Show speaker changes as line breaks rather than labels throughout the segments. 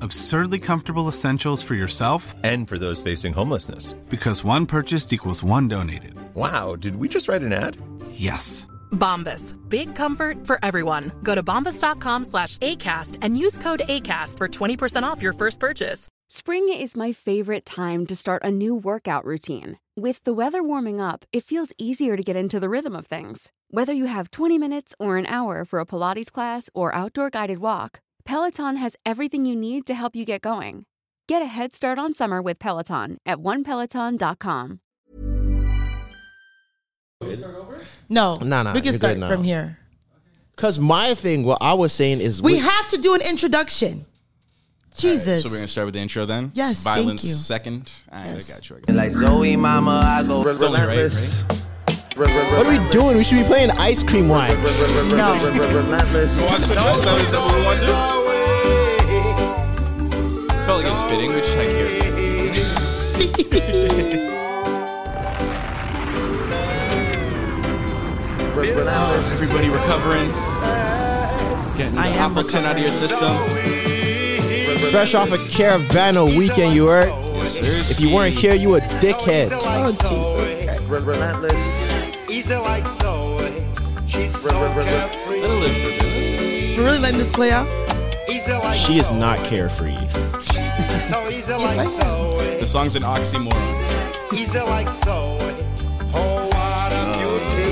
Absurdly comfortable essentials for yourself
And for those facing homelessness.
because one purchased equals one donated.
Wow, did we just write an ad?
Yes.
Bombas. Big comfort for everyone. Go to bombas.com slash ACAST and use code ACAST for 20% off your first purchase.
Spring is my favorite time to start a new workout routine. With the weather warming up, it feels easier to get into the rhythm of things. Whether you have 20 minutes or an hour for a Pilates class or outdoor guided walk, Peloton has everything you need to help you get going. Get a head start on summer with Peloton at onepeloton.com.
No,
No, no,
We can
you're
start
good now.
from here.
Because my thing, what I was saying is
We have to do an introduction. Jesus.
So we're gonna start with the intro then.
Yes, thank
Violence
you.
second. All right,
Yes.
I got you. I got you.
Like Zoe, mama, I go
Zoe, right?
relentless.
What are we doing? We should be playing ice cream wine.
Oh, I
Relentless.
couldn't- that that was what we wanted to do. Felt like it was fitting, which I can hear. Everybody recovering, getting the
I am
Appleton out of your system.
Fresh off a Caravana weekend, you heard?
Yes, there's-
If you weren't here, you a dickhead.
Oh, Jesus.
Relentless.
Easy like Zoe. She's so carefree.
Let it live for a minute.
We're really letting this play out.
Easy like
She is
Zoe.
not carefree.
So easy
I
like
am.
Zoe.
The song's an oxymoron.
Easy like Zoe. Oh, what a beauty.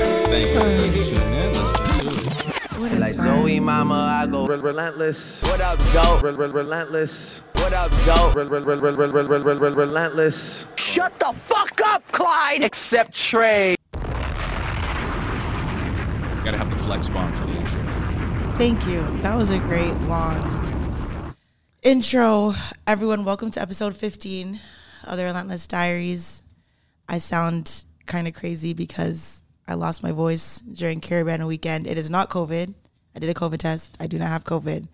Uh, Thank you. Thank you for tuning in. Let's get to it.
What a
Like
time.
Zoe, mama, I go relentless. What up, Zoe? Relentless. What up, Zoe? Relentless. Shut the fuck up, Clyde. Except Trey.
Gotta have the flex bomb for the intro.
Thank you. That was a great long intro. Everyone, welcome to episode 15 of the Relentless Diaries. I sound kind of crazy because I lost my voice during Caravan weekend. It is not COVID. I did a COVID test. I do not have COVID.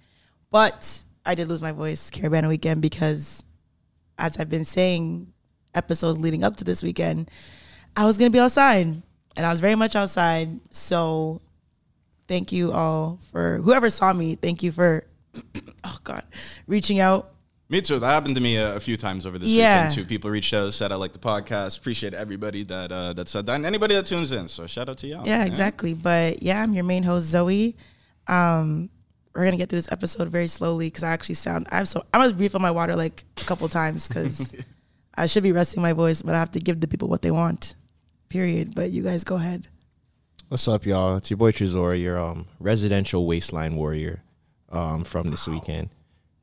But I did lose my voice Caravan weekend because, as I've been saying, episodes leading up to this weekend, I was going to be outside. And I was very much outside. So thank you all for whoever saw me. Thank you for oh god, reaching out.
Me too. That happened to me a, a few times over this
Yeah.
weekend too. People reached out, said I like the podcast. Appreciate everybody that uh, that said that, and anybody that tunes in. So shout out to y'all.
Yeah,
man.
exactly. But yeah, I'm your main host Zoe. Um, we're gonna get through this episode very slowly because I actually sound I'm so I'm gonna refill my water like a couple times because I should be resting my voice, but I have to give the people what they want. Period. But you guys go ahead.
What's up, y'all? It's your boy Trezor, your um, residential waistline warrior um, from this weekend.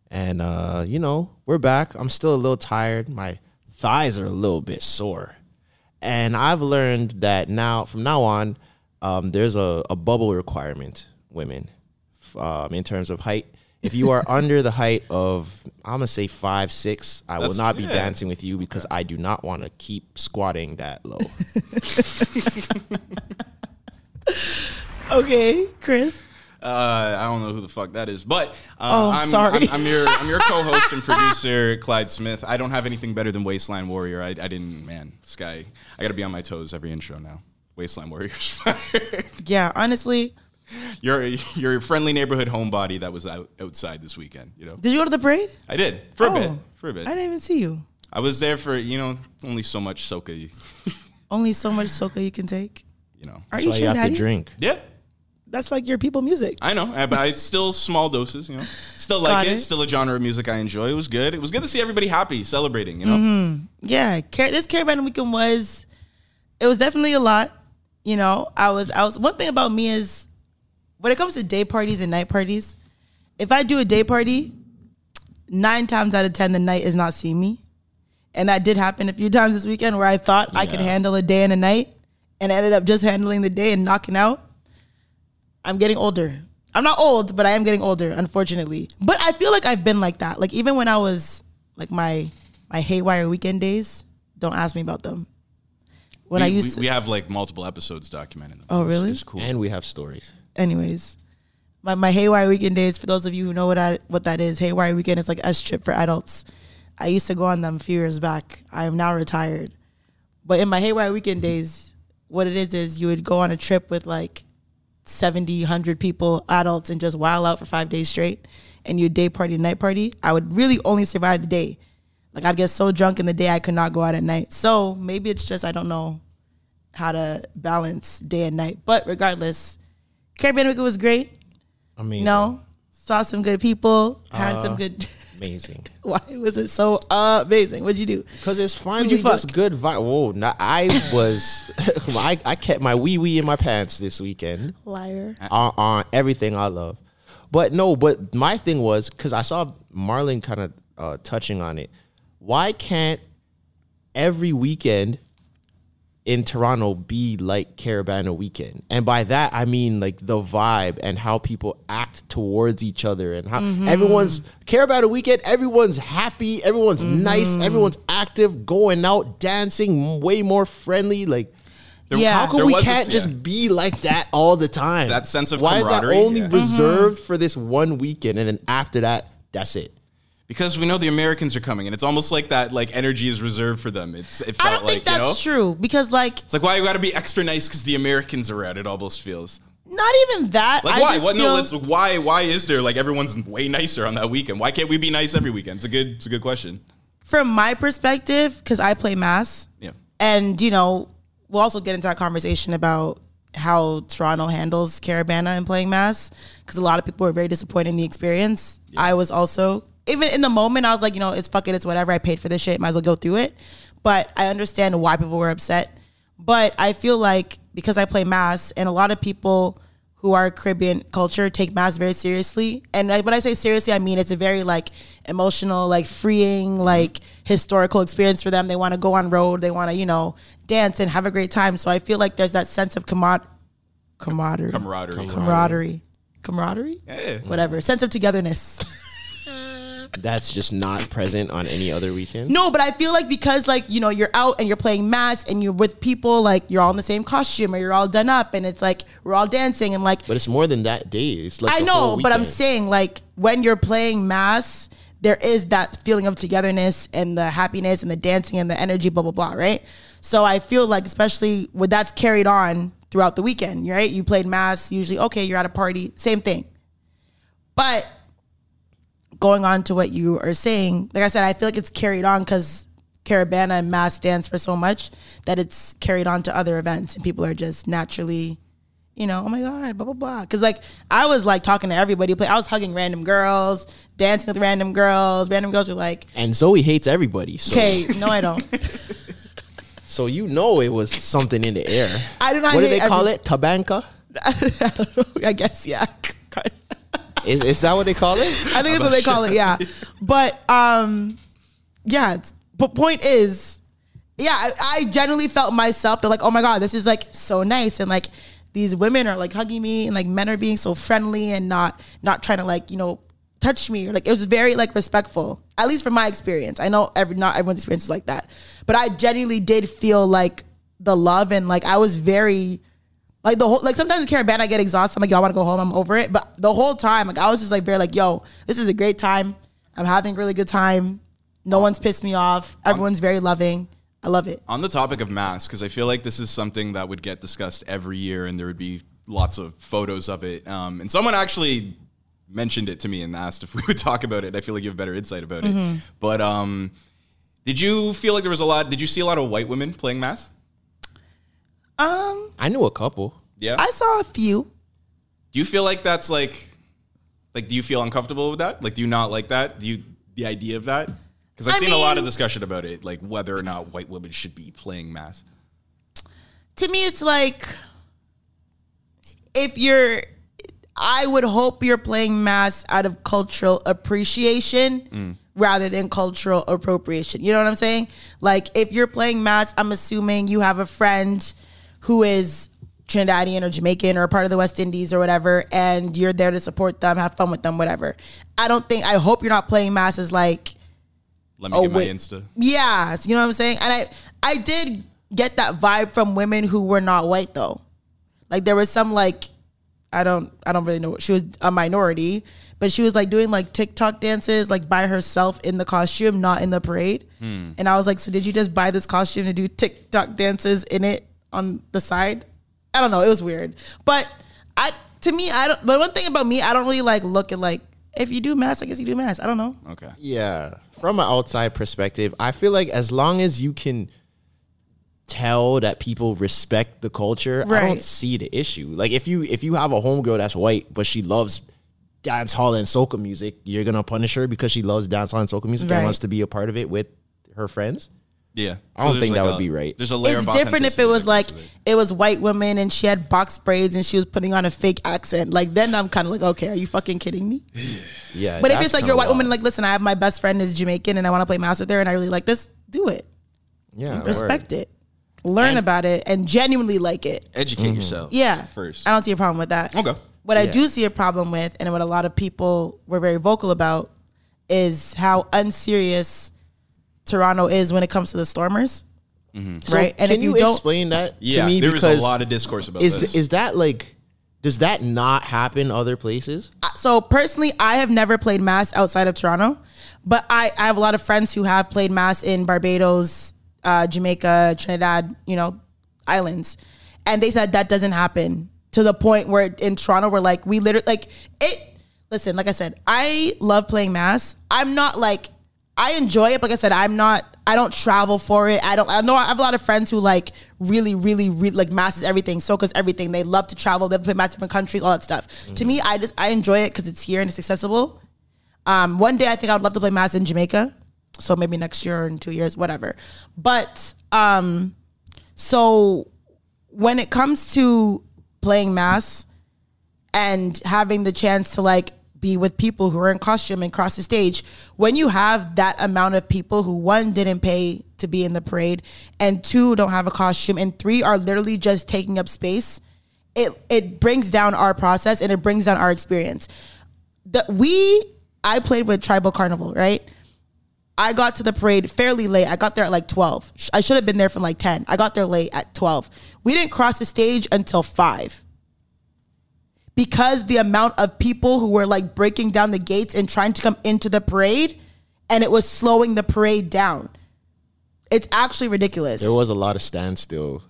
And, uh, you know, we're back. I'm still a little tired. My thighs are a little bit sore. And I've learned that now, from now on, um, there's a, a bubble requirement, women, f- um, in terms of height. If you are under the height of, I'm going to say five, six, I will
That's-
not
yeah.
be dancing with you because I do not want to keep squatting that low.
Okay, Chris.
Uh, I don't know who the fuck that is, but
Oh,
uh, I'm,
sorry.
I'm, I'm your I'm your co-host and producer, Clyde Smith. I don't have anything better than Wasteland Warrior. I, I didn't, man. This guy, I got to be on my toes every intro now. Wasteland Warrior's fire.
Yeah, honestly,
your your friendly neighborhood homebody that was out, outside this weekend. You know,
did you go to the parade?
I did for a bit,
Oh.
for a bit.
I didn't even see you.
I was there for you know only so much soca. You,
Only so much soca you can take.
you know,
Are
So
you
you have to
Trinidadian?
drink.
yeah.
That's like your people music.
I know, uh, but I still small doses, you know. Still like
Got
it.
it.
Still a genre of music I enjoy. It was good. It was good to see everybody happy, celebrating, you know.
Mm-hmm. yeah, car- this caravan weekend was it was definitely a lot. You know, I was I was one thing about me is when it comes to day parties and night parties, if I do a day party, nine times out of ten, the night is not seeing me. And that did happen a few times this weekend where I thought I could
Yeah.
handle a day and a night and I ended up just handling the day and knocking out. I'm getting older. I'm not old, but I am getting older, unfortunately. But I feel like I've been like that. Like even when I was like my my haywire weekend days, don't ask me about them. When
we,
I used
we,
to
we have like multiple episodes documented.
Oh,
It's-
really?
It's cool.
And we have stories.
anyways, my, my Haywire Weekend days, for those of you who know what I, what that is, Haywire Weekend is like S trip for adults. I used to go on them a few years back. I am now retired. But in my Haywire Weekend days, what it is is you would go on a trip with like 70, 100 people, adults, and just wild out for five days straight. And you day party, night party. I would really only survive the day. Like I'd get so drunk in the day, I could not go out at night. So maybe it's just I don't know how to balance day and night. But regardless, Caribbean Weekend was great.
I mean,
No, saw some good people, had
Uh,
some good.
amazing.
Why was it so amazing? What'd you do?
Because it's finally
you
just
fuck?
good vibe. Whoa, nah, I was, I, I kept my wee wee in my pants this weekend
Liar.
on, on everything I love. But no, but my thing was because I saw Marlon kind of uh, touching on it. Why can't every weekend in Toronto be like Caravana weekend? And by that I mean like the vibe and how people act towards each other and how everyone's Caravana weekend. Everyone's happy. Everyone's nice. Everyone's active, going out, dancing, way more friendly. Like.
yeah.
How come
There
we
was this-
can't
yeah.
just be like that all the time?
That sense of
Why
camaraderie,
is that only
yeah.
reserved for this one weekend, and then after that, that's it?
Because we know the Americans are coming, and it's almost like that like energy is reserved for them. It's it felt
I don't
like
think
you know?
that's true because, like,
It's like why you got to be extra nice because the Americans are out. It almost feels
not even that.
like
I
why?
just
What?
feel-
No, let's why? Why is there like everyone's way nicer on that weekend? Why can't we be nice every weekend? It's a good. It's a good question.
from my perspective, because I play mass,
Yeah.
and you know, we'll also get into that conversation about how Toronto handles Caravana and playing mass, because a lot of people were very disappointed in the experience. I was also even in the moment, I was like, you know, it's fuck it, it's whatever. I paid for this shit, might as well go through it. But I understand why people were upset. But I feel like because I play mass, and a lot of people who are Caribbean culture take mass very seriously. And I- when I say seriously, I mean it's a very like emotional, like freeing, like historical experience for them. They want to go on road, they want to you know dance and have a great time. So I feel like there's that sense of commod camaraderie,
Camaraderie.
camaraderie, camaraderie,
Yeah.
whatever, sense of togetherness.
That's just not present on any other weekend.
No, but I feel like because like you know you're out and you're playing mass and you're with people like you're all in the same costume or you're all done up and it's like we're all dancing and like
but it's more than that day. It's like
I
the
know,
whole
but I'm
weekend.
saying like when you're playing mass, there is that feeling of togetherness and the happiness and the dancing and the energy, blah blah blah, right? So I feel like especially when that's carried on throughout the weekend, right? You played mass, usually okay, you're at a party, same thing. But going on to what you are saying, like I said, I feel like it's carried on because Caravana and mass stands for so much that it's carried on to other events and people are just naturally you know, oh my god, blah blah blah. Because like I was like talking to everybody, play. I was hugging random girls, dancing with random girls. Random girls were like,
and Zoe hates everybody. So,
"Okay, no, I don't.
so you know it was something in the air.
I do not."
what do
hate
they call
every-
it? Tabanka?
I don't know. I guess yeah.
Is is that what they call it?
I think that's what they call it. Yeah, but um, yeah. it's- But point is, yeah, I, I generally felt myself that like, oh my god, this is like so nice, and like these women are like hugging me, and like men are being so friendly and not not trying to like you know touch me or like it was very like respectful. At least from my experience, I know every not everyone's experience is like that, but I genuinely did feel like the love and like I was very like the whole like sometimes in caravan I get exhausted. I'm like, yo, I want to go home. I'm over it. But the whole time, like I was just like very like, yo, this is a great time. I'm having a really good time. No one's pissed me off. Everyone's very loving. I love it.
On the topic of masks, because I feel like this is something that would get discussed every year, and there would be lots of photos of it. Um, and someone actually mentioned it to me and asked if we would talk about it. I feel like you have better insight about
Mm-hmm.
it. But um, did you feel like there was a lot? Did you see a lot of white women playing masks?
Um,
I knew a couple.
Yeah.
I saw a few.
do you feel like that's like, like, do you feel uncomfortable with that? Like, do you not like that? Do you the idea of that? Because I've
I
seen a lot of
mean-
discussion about it, like whether or not white women should be playing masks.
To me, it's like if you're. I would hope you're playing mass out of cultural appreciation rather than cultural appropriation. You know what I'm saying? Like if you're playing mass, I'm assuming you have a friend who is Trinidadian or Jamaican or part of the West Indies or whatever, and you're there to support them, have fun with them, whatever. I don't think I hope you're not playing mass as like
Let me
Oh,
get my
wait.
Insta.
Yes, you know what I'm saying? And I I did get that vibe from women who were not white though. Like there was some like I don't I don't really know what she was a minority, but she was like doing like TikTok dances like by herself in the costume, not in the parade.
Hmm.
And I was like, "So did you just buy this costume to do TikTok dances in it on the side?" I don't know, it was weird. But I to me, I don't but one thing about me, I don't really like look at like if you do mass, I guess you do mass. I don't know.
Okay.
Yeah. From an outside perspective, I feel like as long as you can tell that people respect the culture, I
Right.
don't see the issue. Like if you if you have a homegirl that's white but she loves dance hall and soca music, you're gonna punish her because she loves dance hall and soca music
Right.
and wants to be a part of it with her friends.
Yeah.
I don't
there's
think that would be right.
There's a layer
it's
of
different if
authenticity
it was
that
like
goes with it.
it was white women and she had box braids and she was putting on a fake accent. Like then I'm kind of like, okay, are you fucking kidding me?
Yeah.
But if
that's
it's like
kinda
you're a white
wild.
woman, like listen, I have my best friend is Jamaican and I want to play mass with her and I really like this, do it.
yeah,
Respect it, learn about it, and genuinely like it.
educate
Mm-hmm.
yourself.
Yeah,
First.
I don't see a problem with that.
Okay.
What I do see a problem with, and what a lot of people were very vocal about, is how unserious Toronto is when it comes to the Stormers. Right,
and can you,
don't,
explain that
Yeah.
to me?
there was a
because
lot of discourse about
is
this.
is that like does that not happen other places?
so personally, I have never played mass outside of Toronto, but I, I have a lot of friends who have played mass in Barbados, uh, Jamaica, Trinidad, you know, islands, and they said that doesn't happen to the point where in Toronto we're like we literally like it. Listen, like I said, I love playing mass. I'm not like I enjoy it. But like I said, I'm not. I don't travel for it. I don't. I know I have a lot of friends who like really, really, really like masses everything, soca's everything. They love to travel. They've been to different countries, all that stuff. To me, I just I enjoy it because it's here and it's accessible. Um, one day I think I would love to play mass in Jamaica. So maybe next year or in two years, whatever. But um, so when it comes to playing mass and having the chance to like be with people who are in costume and cross the stage, when you have that amount of people who one didn't pay to be in the parade and two don't have a costume and three are literally just taking up space, it it brings down our process and it brings down our experience the we I played with Tribal Carnival, right? I got to the parade fairly late. I got there at like 12. Sh- I should have been there from like 10. I got there late at 12. We didn't cross the stage until 5. Because the amount of people who were like breaking down the gates and trying to come into the parade and it was slowing the parade down. It's actually ridiculous.
There was a lot of standstill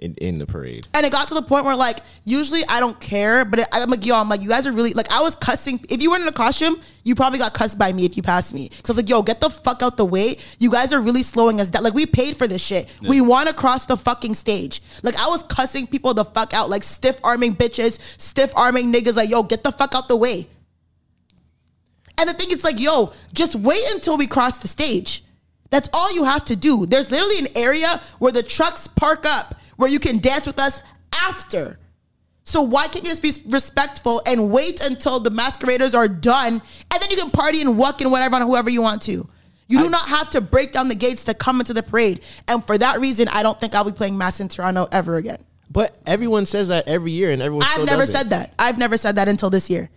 in, in the parade.
And it got to the point where like usually I don't care, but it, I'm like yo, I'm like you guys are really like I was cussing. If you weren't in a costume, you probably got cussed by me if you passed me. Cause I was like yo, get the fuck out the way. You guys are really slowing us down. Like we paid for this shit. We want to cross the fucking stage. Like I was cussing people the fuck out, like stiff arming bitches, stiff arming niggas. Like yo, get the fuck out the way. And the thing is like, yo, just wait until we cross the stage. That's all you have to do. There's literally an area where the trucks park up where you can dance with us after. So why can't you just be respectful and wait until the masqueraders are done and then you can party and walk and whatever on whoever you want to. You do not have to break down the gates to come into the parade. And for that reason, I don't think I'll be playing mass in Toronto ever again.
But everyone says that every year, and everyone.
I've
still
never
does it. Oh,
said that. I've never said that until this year.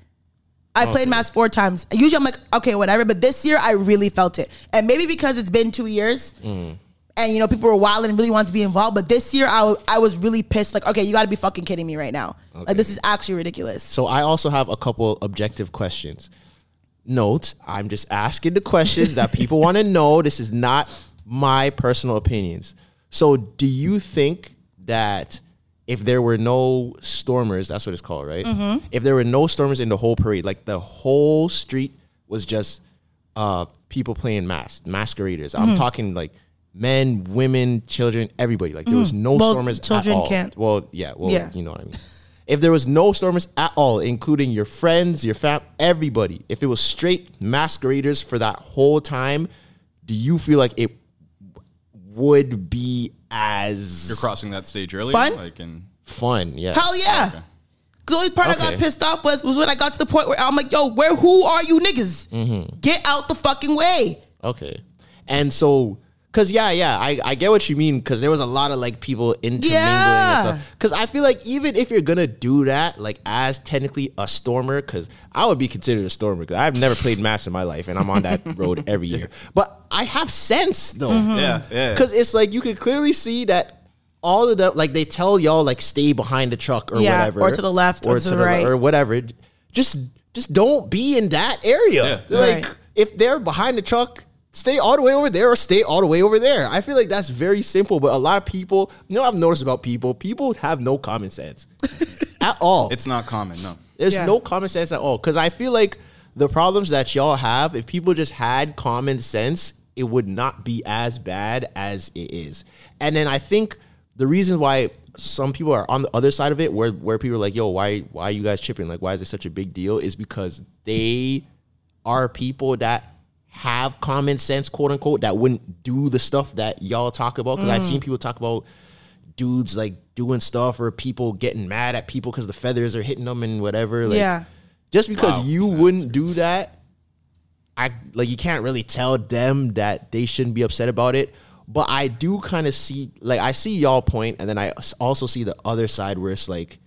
I played mass four times. Usually I'm like, okay, whatever. But this year I really felt it. And maybe because it's been two years
Mm.
and, you know, people were wild and really wanted to be involved. But this year I, wa- I was really pissed. Like, okay, you got to be fucking kidding me right now. Like, this is actually ridiculous.
So I also have a couple objective questions. Note: I'm just asking the questions that people want to know. This is not my personal opinions. So, do you think that if there were no stormers, that's what it's called, right?
Mm-hmm.
If there were no stormers in the whole parade, like the whole street was just uh, people playing mass masqueraders.
Mm-hmm.
I'm talking like men, women, children, everybody. Like there was no
Mm-hmm. Well,
stormers.
children
at all.
can't.
Well, yeah. Well,
Yeah.
you know what I mean. If there was no stormers at all, including your friends, your fam, everybody, if it was straight masqueraders for that whole time, do you feel like it would be as
You're crossing that stage earlier.
Fun?
Like, and
fun? Yeah.
Hell yeah. 'Cause The only part I got
Okay.
pissed off was was when I got to the point where I'm like, yo, where who are you niggas?
Mm-hmm.
Get out the fucking way.
Okay. And so, cause yeah, yeah, I, I get what you mean. Cause there was a lot of like people intermingling
Yeah.
and stuff. Cause I feel like even if you're gonna do that, like as technically a stormer, cause I would be considered a stormer. Cause I've never played mass in my life, and I'm on that road every year. But I have sense though.
Yeah, yeah.
Because it's like you can clearly see that all of them, like they tell y'all, like stay behind the truck or
Yeah,
whatever,
or to the left, or to the
le-
right.
or whatever. Just, just don't be in that area.
Yeah.
Like
Right.
if they're behind the truck, stay all the way over there or stay all the way over there. I feel like that's very simple, but a lot of people, you know, what I've noticed about people, people have no common sense at all.
It's not common, no.
There's
Yeah.
no common sense at all. Because I feel like the problems that y'all have, if people just had common sense, it would not be as bad as it is. And then I think the reason why some people are on the other side of it, where where people are like, "Yo, why why are you guys chipping? Like, why is it such a big deal?" Is because they are people that have common sense, quote unquote, that wouldn't do the stuff that y'all talk about. Because I've seen people talk about dudes like doing stuff or people getting mad at people because the feathers are hitting them and whatever. Like,
yeah.
Just because you wouldn't do that, I like you can't really tell them that they shouldn't be upset about it. But I do kind of see like I see y'all point, and then I s- also see the other side where it's like,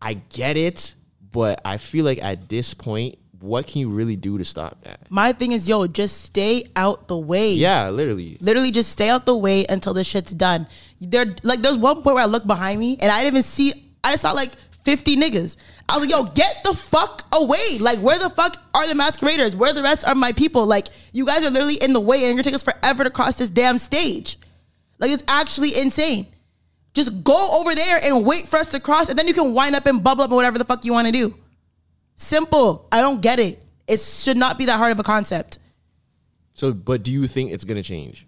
I get it, but I feel like at this point, what can you really do to stop that?
My thing is, yo, just stay out the way.
Yeah, literally.
Literally just stay out the way until this shit's done. There like there's one point where I looked behind me and I didn't even see I just saw like 50 niggas. I was like, yo, get the fuck away. Like, where the fuck are the masqueraders? Where the rest are my people? Like, you guys are literally in the way and you're gonna take us forever to cross this damn stage. Like it's actually insane. Just go over there and wait for us to cross, and then you can wind up and bubble up and whatever the fuck you want to do. Simple. I don't get it. It should not be that hard of a concept.
So, but do you think it's gonna change?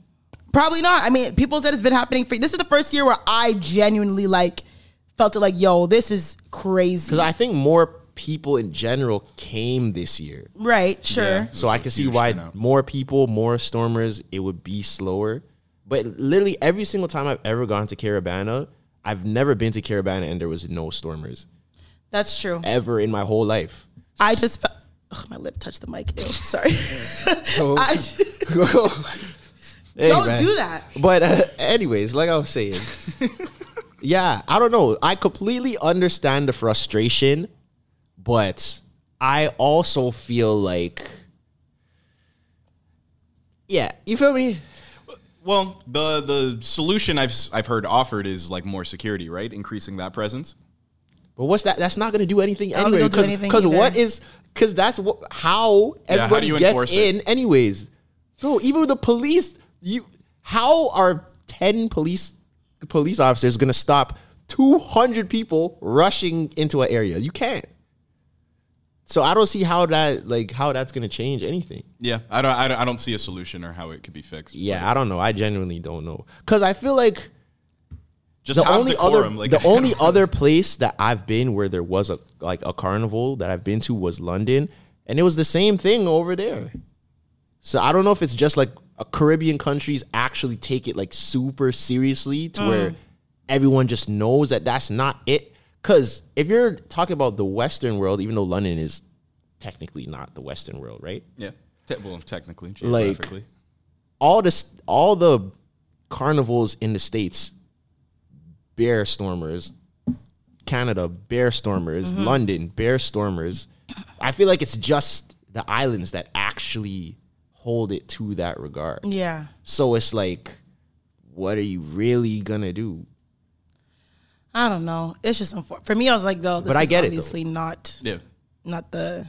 Probably not. I mean, people said it's been happening for. This is the first year where I genuinely like felt it like, yo, this is crazy.
Because I think more people in general came this year.
right? Sure.
So I can see why more people, more stormers, it would be slower. But literally every single time I've ever gone to Caravana, I've never been to Caravana and there was no stormers
That's true.
ever in my whole life.
I just. Fe- Ugh, my lip touched the mic. Ew, sorry. I,
Hey,
don't
man.
do that.
But uh, anyways, like I was saying, yeah, I don't know. I completely understand the frustration, but I also feel like, yeah, you feel me?
Well, the the solution I've s- I've heard offered is like more security, right? Increasing that presence.
But what's that? That's not going to do anything
don't think
anyway.
it'll do anything
Because
either.
what is? Because that's what, how
how
everybody
do you
gets
enforce it?
in, anyways. No, even with the police. You how are ten police police officers going to stop two hundred people rushing into an area? You can't. So I don't see how that like how that's going to change anything.
Yeah, I don't, I don't I don't see a solution or how it could be fixed.
Yeah, I don't know. I genuinely don't know because I feel like.
Just
the
have
only
decorum.
other
like
the only other place that I've been where there was a like a carnival that I've been to was London, and it was the same thing over there. So I don't know if it's just like a Caribbean countries actually take it like super seriously to
Hmm.
where everyone just knows that that's not it. Because if you're talking about the Western world, even though London is technically not the Western world, right?
yeah. Te- well, technically,
Like-
geographically.
all this all the carnivals in the states bear stormers canada bear stormers london bear stormers i feel like it's just the islands that actually hold it to that regard
Yeah.
so it's like what are you really gonna do
I don't know. It's just unfor- for me. I was like, though, this
But I
is
get it, though.
obviously not
yeah.
not the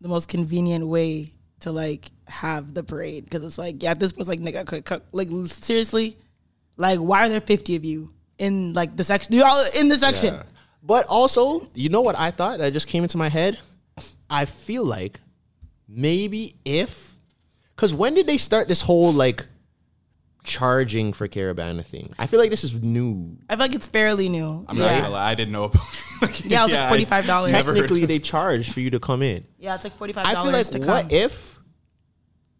the most convenient way to like have the parade because it's like yeah, at this point, it's like nigga, could, could, like seriously, like why are there fifty of you in like the section? You're all in the section.
But also, you know what I thought that just came into my head? I feel like maybe if because when did they start this whole like charging for caravana thing? I feel like this is new.
I feel like it's fairly new.
I'm not
yeah.
gonna lie, I didn't know about.
yeah, it was like forty five dollars.
never heard-
Technically, they charge for you to come in.
Yeah, it's like forty five
I feel
dollars
like
to come.
what if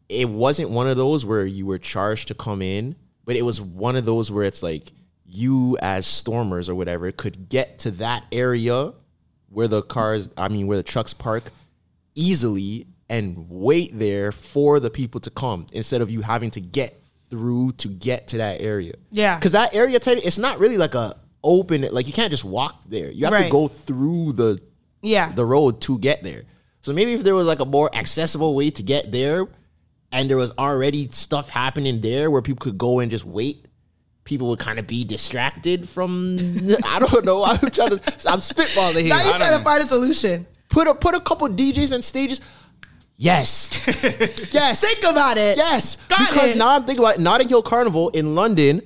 it wasn't one of those where you were charged to come in, but it was one of those where it's like you as stormers or whatever could get to that area where the cars, I mean, where the trucks park easily and wait there for the people to come instead of you having to get through to get to that area.
Yeah.
Cause that area, Teddy, it's not really like a open, like you can't just walk there. You have to
Right.
go through the
Yeah.
the road to get there. So maybe if there was like a more accessible way to get there and there was already stuff happening there where people could go and just wait, people would kind of be distracted from I don't know. I'm trying to I'm spitballing
now
here.
you're trying to find a solution.
Put a put a couple DJs and stages. Yes. yes.
Think about it.
Yes.
Got
because
it.
now I'm thinking about it, Notting Hill Carnival in London.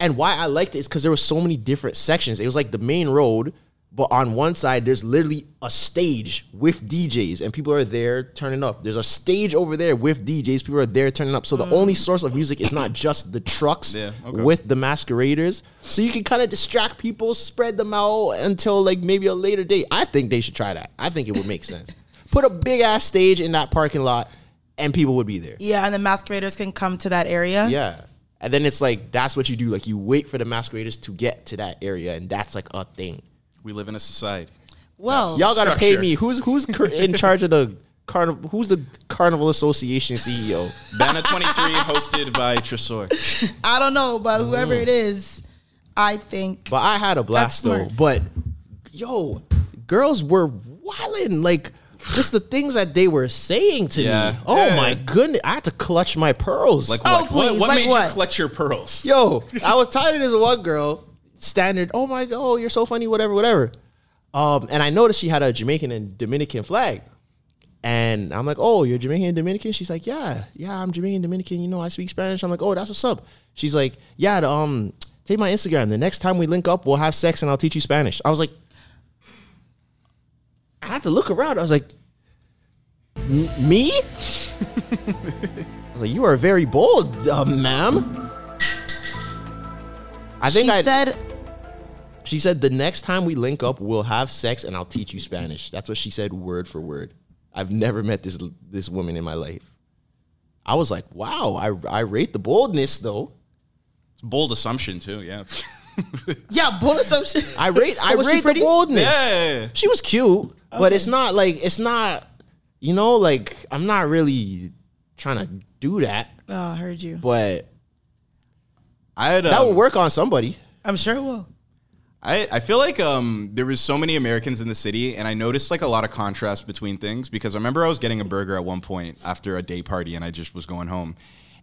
And why I liked it is because there were so many different sections. It was like the main road, but on one side, there's literally a stage with DJs, and people are there turning up. There's a stage over there with DJs. People are there turning up. So
Mm.
the only source of music is not just the trucks
Yeah, okay.
with the masqueraders. So you can kind of distract people, spread them out until like maybe a later date. I think they should try that. I think it would make sense. Put a big ass stage in that parking lot, and people would be there.
Yeah, and the masqueraders can come to that area.
Yeah. And then it's like that's what you do. Like you wait for the masqueraders to get to that area, and that's like a thing.
We live in a society.
Well,
Y'all gotta pay
Structure.
me. Who's who's cur- in charge of the carnival? Who's the carnival association E CEO?
Banna 23, hosted by Tresor.
I don't know, but whoever it is, I think
But I had a blast though.
That's smart.
But yo, girls were wilding like. Just the things that they were saying to
Yeah.
me. Oh
Yeah.
my goodness! I had to clutch my pearls.
Like
Oh,
what?
please,
what, what
like
made
what?
you clutch your pearls?
Yo, I was tired of this one girl. Standard. Oh my god, oh, you're so funny. Whatever, whatever. Um, and I noticed she had a Jamaican and Dominican flag, and I'm like, oh, you're Jamaican and Dominican. She's like, yeah, yeah, I'm Jamaican Dominican. You know, I speak Spanish. I'm like, oh, that's what's up. She's like, yeah, the, um, take my Instagram. The next time we link up, we'll have sex and I'll teach you Spanish. I was like, I had to look around. I was like, "M- me? I was like, you are very bold, uh, ma'am. I think
she
I
said
she said, the next time we link up, we'll have sex and I'll teach you Spanish. That's what she said, word for word. I've never met this this woman in my life. I was like, wow, I, I rate the boldness though.
It's a bold assumption too. Yeah.
Yeah, bull assumption.
I rate I
Was she
rate the
pretty?
boldness.
Yeah.
She was cute, but it's not like it's not you know, like I'm not really trying to do that,
Oh, I heard you.
but
I had
that
um,
will work on somebody.
I'm sure it will.
I, I feel like um, there was so many Americans in the city, and I noticed like a lot of contrast between things because I remember I was getting a burger at one point after a day party, and I just was going home,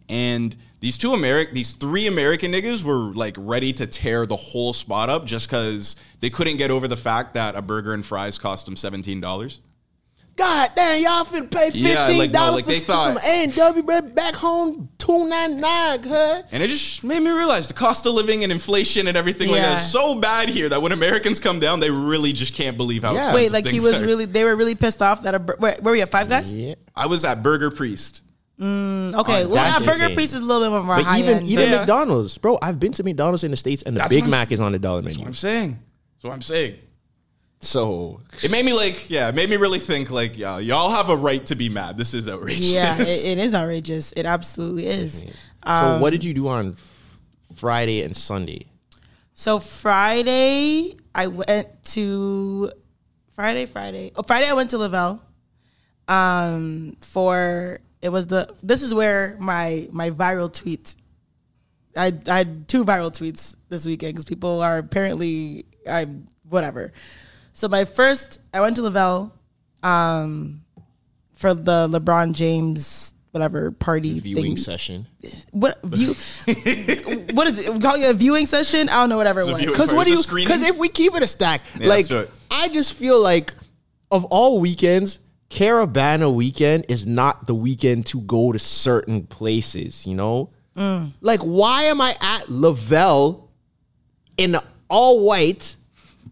and these two American, these three American niggas were like ready to tear the whole spot up just because they couldn't get over the fact that a burger and fries cost them seventeen dollars.
God damn, y'all finna pay fifteen
Yeah,
dollars
like, no, like,
for,
they
for
thought-
some A and W bread back home two ninety nine, huh?
And it just made me realize the cost of living and inflation and everything like that
Yeah.
is so bad here that when Americans come down, they really just can't believe how.
Yeah.
expensive
Wait, like he
things
was
are.
really, they were really pissed off that a, bur- where, where were we at Five Guys? Mm,
Yeah.
I was at Burger Priest.
Okay, well,
Oh, that's
now Burger
insane.
Priest is a little bit more
But
high
even
end.
even
Yeah.
McDonald's, bro. I've been to McDonald's in the states, and the
That's
Big
what I'm-
Mac is on the dollar
That's what
menu.
I'm saying. That's what I'm saying.
So
It made me like, yeah, it made me really think like, yeah, y'all have a right to be mad. This is outrageous.
yeah, it, it is outrageous. It absolutely is.
so what did you do on f- Friday and Sunday?
So Friday, I went to Friday, Friday. Oh, Friday, I went to Lavelle. Um, for it was the this is where my my viral tweet. I I had two viral tweets this weekend because people are apparently I'm whatever. So my first, I went to Lavelle, um, for the LeBron James whatever party
Viewing
thing.
session.
What view? what is it? Call you a viewing session? I don't know. Whatever it
a
was.
viewing
Because what do you?
It's a screening?
Because if we keep it a stack, like
let's do it.
I just feel like of all weekends, Caravana weekend is not the weekend to go to certain places. You know, like why am I at Lavelle in all white,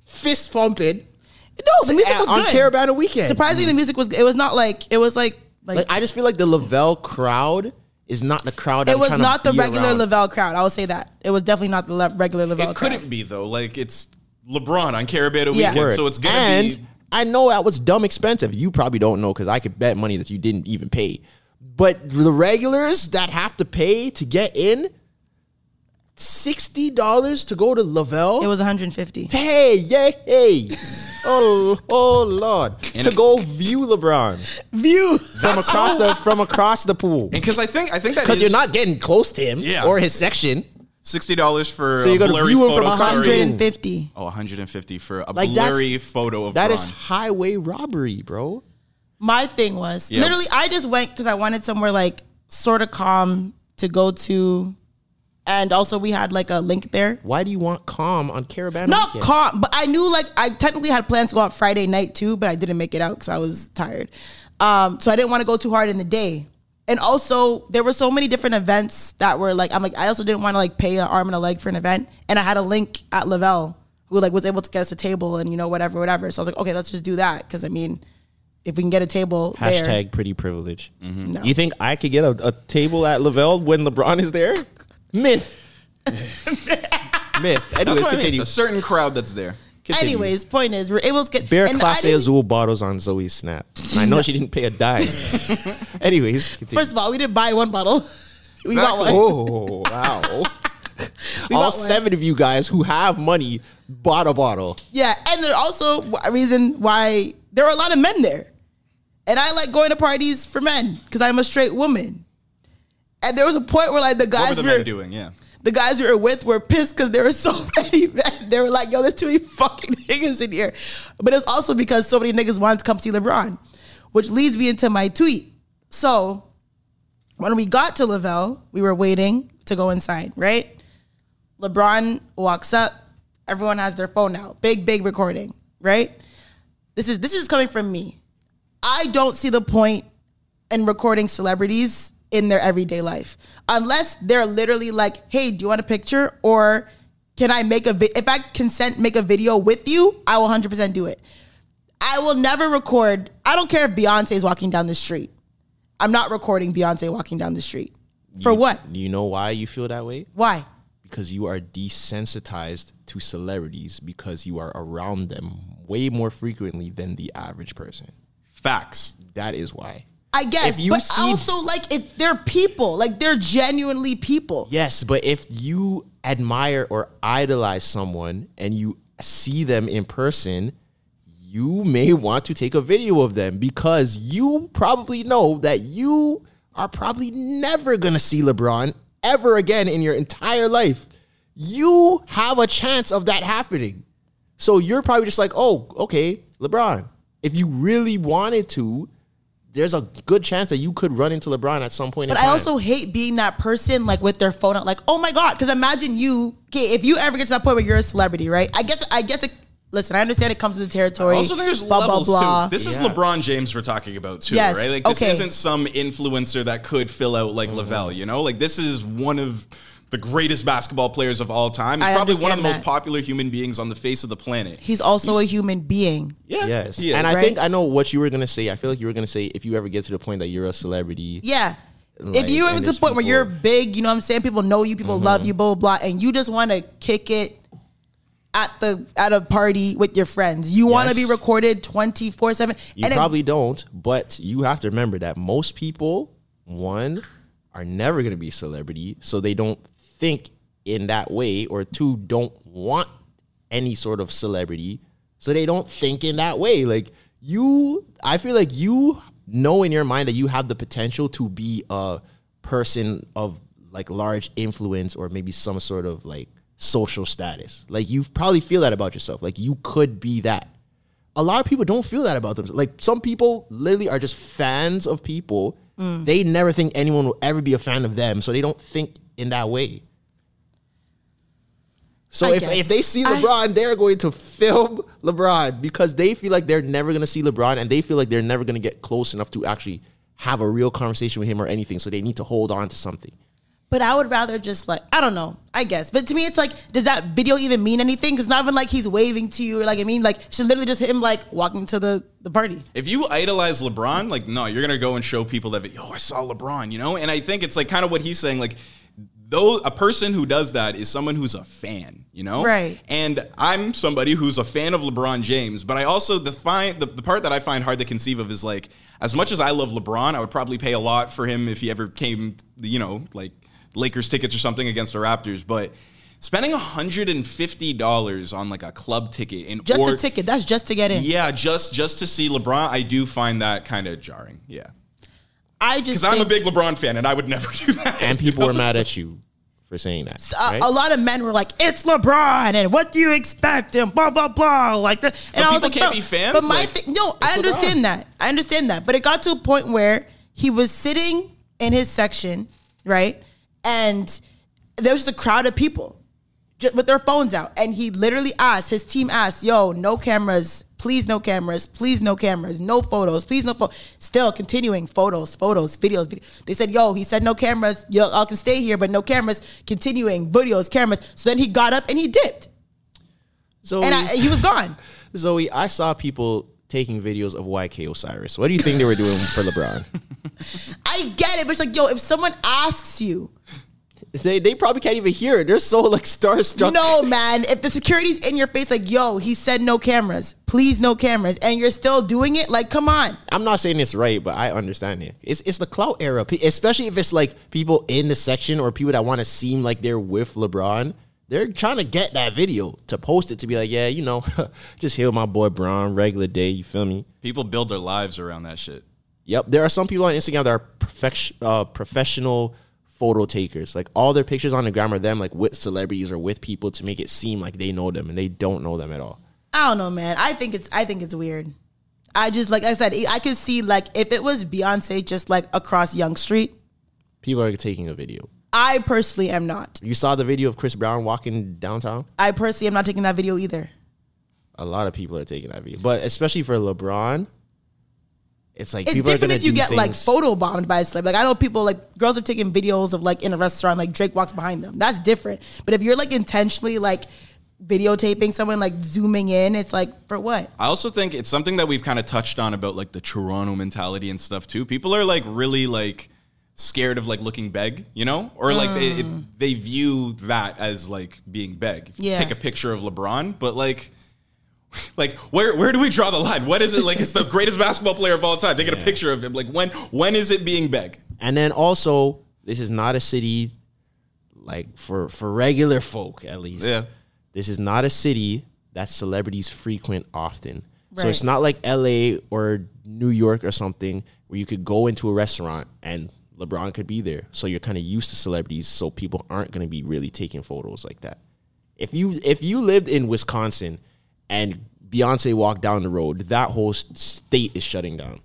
fist pumping
No, the music
at-
was
on
good.
Caravana weekend?
Surprisingly, the music was. It was not like it was like like,
Like I just feel like the Lavelle crowd is not the crowd.
it
I'm
was
trying to
not the
be
regular
around.
Lavelle crowd. I will say that it was definitely not the le- regular Lavelle.
it
crowd.
couldn't be though. Like it's LeBron on Carabetta
Yeah.
weekend,
Word.
so it's gonna
and
be.
I know that was dumb expensive. You probably don't know because I could bet money that you didn't even pay. But the regulars that have to pay to get in, sixty dollars to go to Lavelle.
It was 150.
hey, yay, hey. oh, oh Lord,
And
to
it-
go view LeBron
View.
from across the from across the pool
And because I think I think that
because
is
you're not getting close to him
Yeah.
or his section.
sixty dollars for
So you
a
gotta
blurry
view him
photo
from
story.
100.
150.
Oh, 150 for a
Like, that's-
blurry photo of
That is
Bron.
highway robbery, bro.
My thing was
Yeah.
literally I just went because I wanted somewhere like sort of calm to go to, and also we had like a link there.
Why do you want calm on Caravana?
Not
weekend?
calm, but I knew like I technically had plans to go out Friday night too, but I didn't make it out because I was tired. Um, so I didn't want to go too hard in the day. And also, there were so many different events that were like, I'm like, I also didn't want to like pay an arm and a leg for an event. And I had a link at Lavelle who like was able to get us a table and you know, whatever, whatever. So I was like, okay, let's just do that. Cause I mean, if we can get a table
Hashtag
there,
pretty privilege.
No.
You think I could get a, a table at Lavelle when LeBron is there? Myth. Myth.
That's
Anyways,
what I mean. It's
continue.
a certain crowd that's there.
continue.
Anyways, point is, we're able to get
Bear
and I
Class A
didn't-
Azul bottles on Zoe's snap. And I know she didn't pay a dime. Anyways, continue.
First of all, we didn't buy one bottle. we got one.
Exactly.
oh, wow. all
got one.
seven of you guys who have money bought a bottle.
Yeah, and there also a reason why there were a lot of men there, and I like going to parties for men because I'm a straight woman. And there was a point where like the
What were
guys
the
we
men
were,
doing? Yeah.
the guys we were with were pissed because there were so many men. They were like, "Yo, there's too many fucking niggas in here," but it's also because so many niggas wanted to come see LeBron, which leads me into my tweet. So when we got to Lavelle, we were waiting to go inside, right? LeBron walks up. Everyone has their phone out. Big, big recording, right? This is this is coming from me. I don't see the point in recording celebrities in their everyday life unless they're literally like, "Hey, do you want a picture?" or "Can I make a vi- if I consent make a video with you?" I will 100% do it. I will never record. I don't care if Beyonce is walking down the street. I'm not recording Beyonce walking down the street. For what?
You know why you feel that way?
Why?
because you are desensitized to celebrities because you are around them way more frequently than the average person.
Facts.
That is why.
I guess,
If you
but
see-
also like it, they're people. Like they're genuinely people.
Yes, but if you admire or idolize someone and you see them in person, you may want to take a video of them because you probably know that you are probably never going to see LeBron ever again in your entire life. You have a chance of that happening. So you're probably just like, oh, okay, LeBron. If you really wanted to, there's a good chance that you could run into LeBron at some point.
But
in
I
time.
also hate being that person like with their phone out, like, oh my god. Because imagine you, okay, if you ever get to that point where you're a celebrity, right? I guess, I guess. It, listen, I understand it comes with the territory.
Also, there's levels too. This is LeBron James we're talking about too,
Yes,
right? Like this
okay.
isn't some influencer that could fill out like Lavelle, you know? Like this is one of the greatest basketball players of all time. He's
I
probably one of the
understand
most
that.
popular human beings on the face of the planet.
He's also a human being.
Yeah.
Yes.
He is.
And I
Right?
think I know what you were going to say. I feel like you were going to say if you ever get to the point that you're a celebrity.
Yeah.
Like,
if you ever
and
to the
it's
point where you're
people- Mm-hmm.
big, you know what I'm saying? People know you, people love you, blah, blah, blah, and you just want to kick it at the at a party with your friends. You want to be
Yes.
recorded 24 7.
You probably don't, but you have to remember that most people, one, are never going to be a celebrity, so they don't think in that way, or two, don't want any sort of celebrity, so they don't think in that way. Like you, I feel like you know in your mind that you have the potential to be a person of like large influence or maybe some sort of like social status. Like you probably feel that about yourself. Like you could be that a lot of people don't feel that about themselves. Like some people literally are just fans of people.
Mm.
They never think anyone will ever be a fan of them, so they don't think in that way. So
I
if,
guess.
if they see
I-
LeBron, they're going to film LeBron because they feel like they're never going to see LeBron and they feel like they're never going to get close enough to actually have a real conversation with him or anything. So they need to hold on to something.
But I would rather just like I don't know, I guess. But to me, it's like, does that video even mean anything? Because not even like he's waving to you, or like I mean, like she's literally just him like walking to the the party.
If you idolize LeBron, like no, you're gonna go and show people that yo, I saw LeBron, you know. And I think it's like kind of what he's saying, like though a person who does that is someone who's a fan, you know,
Right.
And I'm somebody who's a fan of LeBron James, but I also the find the, the part that I find hard to conceive of is like as much as I love LeBron, I would probably pay a lot for him if he ever came, you know, like Lakers tickets or something against the Raptors, but spending $150 on like a club ticket in
Just
or-
a ticket. That's just to get in.
Yeah, just just to see LeBron, I do find that kind of jarring. Yeah.
I just
Because I'm a
think-
big LeBron fan and I would never do that.
And people were mad at you for saying that.
uh, a,
right?
a lot of men were like, "It's LeBron, and what do you expect?" and blah blah blah, like that. And
But
I was
people
like,
can't
"Bro,"
be fans?
But my
Like,
thing, no, I understand that. I understand that. But it got to a point where he was sitting in his section, right, and there was just a crowd of people ju- with their phones out, and he literally asked his team asked, "Yo, no cameras." Please no cameras. Please no cameras. No photos. Please no photos. Still continuing photos, photos, videos. Video. They said, "Yo," he said, "No cameras. Yo, I can stay here, but no cameras." Continuing videos, cameras. So then he got up and he dipped,
Zoe,
and I, he was gone.
Zoe, I saw people taking videos of YK Osiris. What do you think they were doing for LeBron?
I get it, but it's like, yo, if someone asks you,
They, they probably can't even hear it. They're so like starstruck.
no, man, if the security's in your face, like, yo, he said no cameras. Please no cameras, and you're still doing it. Like, come on.
I'm not saying it's right, but I understand it. It's it's the clout era, Pe- especially if it's like people in the section or people that want to seem like they're with LeBron. They're trying to get that video to post it to be like, yeah, you know, just heal my boy Bron regular day. You feel me?
People build their lives around that shit.
Yep. There are some people on Instagram that are perfection, uh, professional photo takers. Like all their pictures on the gram are them like with celebrities or with people to make it seem like they know them and they don't know them at all.
I don't know, man. I think it's I think it's weird. I just like I said, I could see like if it was Beyonce just like across Young Street.
People are taking a video.
I personally am not.
You saw the video of Chris Brown walking downtown.
I personally am not taking that video either.
a lot of people are taking that view, but especially for LeBron, it's like
It's
people
different
are gonna
if you
do
get like
things-
photo bombed by a celeb. Like I know people like girls have taken videos of like in a restaurant, like Drake walks behind them. That's different. But if you're like intentionally like videotaping someone, like zooming in, it's like for what?
I also think it's something that we've kind of touched on about like the Toronto mentality and stuff too. People are like really like scared of like looking beg, you know, or like they it, they view that as like being beg. If you
Yeah.
Take a picture of LeBron, but like. Like where where do we draw the line? What is it like? It's the greatest basketball player of all time. They get a picture of him. Like when when is it being beg?
And then also, this is not a city like for for regular folk at least.
Yeah.
this is not a city that celebrities frequent often. So it's
Right.
not like L.A. or New York or something where you could go into a restaurant and LeBron could be there. So you're kind of used to celebrities, so people aren't going to be really taking photos like that. If you if you lived in Wisconsin and Beyonce walked down the road, that whole s- state is shutting down.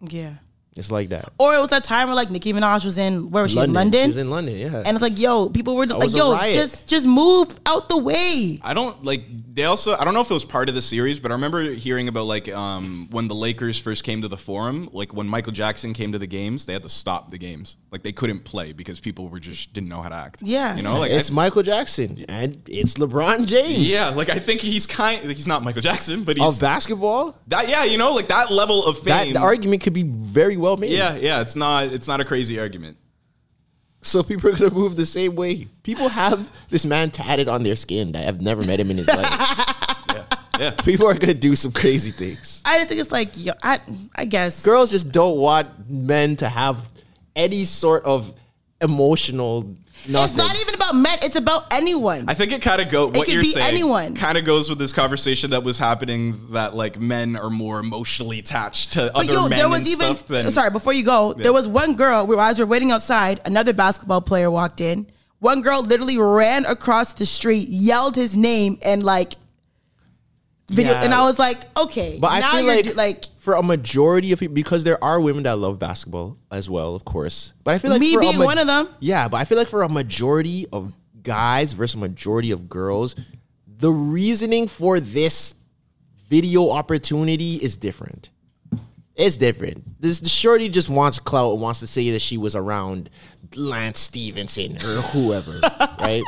Yeah.
It's like that.
Or it was that time where like Nicki Minaj was in where was she in
She
London?
was in London, yeah.
and it's like, yo, people were like,
was a
yo,
riot.
just just move out the way.
I don't like they also I don't know if it was part of the series, but I remember hearing about like um when the Lakers first came to the forum, like when Michael Jackson came to the games, they had to stop the games. Like they couldn't play because people were just didn't know how to act.
Yeah.
You know, like
it's
I,
Michael Jackson and it's LeBron James.
yeah, like I think he's kind he's not Michael Jackson, but he's
Of basketball,
that yeah, you know, like that level of
that
fame.
the argument could be very well made.
yeah, yeah, it's not it's not a crazy argument.
So people are gonna move the same way. People have this man tatted on their skin that I've never met him in his life.
Yeah.
People are gonna do some crazy things.
I just think it's like, yo, I I guess.
Girls just don't want men to have any sort of emotional. Nothing.
it's not even about men, it's about anyone.
I think it kind of go. What
could
you're
be
saying
anyone.
kind of goes with this conversation that was happening that like men are more emotionally attached to
But
other
yo,
men
there was
and
even
stuff than
sorry. Before you go,
Yeah.
there was one girl. We, as we were waiting outside, another basketball player walked in. One girl literally ran across the street, yelled his name, and like video.
Yeah.
And I was like, okay,
But I
now
feel
you're
like,
do- like
for a majority of people, because there are women that love basketball as well, of course. But I feel like
Me
for a
being one of them.
Yeah, but I feel like for a majority of guys versus a majority of girls, the reasoning for this video opportunity is different. It's different. This the shorty just wants clout and wants to say that she was around Lance Stevenson or whoever, right?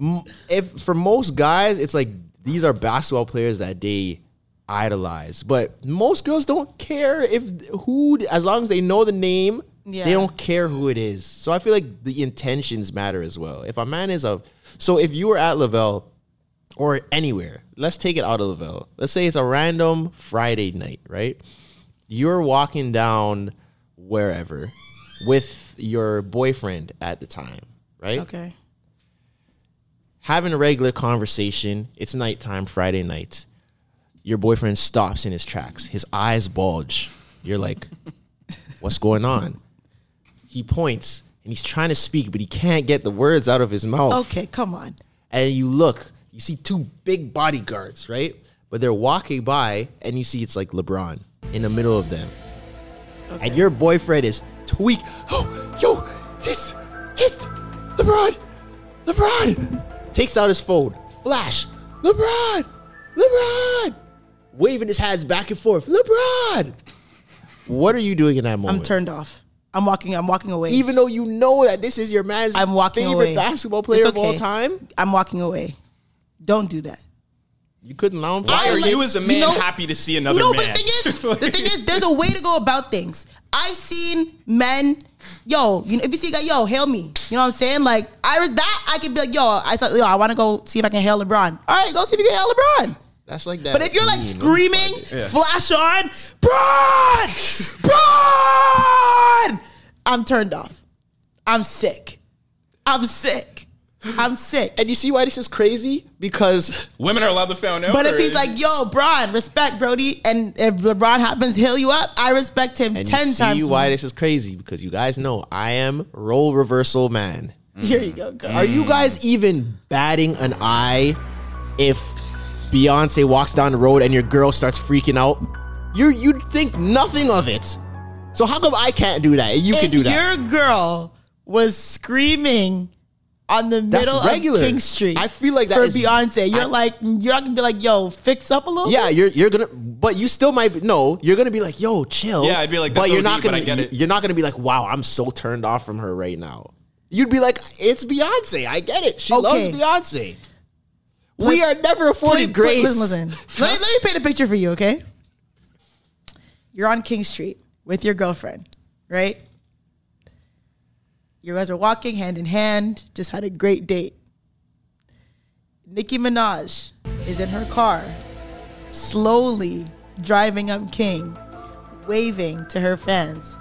M- If for most guys, it's like these are basketball players that they idolize, but most girls don't care if who, as long as they know the name,
Yeah.
they don't care who it is. So I feel like the intentions matter as well. If a man is a, so if you were at Lavelle or anywhere. Let's take it out of Lavelle. Let's say it's a random Friday night, right? You're walking down wherever with your boyfriend at the time, right?
Okay.
having a regular conversation. It's nighttime, Friday night. Your boyfriend stops in his tracks. His eyes bulge. You're like, what's going on? He points and he's trying to speak, but he can't get the words out of his mouth.
Okay, come on.
And you look, you see two big bodyguards, right? But they're walking by and you see it's like LeBron in the middle of them. And your boyfriend is tweak. Oh, yo, this is LeBron. LeBron takes out his phone. Flash. LeBron. LeBron. Waving his hands back and forth. LeBron. What are you doing in that moment?
I'm turned off. I'm walking. I'm walking away.
Even though you know that this is your man's
I'm walking
favorite
away.
basketball player
It's
of all
okay.
time,
I'm walking away. Don't do that.
you couldn't allow him.
Why
I
are
like-
you as a
you
man
know-
happy to see another
no,
man?
but the thing is, the thing is, there's a way to go about things. I've seen men, yo, you know, if you see a guy, yo, hail me. You know what I'm saying? Like I was that I could be like, yo, I saw, yo, I want to go see if I can hail LeBron. All right, go see if you can hail LeBron.
That's like that.
But if you're like
meme. Let me
screaming,
find it.
flash on, Braun, Braun, I'm turned off. I'm sick. I'm sick. I'm sick.
and you see why this is crazy because
Women are allowed to find out.
But if
or-
he's like, yo, Braun, respect Brody, and if LeBron happens to heal you up, I respect him
and
ten
you see
times.
why
more.
this is crazy because you guys know I am role reversal man.
Here you go. girl.
Are you guys even batting an eye if Beyonce walks down the road and your girl starts freaking out? You you'd think nothing of it. So how come I can't do that? and You
if
can do that.
Your girl was screaming on the middle
regular.
of King Street.
I feel like that
for
is-
Beyonce. You're
I-
like, you're not gonna be like, yo, fix up a little.
yeah,
bit?
you're you're gonna, but you still might be, no. You're gonna be like, yo, chill.
Yeah, I'd be like, that's
you're
OD,
not
but
gonna,
I get it.
you're not gonna be like, wow, I'm so turned off from her right now. You'd be like, it's Beyonce. I get it. She
Okay.
loves Beyonce. we are never afforded grace.
Listen, listen. Let, me- let me paint a picture for you, okay? You're on King Street with your girlfriend, right? You guys are walking hand in hand, just had a great date. Nicki Minaj is in her car, slowly driving up King, waving to her fans.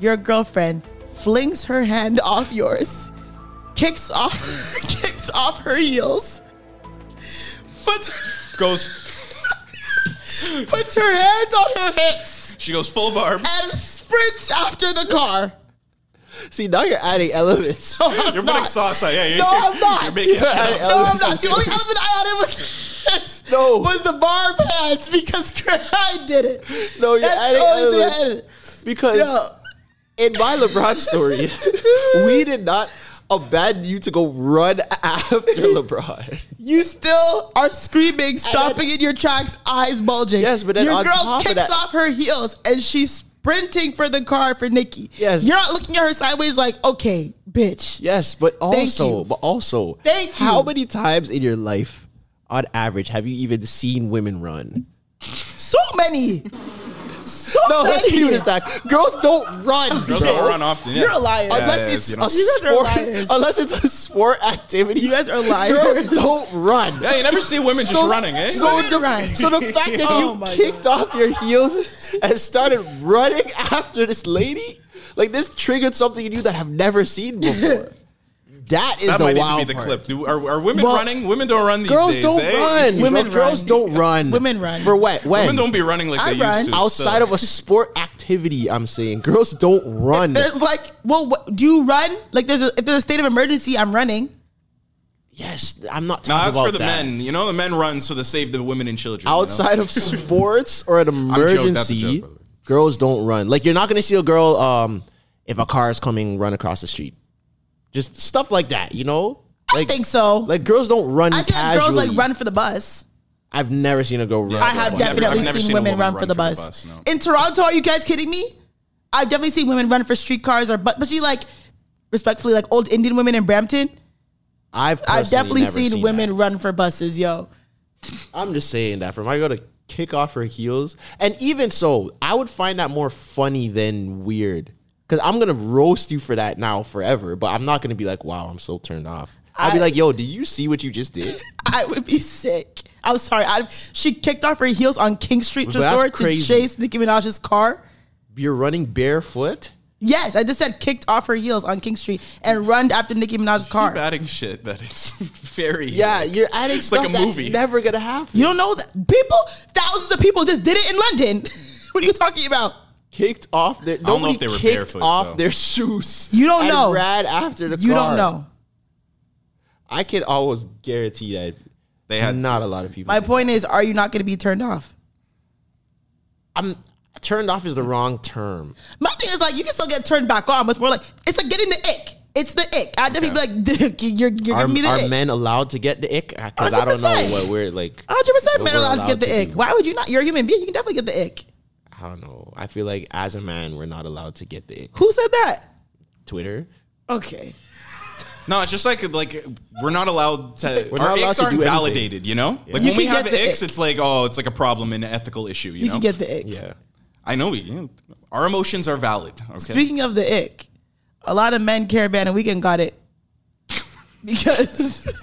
Your girlfriend flings her hand off yours, kicks off, kicks off her heels, puts
goes,
puts her hands on her hips
she goes full barb.
and sprints after the car.
See, now you're adding elements.
No, I'm
You're putting
not.
sauce on. Yeah, you're,
No, I'm not.
You're making
Yeah, I-
No, I'm not. The only element I added was
No.
was the bar pants because I did it.
No, you're
That's the
adding
only thing I
elements. Because
added. No.
in my LeBron story, we did not abandon you to go run after LeBron.
You still are screaming, stopping in your tracks, eyes bulging.
Yes, but then
your
on
girl
top of
kicks
that-
off her heels and she's sprinting for the car for Nikki.
Yes.
you're not looking at her sideways like, okay, bitch.
Yes, but
Thank
also,
you.
but also,
Thank you.
how many times in your life, on average, have you even seen women run?
So many, so
No,
many.
let's be honest. Doc. Girls don't run,
Girls
bro.
don't run often. Yeah.
You're a liar.
Unless
Yeah,
it's
you
a
know.
guys are
sport,
liars.
unless it's a sport activity,
You guys are liars.
Girls don't run.
Yeah, you never see women just running, eh?
So
Women
the,
run.
so the fact that
Oh
you
my
kicked off your heels and started running after this lady, like this triggered something in you that I've never seen before. That is
that
the
might need to
wild
be the
part.
clip. Do, are, are women
Well,
running? Women don't run these
Girls
days.
don't
eh?
run.
Women
Bro, girls
run.
don't run.
Women run.
for what? When?
Women don't be running like
I
they
run.
used to.
outside
so.
of a sport activity. I'm saying girls don't run.
It's like, well, what, do you run? Like, there's a, if there's a state of emergency, I'm running.
yes, I'm not
No,
talking
that's for
about
the
that.
men. You know, the men run so they save the women and children. you know?
outside of sports or an
joking, that's a
emergency,
joke, by the way.
girls don't run. Like you're not gonna see a girl um if a car is coming run across the street. Just stuff like that, you know? Like
I think so.
like girls don't run
I think
casually.
girls like run for the bus.
I've never seen a girl run.
I
for
have
a
I've
bus.
never-
definitely
I've never
seen,
seen a
women
woman
run,
run
for the
for the
bus.
bus, no.
In Toronto, are you guys kidding me? I've definitely seen women run for streetcars or but, but she like respectfully like old Indian women in Brampton.
I've,
I've
personally
definitely
never
seen, women
that.
run for buses, yo.
I'm just saying that for my girl to kick off her heels, and even so, I would find that more funny than weird. Cause I'm gonna roast you for that now forever, but I'm not gonna be like, "Wow, I'm so turned off." I'll be
I-
like, "Yo, do you see what you just did?"
I would be sick. I'm sorry. I, she kicked off her heels on King Street
But
to
that's
store to
crazy.
chase Nicki Minaj's car.
you're running barefoot.
Yes, I just said kicked off her heels on King Street and run after Nicki Minaj's
Keep
car.
adding shit that is very.
Yeah, you're adding
It's
stuff
like a
that's
movie.
never gonna happen.
You don't know that people, thousands of people just did it in London. what are you talking about?
kicked off their.
know
Nobody
if they were
kicked
barefoot,
off
so.
their shoes.
You don't
and
know.
Ran after the
You don't
car.
know.
I can almost guarantee that
They had
not a lot of people.
My
did.
point is, are you not going to be turned off?
I'm turned off is the wrong term.
My thing is like you can still get turned back on, but it's more like it's like getting the ick. It's the ick. I'd definitely be like, you're, you're
Are,
giving me the
are
ick.
men allowed to get the ick? Because I don't know
100%.
what we're like.
100%
what
men
we're
allowed to get the
do.
ick. Why would you not? You're a human being. You can definitely get the ick.
I don't know. I feel like as a man, we're not allowed to get the ick.
Who said that?
Twitter.
Okay.
No, it's just like like we're not allowed to.
We're not
our
allowed
icks
to
aren't
do anything.
validated, you know. Like
You
when we
can
have
get the
icks,
ick.
it's like oh, it's like a problem and an ethical issue. You,
You
know.
can get the ick.
Yeah.
I know we. you know, our emotions are valid. Okay.
Speaking of the ick, a lot of men caravan and weekend got it because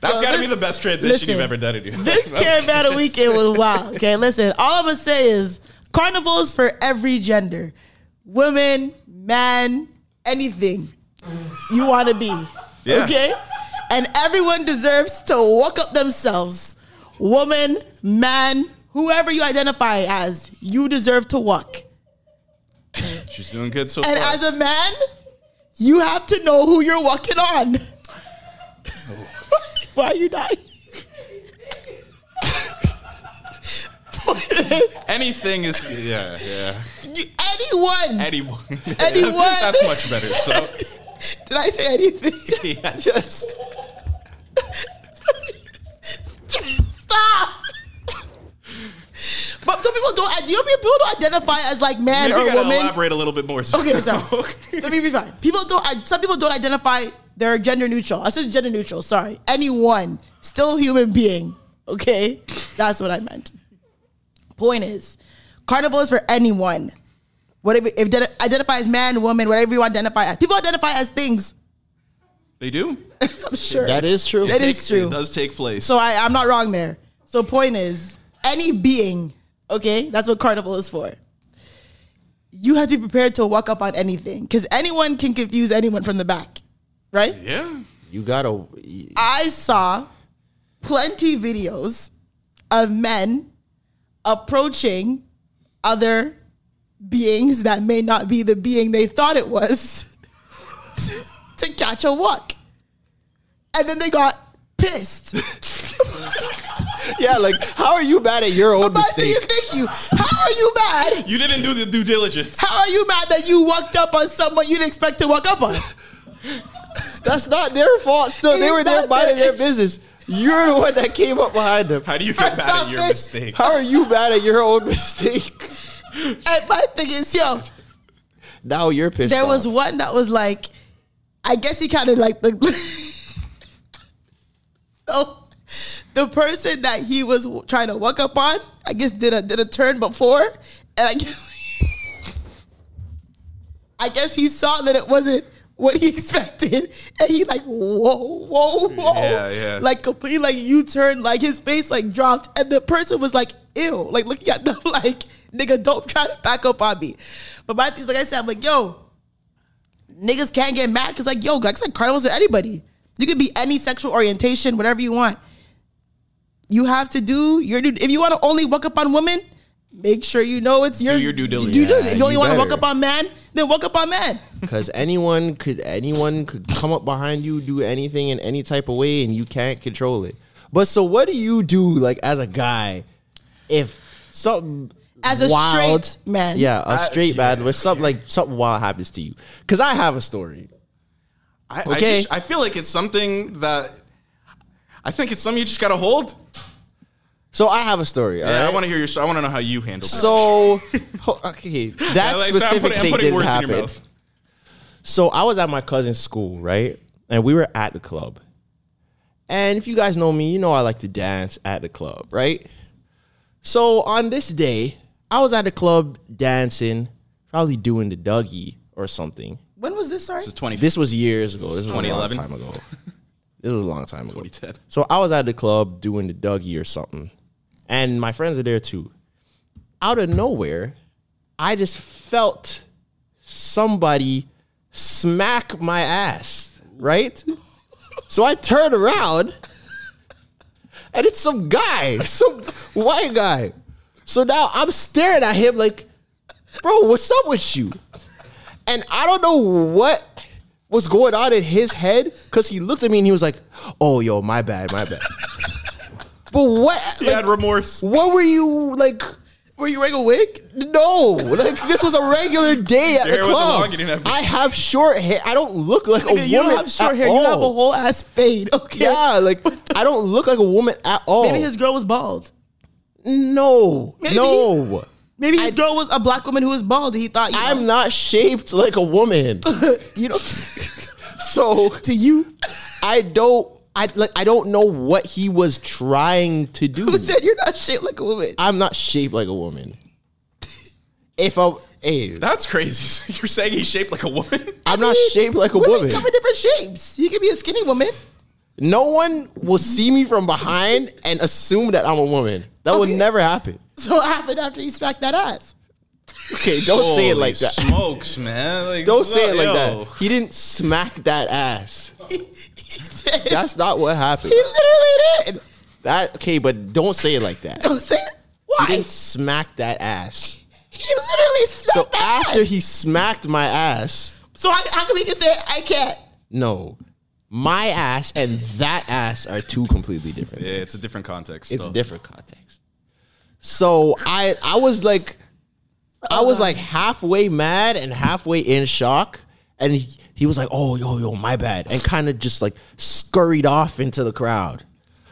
That's
Yo,
got to
this-
be the best transition
listen,
you've ever done. It.
this caravan and weekend was wild. Okay, listen. All I'm gonna say is carnivals for every gender, women, man, anything you want to be.
Yeah.
Okay, and everyone deserves to walk up themselves. Woman, man, whoever you identify as, you deserve to walk.
She's doing good so
And
far.
as a man, you have to know who you're walking on. Why are you dying? Point is,
Anything is. Yeah, yeah.
you- anyone.
Anyone.
Anyone.
That's much better. So
Did I say anything?
yes.
Stop. But some people don't. You know, people don't identify as like man
Maybe
or
you gotta
woman.
elaborate a little bit more.
Okay, sorry. Let me be fine. People don't. I- Some people don't identify. They're gender neutral. I said gender neutral. Sorry. Anyone, still human being. Okay, that's what I meant. Point is, carnival is for anyone. Whatever, if ident- identify as man, woman, whatever you identify as. People identify as things.
They do.
I'm sure
That is true.
That
Takes-
is true.
It does take place.
So I, I'm not wrong there. So point is, any being, okay, that's what carnival is for. You have to be prepared to walk up on anything because anyone can confuse anyone from the back, right?
yeah.
You gotta.
I saw plenty videos of men approaching other beings that may not be the being they thought it was to catch a walk, and then they got pissed.
Yeah, like how are you mad at your own
But do
mistake?
you thank you. How are you mad?
You didn't do the due diligence.
How are you mad that you walked up on someone you didn't expect to walk up on?
That's not their fault. Still,
It
they
is
were there
not
minding
their-
their business. You're the one that came up behind them.
How do you get
First
mad
off,
at your
bitch.
mistake?
How are you mad at your own mistake?
And my thing is, yo,
Now you're pissed.
there
off.
was one that was like, I guess he kind of like the. so, the person that he was w- trying to walk up on, I guess did a did a turn before, and I guess, I guess he saw that it wasn't what he expected, and he like whoa whoa whoa,
Yeah, yeah.
like completely like U turned, like his face like dropped, and the person was like ew, like looking at them like nigga don't try to back up on me, but my things like I said, I'm like yo, niggas can't get mad because like yo, it's like carnivals to anybody. You could be any sexual orientation, whatever you want. You have to do your due. If you want to only walk up on women, make sure you know it's your
your due diligence.
Due diligence. If you only
you
want to walk
better.
up on man, then walk up on man.
Because anyone could anyone could come up behind you, do anything in any type of way, and you can't control it. But so what do you do like as a guy if something
As a
wild-
straight man.
Yeah, a straight man where something like something wild happens to you. Cause I have a story.
I, I,
Okay.
just, I feel like it's something that I think it's something you just gotta hold.
So I have a story. all
Yeah, I
right?
want to hear your. sto- I want to know how you handle. this.
So ho- okay, that
Yeah, like, so I'm
specific
putting- I'm
thing
putting
didn't
words in your
happen.
mouth.
So I was at my cousin's school, right? And we were at the club. And if you guys know me, you know I like to dance at the club, right? So on this day, I was at the club dancing, probably doing the Dougie or something.
When was this? Sorry,
This is 20,
This was years ago. This was
2011?
a long time ago. This was a long time ago.
2010.
So I was at the club doing the Dougie or something, and my friends are there too. Out of nowhere, I just felt somebody smack my ass, right? So I turn around and it's some guy, some white guy. So now I'm staring at him like, bro, what's up with you? And I don't know what was going on in his head because he looked at me and he was like, oh, yo, my bad, my bad. but what?
He
like,
had remorse.
what were you like?
Were you wearing a wig?
No, like this was a regular day at
There
the
was a
club.
long getting up.
I have short hair. I don't look like a
Nigga,
woman.
you don't have short
at
hair. You have a
all.
whole ass fade. Okay.
Yeah, like I don't look like a woman at all.
Maybe his girl was bald.
no,
Maybe-
no.
Maybe his girl was a black woman who was bald. He thought you
I'm not shaped like a woman,
you know
so
to you.
I don't. I like. I don't know what he was trying to do.
Who said you're not shaped like a woman?
I'm not shaped like a woman. If I'm, hey,
That's crazy. You're saying he's shaped like a woman?
I'm not shaped like a
women
woman.
come in different shapes. You can be a skinny woman.
No one will see me from behind and assume that I'm a woman. That will
Okay.
never happen.
So what happened after he smacked that ass?
Okay, don't say it like that.
Smokes, man. Like,
Don't say it like
yo.
that. He didn't smack that ass.
he did.
That's not what happened.
he literally did.
That okay, but don't say it like that.
Don't say
He
why. He,
didn't smack that ass.
literally smacked
So
that
after
ass.
he smacked my ass,
so how, how come he can say I can't?
no, my ass and that ass are two completely different.
Yeah, it's a different context.
It's a
though.
different context. So I I was like I was like halfway mad and halfway in shock. And he, he was like, oh, yo, yo, my bad. And kind of just like scurried off into the crowd.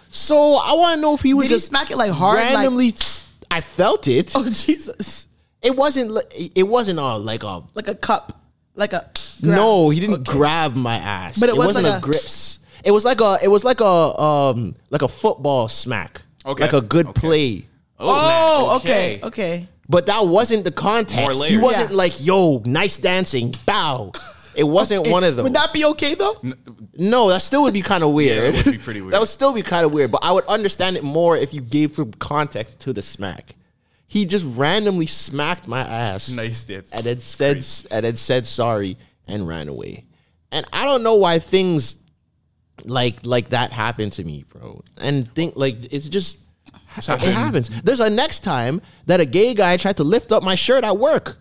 So I want to know if he was
Did he
just
smack it like hard? like-
randomly. s- I felt it.
oh Jesus!
It wasn't. li- It wasn't a like a.
Like a cup, like a grab.
No, he didn't grab my ass.
But it was
wasn't
like
a
a-
grips. It was like a. It was like a um like a football smack.
Okay.
Like a good
Okay.
play.
Oh,
snap.
okay, okay.
But that wasn't the context.
More
He
layers.
wasn't
Yeah.
like, yo, nice dancing, bow. It wasn't one of those.
Would that be okay though?
no, that still would be kind of weird.
would be pretty weird.
that would still be kind of weird, but I would understand it more if you gave some context to the smack. He just randomly smacked my ass
Nice dance.
and then said and then said sorry and ran away. And I don't know why things like like that happened to me, bro. And think like it's just it happens. There's a next time that a gay guy tried to lift up my shirt at work.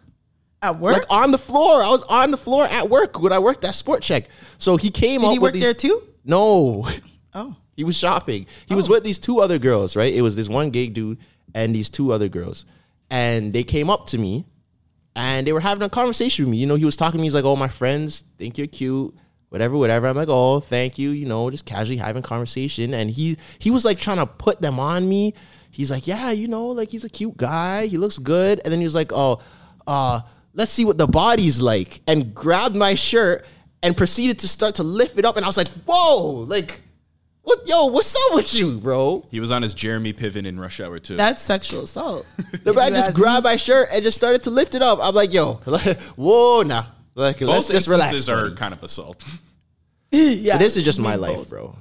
At work?
Like on the floor. I was on the floor at work when I worked at Sport Check. So he came
Did
up
he
with
work
these
there too?
No.
Oh,
He was shopping. He was with these two other girls, right? It was this one gay dude and these two other girls. And they came up to me and they were having a conversation with me. You know, he was talking to me. He's like, Oh, my friends think you're cute, whatever, whatever. I'm like, Oh, thank you. You know, just casually having conversation. And he he was like trying to put them on me. He's like, Yeah, you know, like he's a cute guy. He looks good. And then he was like, Oh, uh, let's see what the body's like. And grabbed my shirt and proceeded to start to lift it up. And I was like, Whoa, like what yo, what's up with you, bro?
He was on his Jeremy Piven in Rush Hour too.
that's sexual assault.
The man
You
just
ask
grabbed my shirt and just started to lift it up. I'm like, yo, like, whoa, nah. Like, let's
Both
just relax.
instances are
buddy.
kind of assault.
yeah,
this is just
we
my
both.
life, bro.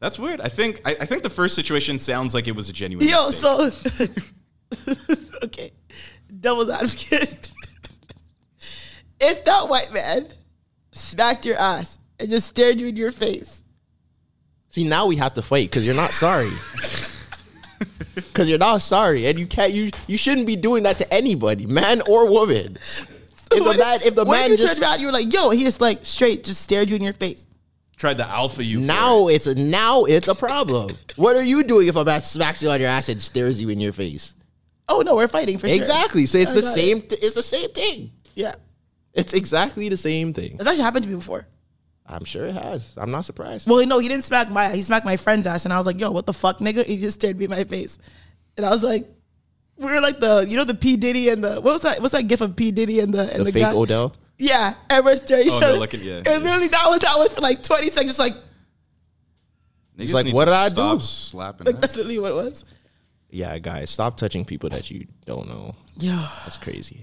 That's weird. I think I, I think the first situation sounds like it was a genuine.
Yo,
mistake.
so okay, devil's advocate. if that white man smacked your ass and just stared you in your face,
See, now we have to fight because you're not sorry. Because you're not sorry, and you can't. You you shouldn't be doing that to anybody, man or woman. If the
what
man, if the
what
man
you
just
turned around, you were like, "Yo," he just like straight just stared you in your face.
tried to alpha you. for
now
it.
it's a now it's a problem. what are you doing if a man smacks you on your ass and stares you in your face?
Oh no, we're fighting for sure.
Exactly. So it's
I
the
got it.
same. Th- it's the same thing.
Yeah,
It's exactly the same thing.
that's actually happened to me before.
I'm sure it has. I'm not surprised.
Well, no, he didn't smack my. He smacked my friend's ass, and I was like, "Yo, what the fuck, nigga?" And he just stared me in my face, and I was like, "We were like the, you know, the P Diddy and the what was that? What's that gif of P Diddy and the and
the,
the,
fake
guy?
Odell.
Yeah, and we're staring at
Oh,
each
they're
other.
looking- yeah,
and
yeah.
literally, that was that was for like twenty seconds. Like,
Niggas
like,
need
what
to
did I
stop
do?
Slapping.
like
that.
that's literally what it was.
Yeah, guys, stop touching people that you don't know.
Yeah,
That's crazy.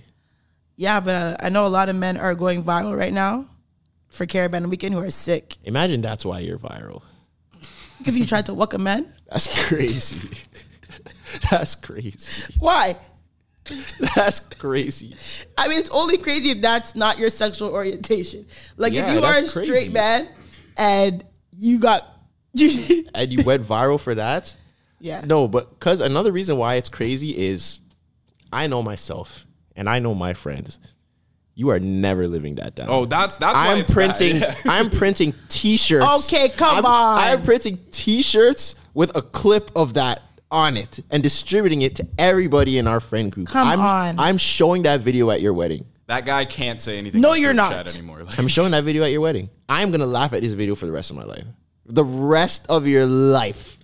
yeah, but uh, I know a lot of men are going viral right now for Caravan Weekend who are sick
Imagine that's why you're viral.
because you tried to walk a man.
That's crazy. that's crazy.
Why?
That's crazy.
I mean, it's only crazy if that's not your sexual orientation. Like
Yeah,
if you are a
that's crazy.
straight man and you got, yeah,
And you went viral for that? No, but because another reason why it's crazy is I know myself and I know my friends. You are never living that down.
Oh, that's that's why
I'm
it's bad.
printing.
Yeah.
I'm printing T-shirts.
Okay, come
I'm-
on.
I'm printing T-shirts with a clip of that on it and distributing it to everybody in our friend group.
Come
I'm,
on.
I'm showing that video at your wedding.
That guy can't say anything.
No,
on
you're
group
not.
chat anymore. Like,
I'm showing that video at your wedding. I'm gonna laugh at this video for the rest of my life. The rest of your life.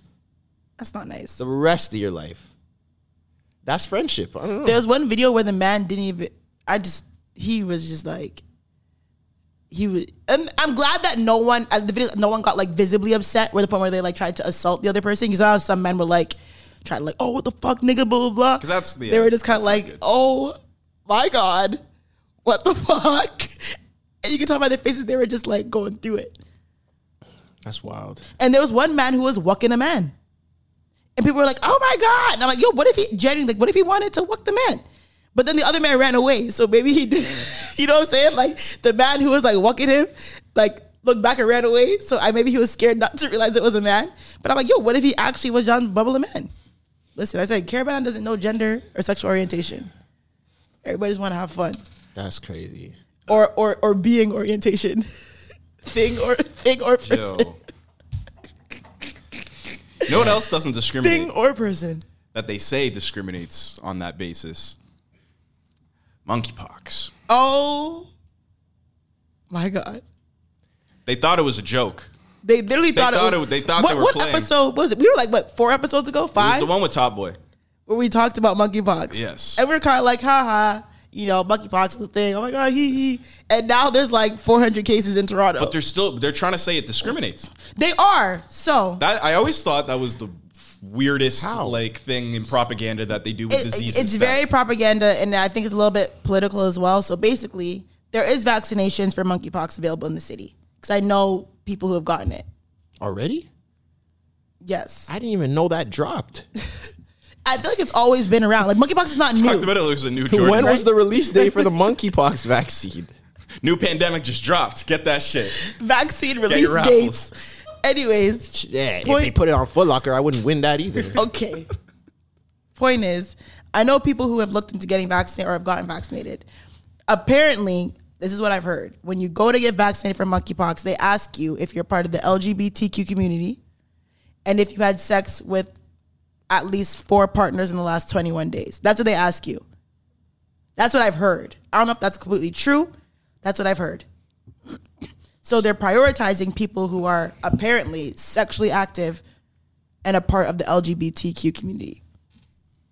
that's not nice.
The rest of your life. That's friendship. I don't know.
There's one video where the man didn't even. I just he was just like he was. And I'm glad that no one at the video no one got like visibly upset. Where the point where they like tried to assault the other person. You saw how some men were like trying to like oh what the fuck nigga blah blah blah.
'Cause that's the-
they
yeah,
were just kind of
that's not
like
good.
oh my god what the fuck. And you can tell by their faces they were just like going through it.
That's wild.
And there was one man who was walking a man. And people were like, oh my God. And I'm like, yo, what if he genuinely like what if he wanted to walk the man? But then the other man ran away. So maybe he did you know what I'm saying? Like the man who was like walking him, like looked back and ran away. So I maybe he was scared not to realize it was a man. But I'm like, yo, what if he actually was John Bubble a man? Listen, I said Caravan doesn't know gender or sexual orientation. Everybody just wanna have fun.
That's crazy.
Or or or being orientation. thing or thing or
yo.
person.
no one else doesn't
Thing
discriminate
or person.
that they say discriminates on that basis. Monkeypox.
Oh my god!
They thought it was a joke.
They literally
They
thought,
thought
it
it
was.
was- they thought
what,
they were
What
playing.
episode was it? We were like what four episodes ago,
It was
five,
the one with Top Boy.
where we talked about monkeypox.
Yes.
and we were kind of like, ha ha, you know, monkeypox is a thing. Oh my god, hee hee. And now there's like 400 cases in Toronto.
Oh.
But they're still they're trying to say it discriminates.
they are so.
That I always thought that was the weirdest
How?
like thing in propaganda that they do with
It-
diseases.
it's
that-
very propaganda, and I think it's a little bit political as well. So basically, there is vaccinations for monkeypox available in the city because I know people who have gotten it.
Already?
Yes,
I didn't even know that dropped.
I feel like it's always been around. Like monkeypox is not
talked
new.
about it. There's a new Jordan,
when was
right?
the release date for the monkeypox vaccine?
new pandemic just dropped? Get that shit.
vaccine
Get
release
your raffles.
dates. Anyways,
Yeah, if they
Point-
put it on Foot Locker, I wouldn't win that either.
okay. Point is, I know people who have looked into getting vaccinated or have gotten vaccinated. Apparently, this is what I've heard. When you go to get vaccinated for monkeypox, they ask you if you're part of the LGBTQ community and if you had sex with at least four partners in the last 21 days. That's what they ask you. That's what I've heard. I don't know if that's completely true. That's what I've heard. So they're prioritizing people who are apparently sexually active and a part of the LGBTQ community.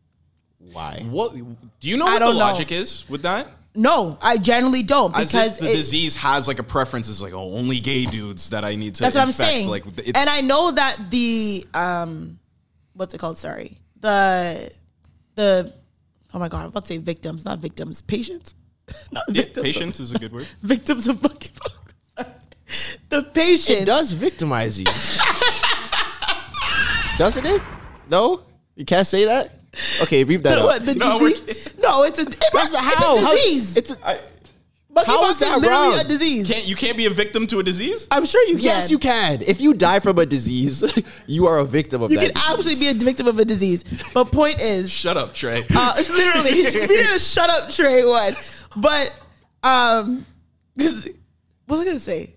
Why?
What do you know?
I
What the
don't know.
logic is with that?
No, I generally don't
As if
because
the
it-
disease has like a preference. It's like oh, only gay dudes that I need to.
that's what I'm
infect.
saying.
Like it's,
and I know that the um, what's it called? Sorry, the the oh my god, I'm about to say victims, not victims, patients, not
yeah,
victims,
patience is a good word.
victims of monkeypox. Sorry. the patients.
It does victimize you. Doesn't it? No? You can't say that? Okay, read that
The,
up.
what, the
No, we're-
disease? No, it's a,
That's
it's,
the how.
it's a
How-
disease.
it's a-
I,
how
monkeypox
is
is,
that
literally
wrong?
a disease.
can't you can't be a victim to a disease?
I'm sure you can.
yes, you can. If you die from a disease, you are a victim of
You
that.
can actually be a victim of a disease. But point is,
Shut up, Trey.
uh, literally, we did a shut up Trey one. But um, this, what was I gonna say?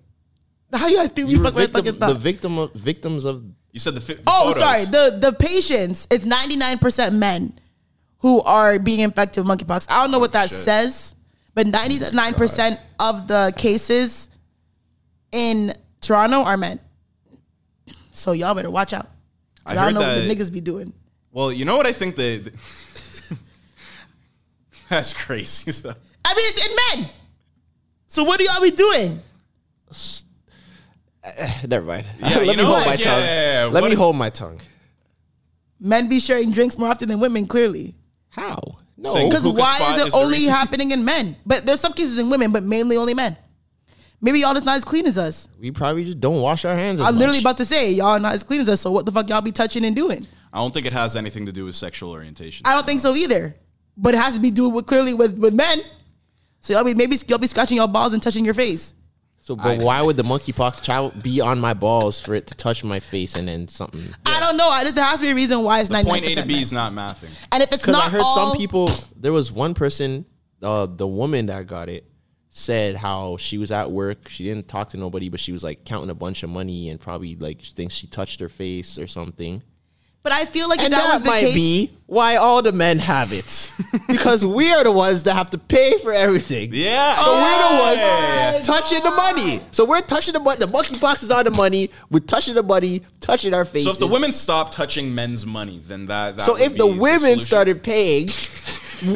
How you guys do me
you were
fuck my
victim,
fucking
the
thought?
victim of victims of
you said the, fi- the
oh,
photos.
sorry. The the patients is ninety nine percent men who are being infected with monkeypox. I
Oh,
don't know what that says, but ninety nine percent of the cases in Toronto are men. So y'all better watch out.
I
y'all
heard
know
that.
what the niggas be doing.
well, you know what I think the. the- that's crazy. So-
I mean, it's in men. So what do y'all be doing?
never mind.
you
Let me
know
hold
what?
my
Yeah,
tongue.
yeah, yeah.
Let
What
me
if-
hold my tongue.
Men be sharing drinks more often than women, clearly.
How? No.
Saying
Because
Hookah
why
spot
is it
is the
only
reason.
happening in men? But there's some cases in women, but mainly only men. Maybe y'all just not as clean as us.
we probably just don't wash our hands. as
I'm literally
much.
about to say y'all not as clean as us. So what the fuck y'all be touching and doing?
I don't think it has anything to do with sexual orientation.
I don't think so either. but it has to be do with clearly with with men. So y'all be maybe y'all be scratching your balls and touching your face.
So, but why would the monkeypox child be on my balls for it to touch my face and then something?
I don't know. I, there has to be a reason why it's
The
not
point A to B is not mathing.
And if it's
Because
not
I heard
all,
some people. There was one person, uh, the woman that got it, said how she was at work. She didn't talk to nobody, but she was like counting a bunch of money and probably like she thinks she touched her face or something.
but I feel like if
And
that,
that,
was the
might
case.
be why all the men have it, because we are the ones that have to pay for everything.
Yeah.
So
Oh,
we're the ones touching the money. So we're touching the money. The monkeypox is on the money. We're touching the money, touching our faces.
So if the women stop touching men's money, then that. that
so
would
if
be
the women
solution.
started paying,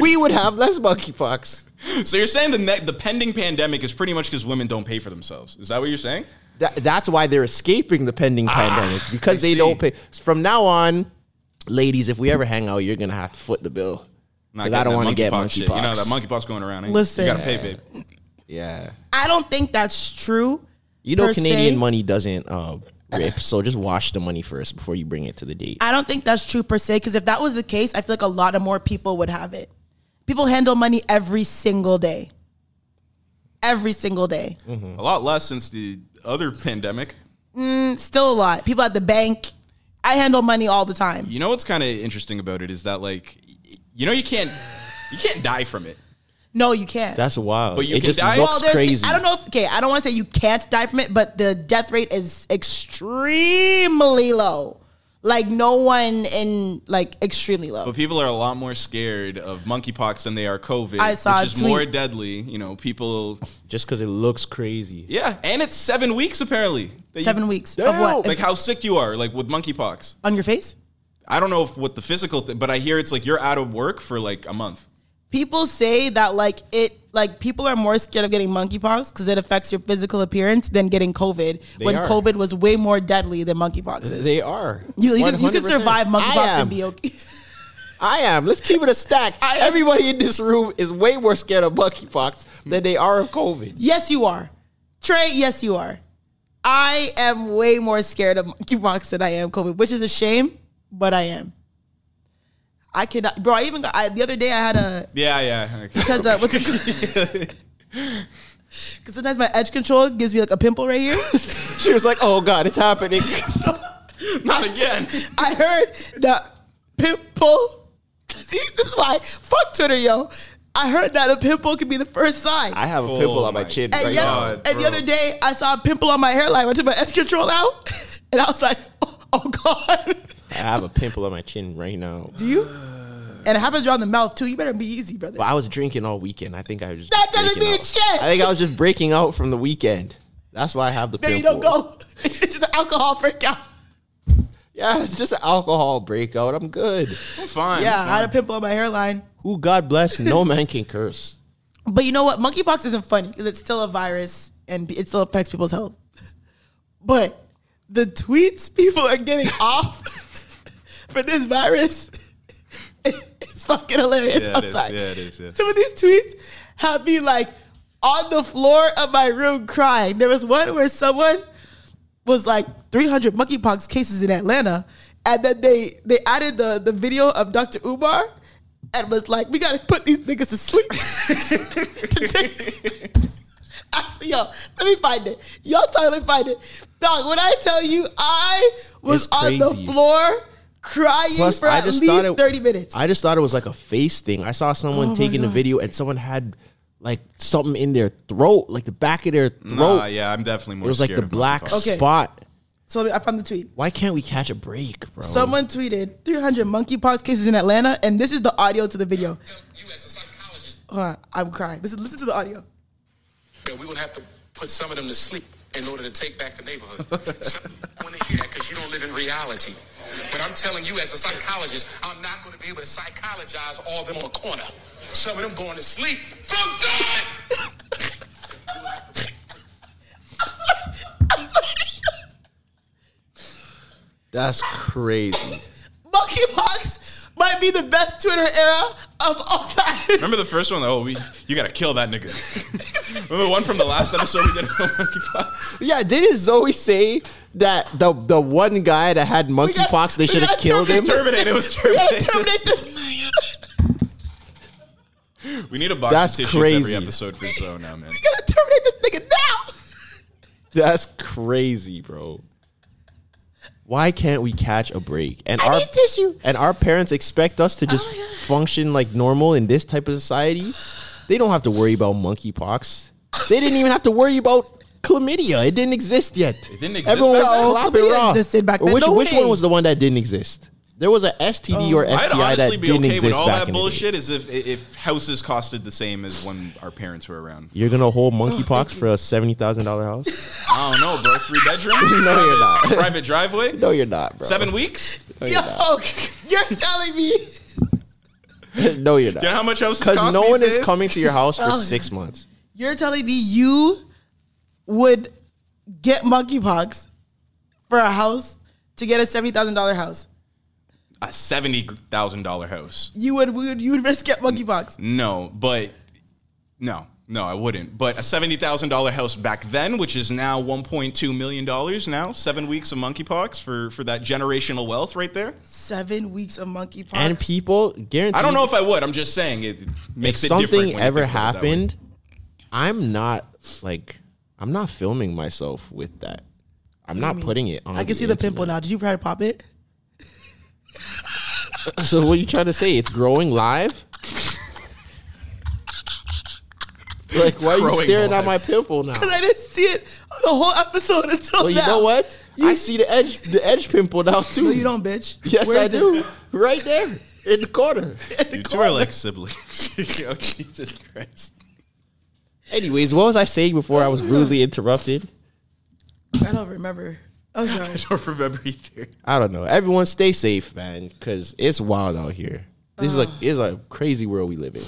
we would have less monkeypox.
So you're saying the ne- the pending pandemic is pretty much because women don't pay for themselves. Is that what you're saying?
That, that's why they're escaping the pending pandemic because
Ah, I
they
see.
don't pay. From now on, ladies, if we ever hang out, you're gonna have to foot the bill.
Not
'Cause I don't
getting that
want to get
monkeypox
monkeypox.
shit. You know that monkeypox going around. eh?
Listen.
you gotta pay, babe.
Yeah,
I don't think that's true.
you know
Per se.
Canadian money doesn't uh, rip, so just wash the money first before you bring it to the date.
I don't think that's true per se. Because if that was the case, I feel like a lot of more people would have it. People handle money every single day. Every single day.
A lot less since the other pandemic. Mm.
Still a lot. People at the bank. I handle money all the time.
You know what's kind of interesting about it is that like, y- you know, you can't you can't die from it.
No, you can't.
That's wild.
But you
it
can
just
die-
looks
Well,
there's-
crazy.
I don't know if okay, I don't want to say you can't die from it, but the death rate is extremely low. Like no one in like extremely low.
But people are a lot more scared of monkeypox than they are COVID,
I saw
which
a
is more
tweet.
deadly. You know, people.
Just because it looks crazy.
Yeah, and it's seven weeks apparently. that you-
Seven weeks of what?
Like how sick you are, like with monkeypox.
on your face?
I don't know if what the physical, th- but I hear it's like you're out of work for like a month.
People say that like it like people are more scared of getting monkeypox because it affects your physical appearance than getting COVID. when
are.
COVID was way more deadly than monkeypox is.
They are.
you, you, can, you can
100%.
survive
I
monkeypox
am.
and be okay.
I am. Let's keep it a stack.
I am.
Everybody in this room is way more scared of monkeypox than they are of COVID.
yes, you are. Trey, yes, you are. I am way more scared of monkeypox than I am COVID, which is a shame, but I am. I cannot, bro. I even got, I, the other day I had a
Yeah, yeah. okay.
because uh, what's it Because sometimes my edge control gives me like a pimple right here.
She was like, "Oh God, it's happening."
Not again.
I heard the pimple. See, this is why fuck Twitter, yo. I heard that a pimple could be the first sign.
I have a pimple on Oh my
my
chin.
God.
and
right
yes,
now.
God,
and the
bro.
other day I saw a pimple on my hairline. I took my edge control out, and I was like, oh, oh, god.
I have a pimple on my chin right now.
Do you? And it happens around the mouth too. You better be easy, brother.
But I was drinking all weekend. I think I was. Just
That doesn't
breaking
mean
out.
shit.
I think I was just breaking out from the weekend. That's why I have the
Baby,
pimple.
don't go. it's just an alcohol freakout.
Yeah, it's just an alcohol breakout. I'm good.
I'm fine.
Yeah,
I'm
I had a
fine.
pimple on my hairline.
Who God bless, no man can curse.
But you know what? Monkeypox isn't funny because it's still a virus and it still affects people's health. But the tweets people are getting off for this virus it's fucking hilarious.
Yeah, it
I'm
is.
sorry.
Yeah, it is, yeah.
Some of these tweets have me like on the floor of my room crying. There was one where someone was like 300 monkeypox cases in Atlanta, and then they they added the the video of Dr. Umar and was like, we gotta put these niggas to sleep. Today. Actually, yo, let me find it. Y'all totally find it. Dog, when I tell you I was
It's
on the
crazy.
floor crying
Plus,
for
I
at
just
least
thought it,
30 minutes. Oh
I just thought it was like a face thing. I saw someone taking a video and someone had like something in their throat, like the back of their throat.
Nah, Ah, yeah, I'm definitely
it
more.
was like
scared
the
of
black
monkeypox.
Okay.
spot.
so let me- I found the tweet.
Why can't we catch a break, bro?
Someone tweeted 300 monkeypox cases in Atlanta, and this is the audio to the video.
you as a psychologist,
Hold on, I'm crying. Listen, listen to the audio.
that we would have to put some of them to sleep in order to take back the neighborhood. Some want to hear that because you don't live in reality. But I'm telling you, as a psychologist, I'm not going to be able to psychologize all of them on a corner. Some of them going to sleep from God.
That's crazy.
Monkeypox might be the best Twitter era of all time.
Remember the first one? Oh, we you gotta kill that nigga. Remember the one from the last episode we did about monkeypox?
Yeah, didn't Zoe say that the the one guy that had
gotta-
monkeypox they
we
should have
gotta
killed him?
terminate
Terminate. It was
We gotta
terminated.
terminate this.
We need a box
That's
of tissues every
crazy.
episode for Zoe now, man.
That's crazy, bro. Why can't we catch a break? And
I
our
need tissue. Oh
and our parents expect us to just function like normal in this type of society. They don't have to worry about monkeypox. They didn't even have to worry about chlamydia. It didn't exist yet. It
didn't exist
Everyone
back
was
then?
clapping
Chlamydia
raw.
existed back then.
Which
No
which
way. Oh.
one was the one that didn't exist? There was a STD or
I'd
STI that
honestly be
didn't
okay with
exist
all
back
that
in the day.
bullshit is if if houses costed the same as when our parents were around.
You're gonna hold
Oh,
monkeypox for a seventy thousand dollar house?
I don't know, bro. Three bedroom?
No, you're not.
Private driveway?
No, you're not, bro.
Seven weeks?
Yo, you're telling me
no, you're not.
Do you know how much houses
Because
cost
no
these
one is
days?
coming to your house for
Oh.
six months.
you're telling me you would get monkeypox for a house to get a seventy thousand dollar house.
A seventy thousand dollar house.
You would, we would you would risk get monkeypox.
No, but no, no, I wouldn't. But a seventy thousand dollar house back then, which is now one point two million dollars now, seven weeks of monkeypox for for that generational wealth right there.
Seven weeks of monkeypox.
And people guarantee.
I don't know if I would. I'm just saying it
if
makes it different.
something
when you
ever
think about it that way.
happened, I'm not like I'm not filming myself with that. I'm not putting it on.
I can see the pimple now. Did you try to pop it?
now. So what you trying to say? It's growing live. like why are you
Growing
staring at
live.
my pimple now?
I didn't see it the whole episode until
Well, you
now.
know what? I see the edge, the edge pimple now too.
No, you don't, bitch.
Yes,
Where
I
is it?
do. Right there in the corner.
You two are like siblings. oh Jesus Christ!
Anyways, what was I saying before I was rudely interrupted?
I don't remember. I'm sorry.
I don't remember either.
I don't know. Everyone stay safe, man, because it's wild out here. This is a is a crazy world we live in.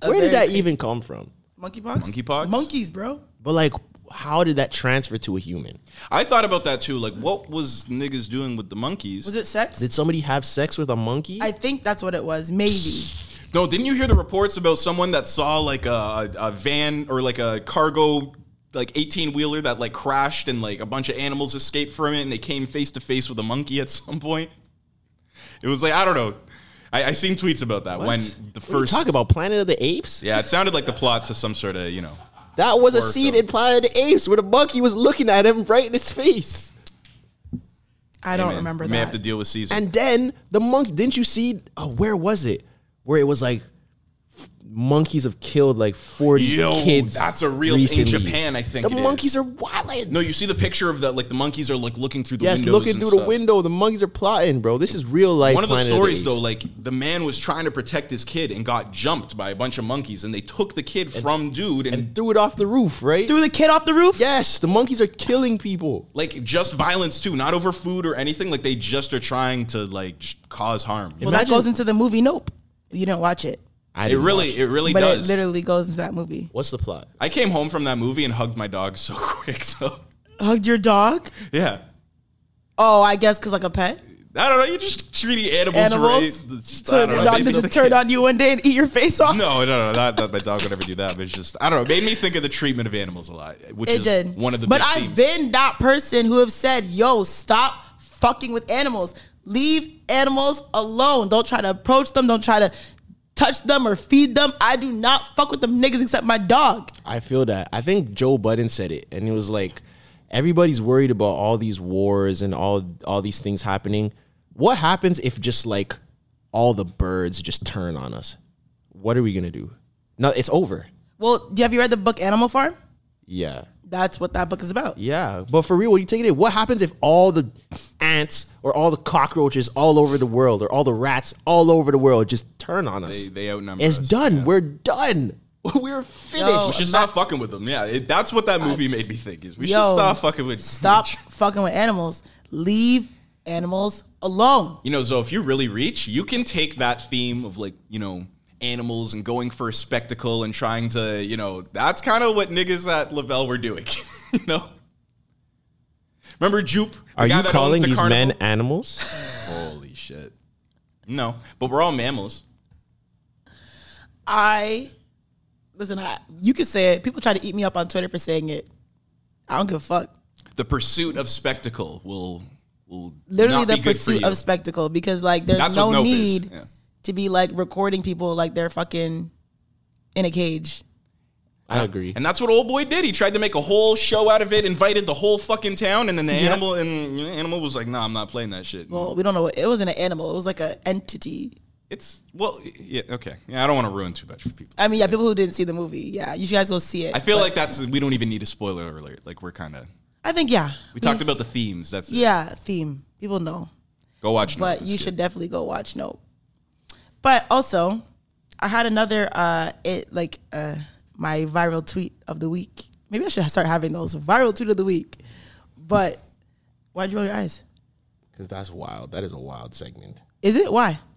Where
very
did that
crazy-
even come from?
Monkeypox.
Monkeypox?
Monkeys, bro.
But like, how did that transfer to a human?
I thought about that too. Like, what was niggas doing with the monkeys?
Was it sex?
Did somebody have sex with a monkey?
I think that's what it was. Maybe.
No, didn't you hear the reports about someone that saw like a, a, a van or like a cargo like 18 wheeler that like crashed and like a bunch of animals escaped from it and they came face to face with a monkey at some point? It was like I don't know. I, I seen tweets about that when the
What are you
first
talk about Planet of the Apes.
Yeah, it sounded like the plot to some sort of you know.
That was a
Or
scene
so.
in Planet of the Apes where the monkey was looking at him right in his face.
I don't remember
We
that.
may have to deal with Caesar.
And then the monkey. Didn't you see? Oh, where was it? Where it was like f- monkeys have killed like forty
Yo,
kids.
that's a real in
recently.
Japan. I think
The
it is.
monkeys are wilding.
No, you see the picture of that like the monkeys are like looking through the
Yes,
windows.
looking
and
through the
stuff.
window. The monkeys are plotting, bro. This is real life.
One of the
Planet
stories,
Apes.
though, like the man was trying to protect his kid and got jumped by a bunch of monkeys, and they took the kid from dude, and,
and threw it off the roof, right?
Threw the kid off the roof.
yes, the monkeys are killing people.
like just violence too, not over food or anything. Like they just are trying to like j- cause harm.
Well, that goes into the movie. Nope. You didn't watch it,
I
it
didn't
really,
watch
it really
but
does.
it literally goes into that movie.
What's the plot?
I came home from that movie and hugged my dog so quick. So
Hugged your dog.
yeah,
Oh, I guess because like a pet.
I don't know. You're just treating animals,
Animals.
right. It's just-
So
I don't
the
know,
dog
made me
doesn't
think-
turn on you one day and eat your face off.
No, no, no, not that my dog would ever do that. But it's just, I don't know. It made me think of the treatment of animals a lot, which
it
is
did.
one of the.
But
big
I've
themes.
been that person who have said, "Yo, stop fucking with animals. Leave animals alone. Don't try to approach them. Don't try to touch them or feed them. I do not fuck with them niggas except my dog."
I feel that. I think Joe Budden said it, and it was like everybody's worried about all these wars and all all these things happening. What happens if just like all the birds just turn on us? What are we gonna do? No, it's over.
Well, do- have you read the book Animal Farm?
Yeah.
That's what that book is about.
Yeah, but for real, when you take it in, what happens if all the ants or all the cockroaches all over the world or all the rats all over the world just turn on us?
They- they outnumber
It's
us,
done.
yeah.
We're done. We're finished.
We should stop fucking with them. Yeah, it, that's what that movie made me think. Is we
Yo,
should stop fucking with.
Stop fucking with animals. Leave animals alone.
You know, so if you really reach, you can take that theme of like you know animals and going for a spectacle and trying to you know that's kind of what niggas at Lavelle were doing. you know. Remember Jupe? The
Are
guy
you
that owns
calling
the
these
carnival?
men animals?
Holy shit! No, but we're all mammals.
I listen. I, you can say it. People try to eat me up on Twitter for saying it. I don't give a fuck.
The pursuit of spectacle will will
literally
not
the
be good for
pursuit
you.
of spectacle because like there's
That's what
no
nope is,
need
yeah.
to be like recording people like they're fucking in a cage.
I agree.
And that's what old boy did. He tried to make a whole show out of it, invited the whole fucking town, and then the
Yeah.
animal and you know, animal was like, "Nah, I'm not playing that shit."
Well, we don't know what it wasn't an animal. It was like an entity.
It's well, yeah, okay. Yeah, I don't want to ruin too much for people.
I mean, yeah, people who didn't see the movie, yeah, you guys go see it.
I feel
But
like that's we don't even need a spoiler alert. Like we're kind of
I think yeah,
we talked about the themes. That's it.
yeah theme. People know,
Go watch. Nope.
but
It's
you
good.
should definitely go watch Nope. But also, I had another uh, it like uh, my viral tweet of the week. Maybe I should start having those viral tweet of the week. But why'd you roll your eyes?
Because that's wild. That is a wild segment.
Is it why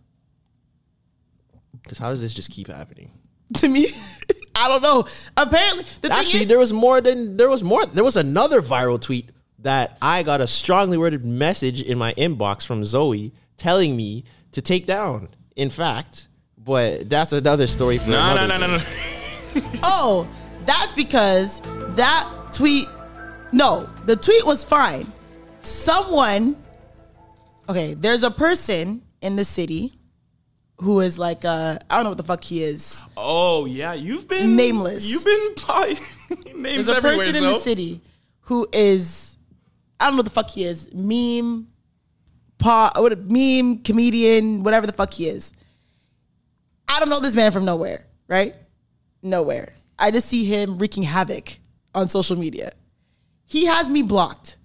Because how does this just keep happening?
to me? I don't know. Apparently, the thing
Actually,
is,
there was more than there was more. There was another viral tweet that I got a strongly worded message in my inbox from Zoe telling me to take down. In fact, but that's another story for
No, no,
another
no, no, no.
Oh, that's because that tweet. No, the tweet was fine. Someone. Okay, there's a person in the city who is like a. I don't know what the fuck he is.
Oh yeah, you've been
Nameless.
You've been pie. names
There's a
everywhere.
person in
so.
the city who is. I don't know what the fuck he is. Meme. Pa, what meme comedian, whatever the fuck he is. I don't know this man from nowhere, right? Nowhere. I just see him wreaking havoc on social media. He has me blocked.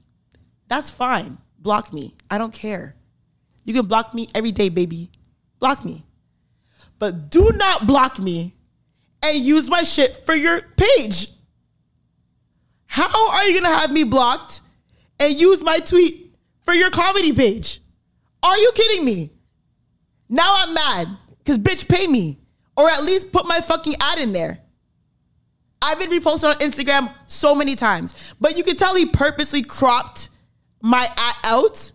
That's fine. Block me. I don't care. You can block me every day, baby. Block me. But do not block me and use my shit for your page. How are you gonna have me blocked and use my tweet for your comedy page? Are you kidding me? Now I'm mad because bitch, pay me or at least put my fucking ad in there. I've been reposted on Instagram so many times, but you can tell he purposely cropped my ad out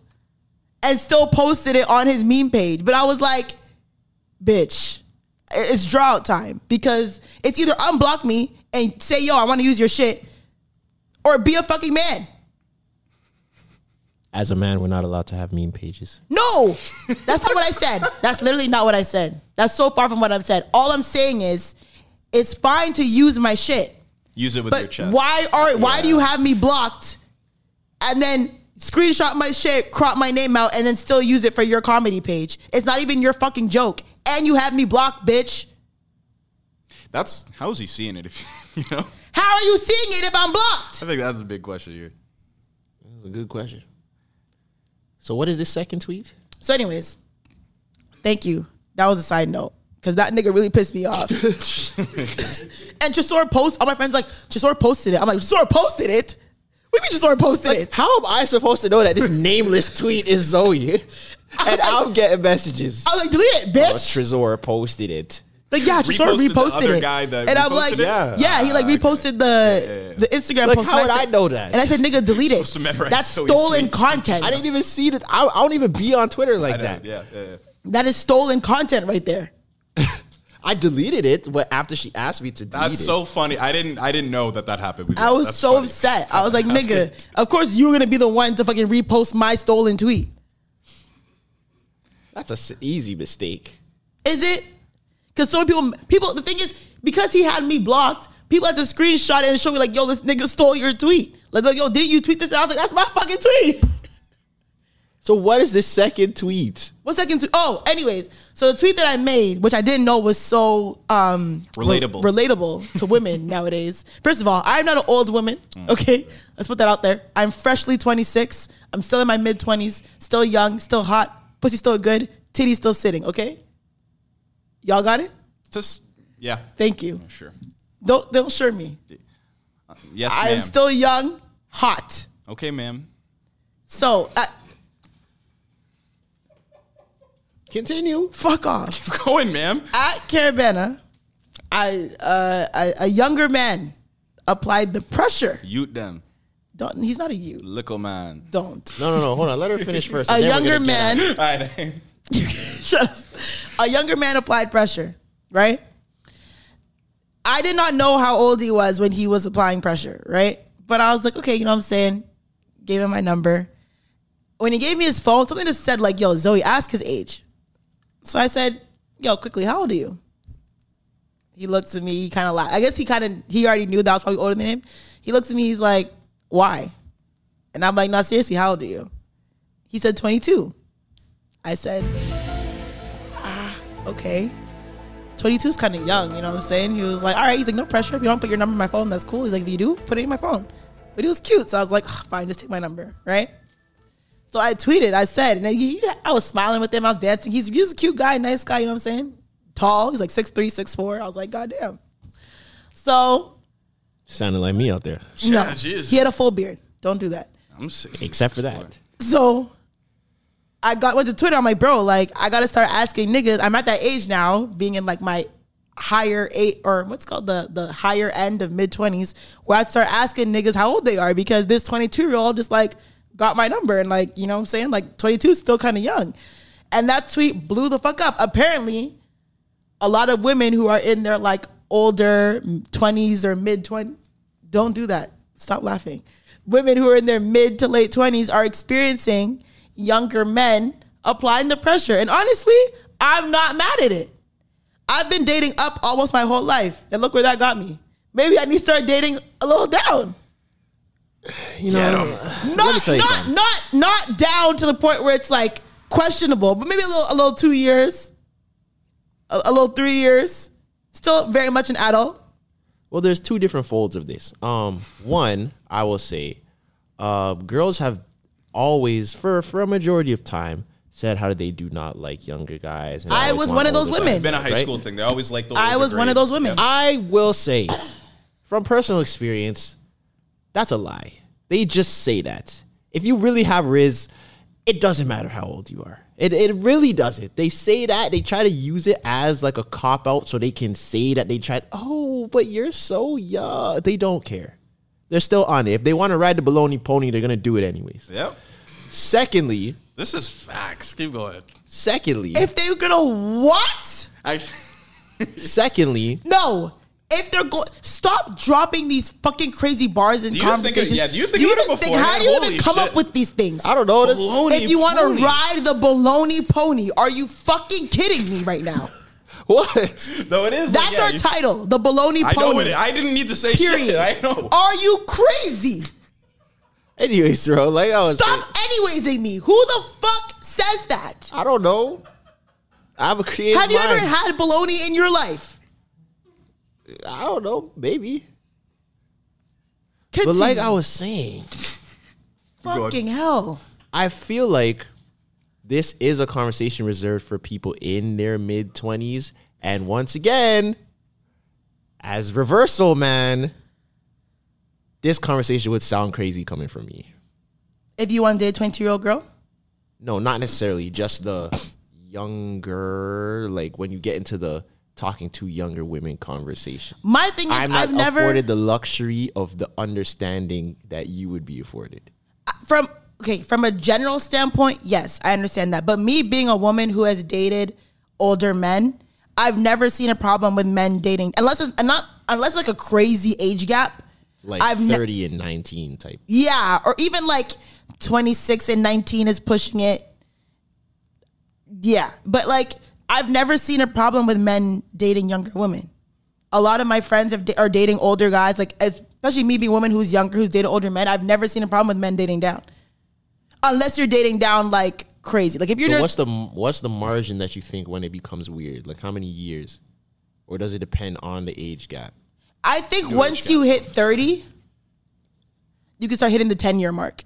and still posted it on his meme page. But I was like, bitch, it's drought time because it's either unblock me and say, yo, I want to use your shit or be a fucking man.
As a man, we're not allowed to have meme pages.
No, that's not what I said. That's literally not what I said. That's so far from what I've said. All I'm saying is, it's fine to use my shit,
Use it with your
but
chest.
why are why do you have me blocked, and then screenshot my shit, crop my name out, and then still use it for your comedy page? It's not even your fucking joke, and you have me blocked, bitch.
That's how is he seeing it? If you know,
How are you seeing it if I'm blocked?
I think that's a big question here.
That's a good question. So, what is this second tweet?
So, anyways, thank you. That was a side note because that nigga really pissed me off. and Tresor post, all my friends like Tresor posted it. I'm like Tresor posted it. We mean Tresor posted it.
How am I supposed to know that this nameless tweet is Zoe? And I'm getting messages.
I was like, delete it,
Oh,
bitch.
Trezor posted it.
Like, yeah, Tresor
Reposted the
reposted
other
it.
guy that
and I'm
reposted
like,
it? Ah,
yeah,
Yeah.
he like reposted the the Instagram
Like,
post.
how
and
would
said-
I know that?
And I said, nigga, delete it.
to memorize
That's
Zoe's
stolen
tweets.
content.
I didn't even see that. I, I don't even be on Twitter like
Yeah,
that.
yeah, yeah.
that is stolen content right there.
I deleted it, but after she asked me to delete
That's
it.
so funny. I didn't. I didn't know that that happened. With
I
you.
was
That's
so
funny.
upset. I was like, nigga, of course you're gonna be the one to fucking repost my stolen tweet.
That's a s- easy mistake.
Is it? Because so many people, people. The thing is, because he had me blocked, people had to screenshot it and show me like, yo, this nigga stole your tweet. Like, they're like, yo, didn't you tweet this? And I was like, that's my fucking tweet.
So what is this second tweet?
What second? Tweet? Oh, anyways, so the tweet that I made, which I didn't know was so um
Relatable.
re- relatable to women nowadays. First of all, I'm not an old woman. Okay, let's put that out there. I'm freshly 26. I'm still in my mid 20s. Still young. Still hot. Pussy still good. Titty still sitting. Okay, y'all got it.
Just yeah.
Thank you.
Sure.
Don't don't share me.
Yes,
I am
ma'am.
still young, hot.
okay, ma'am.
So uh,
Continue.
fuck off.
Going, ma'am.
At Caravana, I uh, a, a younger man applied the pressure.
Ute them,
Don't he's not a you.
little man.
Don't.
No, no, no. Hold on. Let her finish first.
A
and then we're
younger
gonna get at it.
man.
All right.
Shut up. A younger man applied pressure, right? I did not know how old he was when he was applying pressure, right? But I was like, okay, you know what I'm saying? Gave him my number. When he gave me his phone, something just said, like, yo, Zoe, ask his age. So I said, yo, quickly, how old are you? He looks at me. He kind of like. I guess he kind of. He already knew that I was probably older than him. He looks at me. He's like, "Why?" And I'm like, "No, seriously. How old are you?" He said, "22." I said, "Ah, okay." 22 is kind of young, you know what I'm saying? He was like, all right, he's like, no pressure. If you don't put your number in my phone, that's cool. He's like, if you do, put it in my phone. But he was cute. So I was like, "Ugh, fine, just take my number, right? So I tweeted, I said, and he, I was smiling with him. I was dancing. He's, he was a cute guy, nice guy, you know what I'm saying? Tall. He's like 6'3, 6'4. I was like, God damn. So,
Sounded like me out there.
no.
Yeah, jeez.
He had a full beard. Don't do that.
I'm six.
Except for that.
So I got went to Twitter. I'm like, bro, like I gotta start asking niggas. I'm at that age now, being in like my higher eight or what's called the the higher end of mid twenties, where I start asking niggas how old they are because this 22 year old just like got my number and like you know what I'm saying like 22 is still kind of young, and that tweet blew the fuck up. Apparently, a lot of women who are in their like older 20s or mid 20s don't do that. Stop laughing. Women who are in their mid to late 20s are experiencing younger men applying the pressure. And honestly, I'm not mad at it. I've been dating up almost my whole life. And look where that got me. Maybe I need to start dating a little down.
You know,
Not
tell you
not
something.
not not down to the point where it's like questionable, but maybe a little a little 2 years. A, a little 3 years. Still very much an adult.
Well, there's two different folds of this. Um, one, I will say, uh, girls have always, for for a majority of time, said how they do not like younger guys. and
I
always
was
want
one of those
older
women.
guys,
It's been a high
right? Ah.
school thing. They always like the.
I
older
was one of
grades.
those women.
I will say, from personal experience, that's a lie. They just say that. If you really have Riz, it doesn't matter how old you are. It, it really doesn't. They say that. They try to use it as like a cop out so they can say that they tried, oh, but you're so young. They don't care. They're still on it. If they want to ride the baloney pony, they're going to do it anyways.
Yep.
Secondly,
This is facts. Keep going.
secondly,
If they're gonna what?
I,
secondly,
No. If they're going, stop dropping these fucking crazy bars and
Do you think of-
conversations.
yeah, do you think of it
even
before,
How
man?
do you even
Holy
come
shit.
up with these things?
I don't know. That's-
Baloney
if you want
pony.
to ride the baloney pony, are you fucking kidding me right now?
What?
though it is. like,
That's
yeah,
our
you-
title, the baloney
I know
pony.
it. I didn't need to say
period. Oh,
shit. I know.
Are you crazy?
Anyways, bro, like I was saying-
Stop anywaysing me. Who the fuck says that?
I don't know. I have a creative
Have you
mind.
ever had baloney in your life?
I don't know, maybe.
Continue.
But like I was saying,
fucking hell.
I feel like this is a conversation reserved for people in their mid 20s and once again, as reversal man, this conversation would sound crazy coming from me.
If you want to date a 22 year old girl,
No, not necessarily just the younger like when you get into the talking to younger women conversation.
my thing is,
I'm not
I've never.
afforded the luxury of the understanding that you would be afforded.
from okay from a general standpoint yes i understand that but me being a woman who has dated older men i've never seen a problem with men dating unless it's and not unless like a crazy age gap
Like
I've ne-
30 and 19 type.
yeah or even like 26 and 19 is pushing it yeah but like i've never seen a problem with men dating younger women a lot of my friends have, are dating older guys like especially me being a woman who's younger who's dated older men i've never seen a problem with men dating down unless you're dating down like crazy like if you're
So
not-
what's the what's the margin that you think when it becomes weird? Like how many years? Or does it depend on the age gap?
i think once you hit 30 you can start hitting the 10 year mark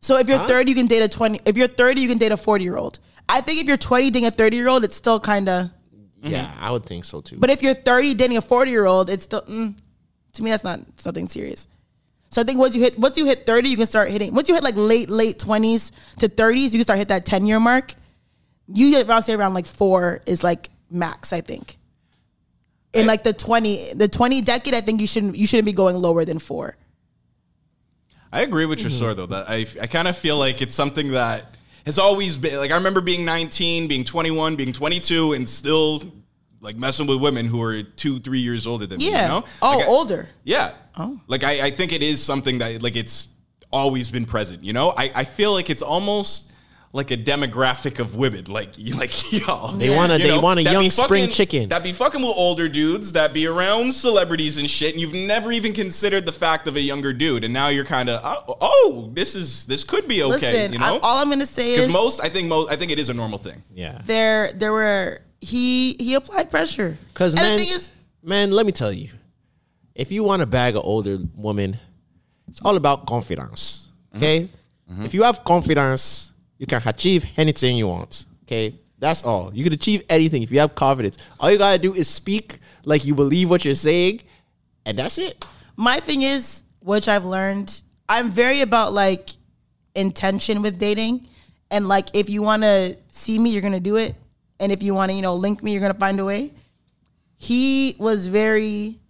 so if you're 30 you can date a 20 if you're 30 you can date a 40 year old i think if you're 20 dating a 30 year old it's still kind of
Yeah, I would think so too.
Mm-hmm. But if you're 30 dating a 40 year old, it's still mm, to me that's not it's nothing serious. So I think once you hit once you hit 30, you can start hitting. Once you hit like late late 20s to 30s, you can start hit that 10 year mark. You get around say around like four is like max, I think. In like the 20 the 20 decade, I think you shouldn't you shouldn't be going lower than four.
I agree with your
Mm-hmm.
story though. That I I kind of feel like it's something that has always been like I remember being 19, being 21, being 22, and still like messing with women who are two, three years older than me. You
Yeah.
know?
Oh,
Like, I-
older.
Yeah. Oh. Like I, I think it is something that like it's always been present. You know, I I feel like it's almost like a demographic of women, like you- like y'all.
They wanna-
You
they wanna
that be
young spring
fucking-
chicken.
That be fucking with older dudes that be around celebrities and shit. And you've never even considered the fact of a younger dude, and now you're kind of oh, oh, this is this could be okay.
Listen,
you know,
I'm- all I'm gonna say
because
is-
most I think most I think it is a normal thing.
Yeah,
There, there were he he applied pressure.
Because
And
man,
the thing is,
man, let me tell you, if you want to bag an older woman, it's all about confidence.
Mm-hmm.
Okay, if you have confidence, you can achieve anything you want. Okay, that's all. You can achieve anything if you have confidence. All you gotta do is speak like you believe what you're saying, and that's it.
my thing is, which I've learned, I'm very about like intention with dating, and like if you want to see me, you're gonna do it, and if you want to, you know, link me, you're gonna find a way. He was very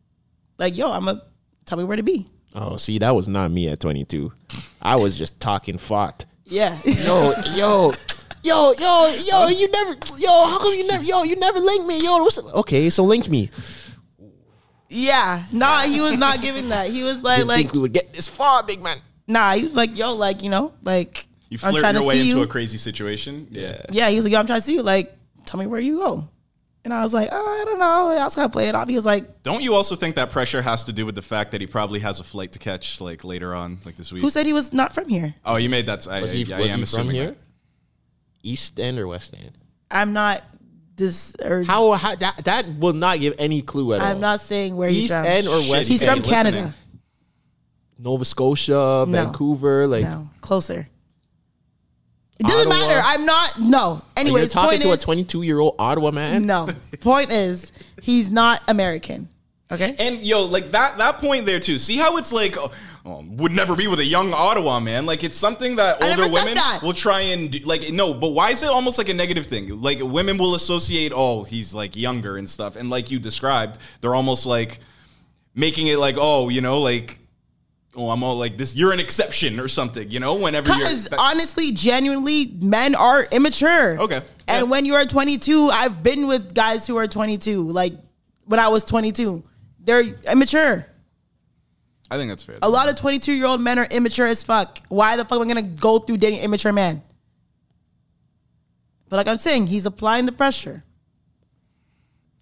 like, yo, I'm a tell me where to be.
Oh, see, that was not me at 22. I was just talking fought.
Yeah.
Yo, yo, yo, yo, yo, you never, yo, how come you never, yo, you never link me, yo, what's Okay, so link me.
Yeah, nah, he was not giving that. He was like,
Didn't
like,
think we would get this far, big man.
nah, he was like, yo, like, you know, like,
You
I'm
flirt
trying
your
to
way
see
into
you.
a crazy situation. Yeah.
yeah, he was like, yo, I'm trying to see you. Like, tell me where you go. And I was like, oh, I don't know. I was gonna play it off. He was like,
Don't you also think that pressure has to do with the fact that he probably has a flight to catch like later on, like this week?
who said he was not from here?
Oh, you made that. I,
Was
I-
he,
I
was
am
he from
assuming
here?
that.
East End or West End?
I'm not this or
How, how that, that will not give any clue at all.
I'm not saying where he's
East
from.
End or West
He's
End?
from Canada.
listening.
Nova Scotia, Vancouver, like.
No, closer. It doesn't
Ottawa.
matter. I'm not. No.
Are you
Anyways,
talking
point
to
is,
a 22 year old Ottawa man.
no. point is, he's not American. Okay.
And yo, like that that point there too. See how it's like oh, oh, would never be with a young Ottawa man. Like it's something that
I
older
never said
women
that.
will try and do, like no. But why is it almost like a negative thing? Like women will associate oh he's like younger and stuff. And like you described, they're almost like making it like oh you know like oh I'm all like this. You're an exception or something. You know whenever you're
Because honestly, genuinely, men are immature.
Okay. Yeah.
And when you are 22, I've been with guys who are 22. Like when I was 22, they're immature.
I think that's fair.
A lot of 22 year old men are immature as fuck. Why the fuck am I gonna go through dating an immature man? But like I'm saying, he's applying the pressure.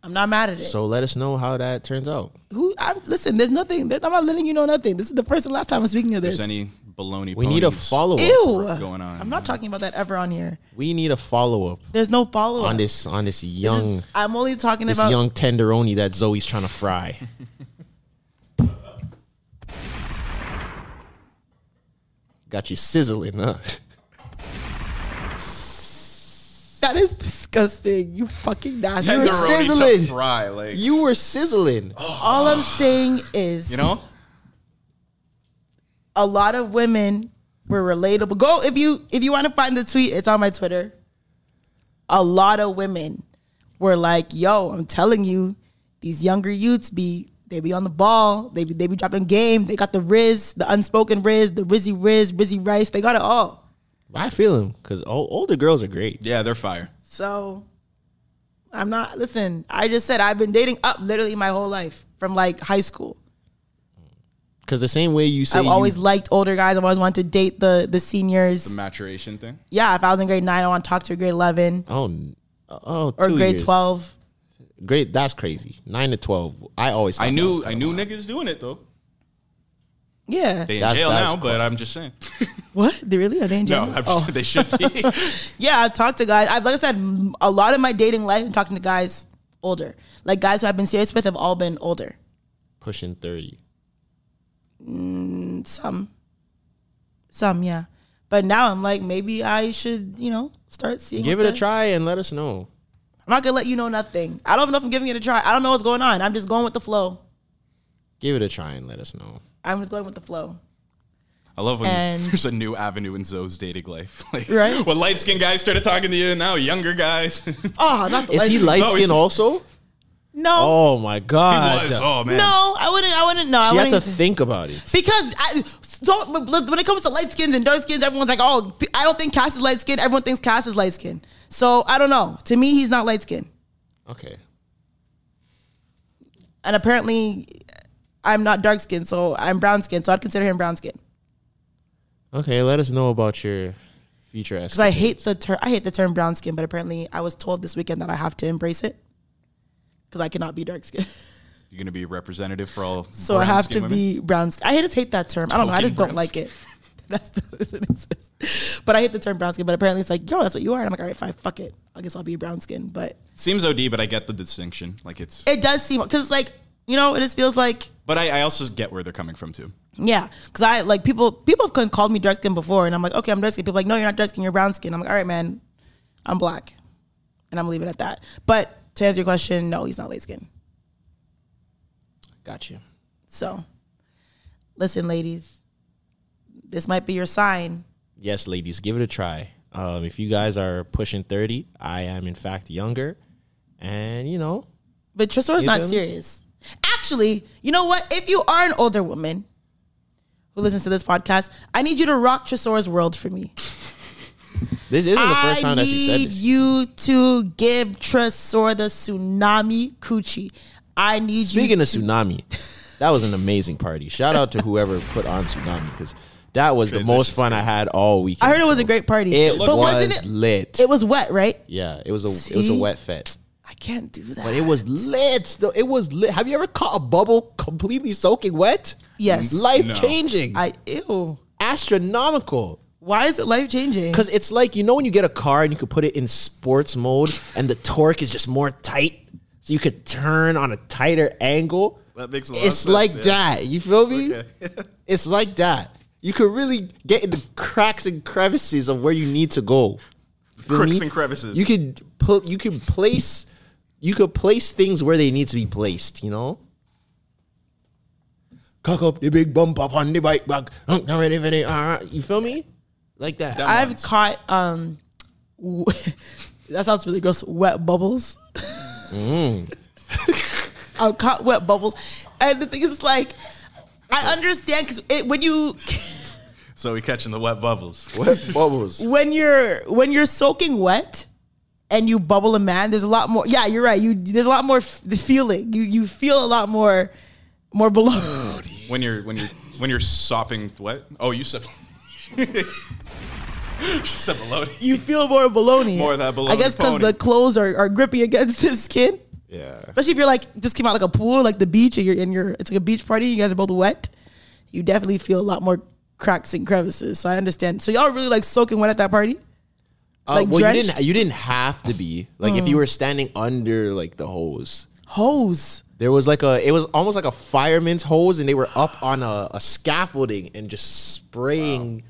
I'm not mad at it.
So let us know how that turns out.
Who? I'm, listen, there's nothing. there- I'm not letting you know nothing. This is the first and last time I'm speaking of
If
this.
there's any baloney.
We need a
ponies.
follow up.
Ew.
going on.
I'm not talking about that ever on here.
We need a follow up
There's no follow up
on this on this young
I'm only talking
this
about
young tenderoni that Zoe's trying to fry. Got you sizzling, huh?
That is disgusting. You fucking nasty.
You
Tenderoni
were sizzling.
To fry, like you,
You were sizzling.
All I'm saying is,
know.
a lot of women were relatable. Go if you if you want to find the tweet, it's on my Twitter. A lot of women were like, "Yo, I'm telling you, these younger youths be they be on the ball. They be they be dropping game. They got the Riz, the unspoken Riz, the Rizzy Riz, Rizzy Rice. They got it all.
I feel him because older girls are great.
Yeah, they're fire.
So." I'm not listen, I just said I've been dating up literally my whole life from like high school.
Because the same way you say
I've
you-
always liked older guys. I've always wanted to date the the seniors.
The maturation thing.
yeah, if I was in grade nine, I want to talk to a grade eleven
oh n- oh
or
two
grade
years.
twelve.
Great, that's crazy. Nine to twelve. I always
I
thought that
knew
was
I knew niggas doing it though.
Yeah.
They in
That's-
jail
that's
now,
cool.
but I'm just saying.
what? They really are they in
No,
jail?
I'm
oh.
just, they should be.
yeah, I've talked to guys. I've like I said, m- a lot of my dating life, I'm talking to guys older. Like guys who I've been serious with have all been older.
pushing thirty.
And Mm, some, some, yeah. But now I'm like, maybe I should, you know, start seeing.
Give
what
it a
the-
try and let us know.
I'm not gonna let you know nothing. I don't even know if I'm giving it a try. I don't know what's going on. I'm just going with the flow.
Give it a try and let us know.
I'm just going with the flow.
I love when
And-
there's a new avenue in Zoe's dating life. Like,
Right?
When light skinned guys started talking to you, now younger guys. He
Oh, not the
Is he
license.
light
always-
skinned also?
No,
Oh my god.
was, oh man.
No, I wouldn't. I wouldn't. No, Oh, I
She had
wouldn't.
to think about it.
because I, so but when it comes to light skins and dark skins, everyone's like, "Oh, I don't think Cass is light skinned Everyone thinks Cass is light skinned So I don't know. To me, he's not light skinned
Okay.
and apparently, I'm not dark skinned so I'm brown skinned So I'd consider him brown skinned
Okay, let us know about your future
Because I hate
escapades.
the term. I hate the term brown skin, but apparently I was told this weekend that I have to embrace it because I cannot be dark skin.
You're going to be representative for all.
so I have to
brown-skinned women?
be brown skin. I just hate that term. I don't know. I
Token
just don't
brown
like it. That's the, it exists. But I hate the term brown skin. But apparently it's like, yo, that's what you are. And I'm like, all right, fine, fuck it. I guess I'll be brown skin. But
Seems OD, but I get the distinction. Like it's.
it does seem because like you know it just feels like
But I, I also get where they're coming from too.
yeah because I like people people have called me dark skin before and I'm like okay I'm dark skin people are like no you're not dark skin you're brown skin I'm like all right man I'm black and I'm leaving it at that but to answer your question no he's not light skin
Got you.
so listen ladies this might be your sign
yes, ladies, give it a try. Um, if you guys are pushing 30, I am in fact younger. And you know,
but Trisor's
You
not
feel me?
serious actually you know what if you are an older woman who listens to this podcast I need you to rock Trisor's world for me
this isn't the
I
first time that you said
need
this.
you to give Tresor the tsunami coochie. I need
Speaking
you.
of tsunami, that was an amazing party. Shout out to whoever put on tsunami because that was the most fun I had all weekend.
I heard it was a great party,
It
but
was
wasn't it?
lit.
It was wet, right?
yeah, it was a it was a
See?
wet fest,
I can't do that.
but it was lit. Though it was lit. Have you ever caught a bubble completely soaking wet?
yes,
Life changing,
I ew.
astronomical.
Why is it life changing?
Because it's like, you know, when you get a car and you could put it in sports mode and the torque is just more tight, so you could turn on a tighter angle.
That makes a lot of
It's
sense,
like
yeah.
that. You feel me? it's like that. You could really get in the cracks and crevices of where you need to go. You feel
Cricks
me?
and crevices.
You could put you can place you could place things where they need to be placed, you know? Cock up the big bump up on the bike back. I'm not ready for the- uh, You feel me? Like that.
I've caught um. w- that sounds really gross. Wet bubbles. I've caught wet bubbles, and the thing is, like, I understand because when you
So we catching the wet bubbles.
Wet bubbles.
when you're when you're soaking wet and you bubble a man there's a lot more yeah you're right you there's a lot more f- the feeling you you feel a lot more more below
When you're when you're when you're sopping wet. Oh, you said. she said below.
you feel more baloney
More of that baloney
i guess because
pony.
the clothes are, are grippy against his skin
Yeah.
especially if you're like just came out like a pool like the beach and you're in your it's like a beach party you guys are both wet you definitely feel a lot more cracks and crevices so i understand so y'all were really like soaking wet at that party
Uh,
Like
well, you
drenched? Mm.
didn't. You didn't have to be like if you were standing under like the hose.
hose
There was like a. It was almost like a fireman's hose, and they were up on a, a scaffolding and just spraying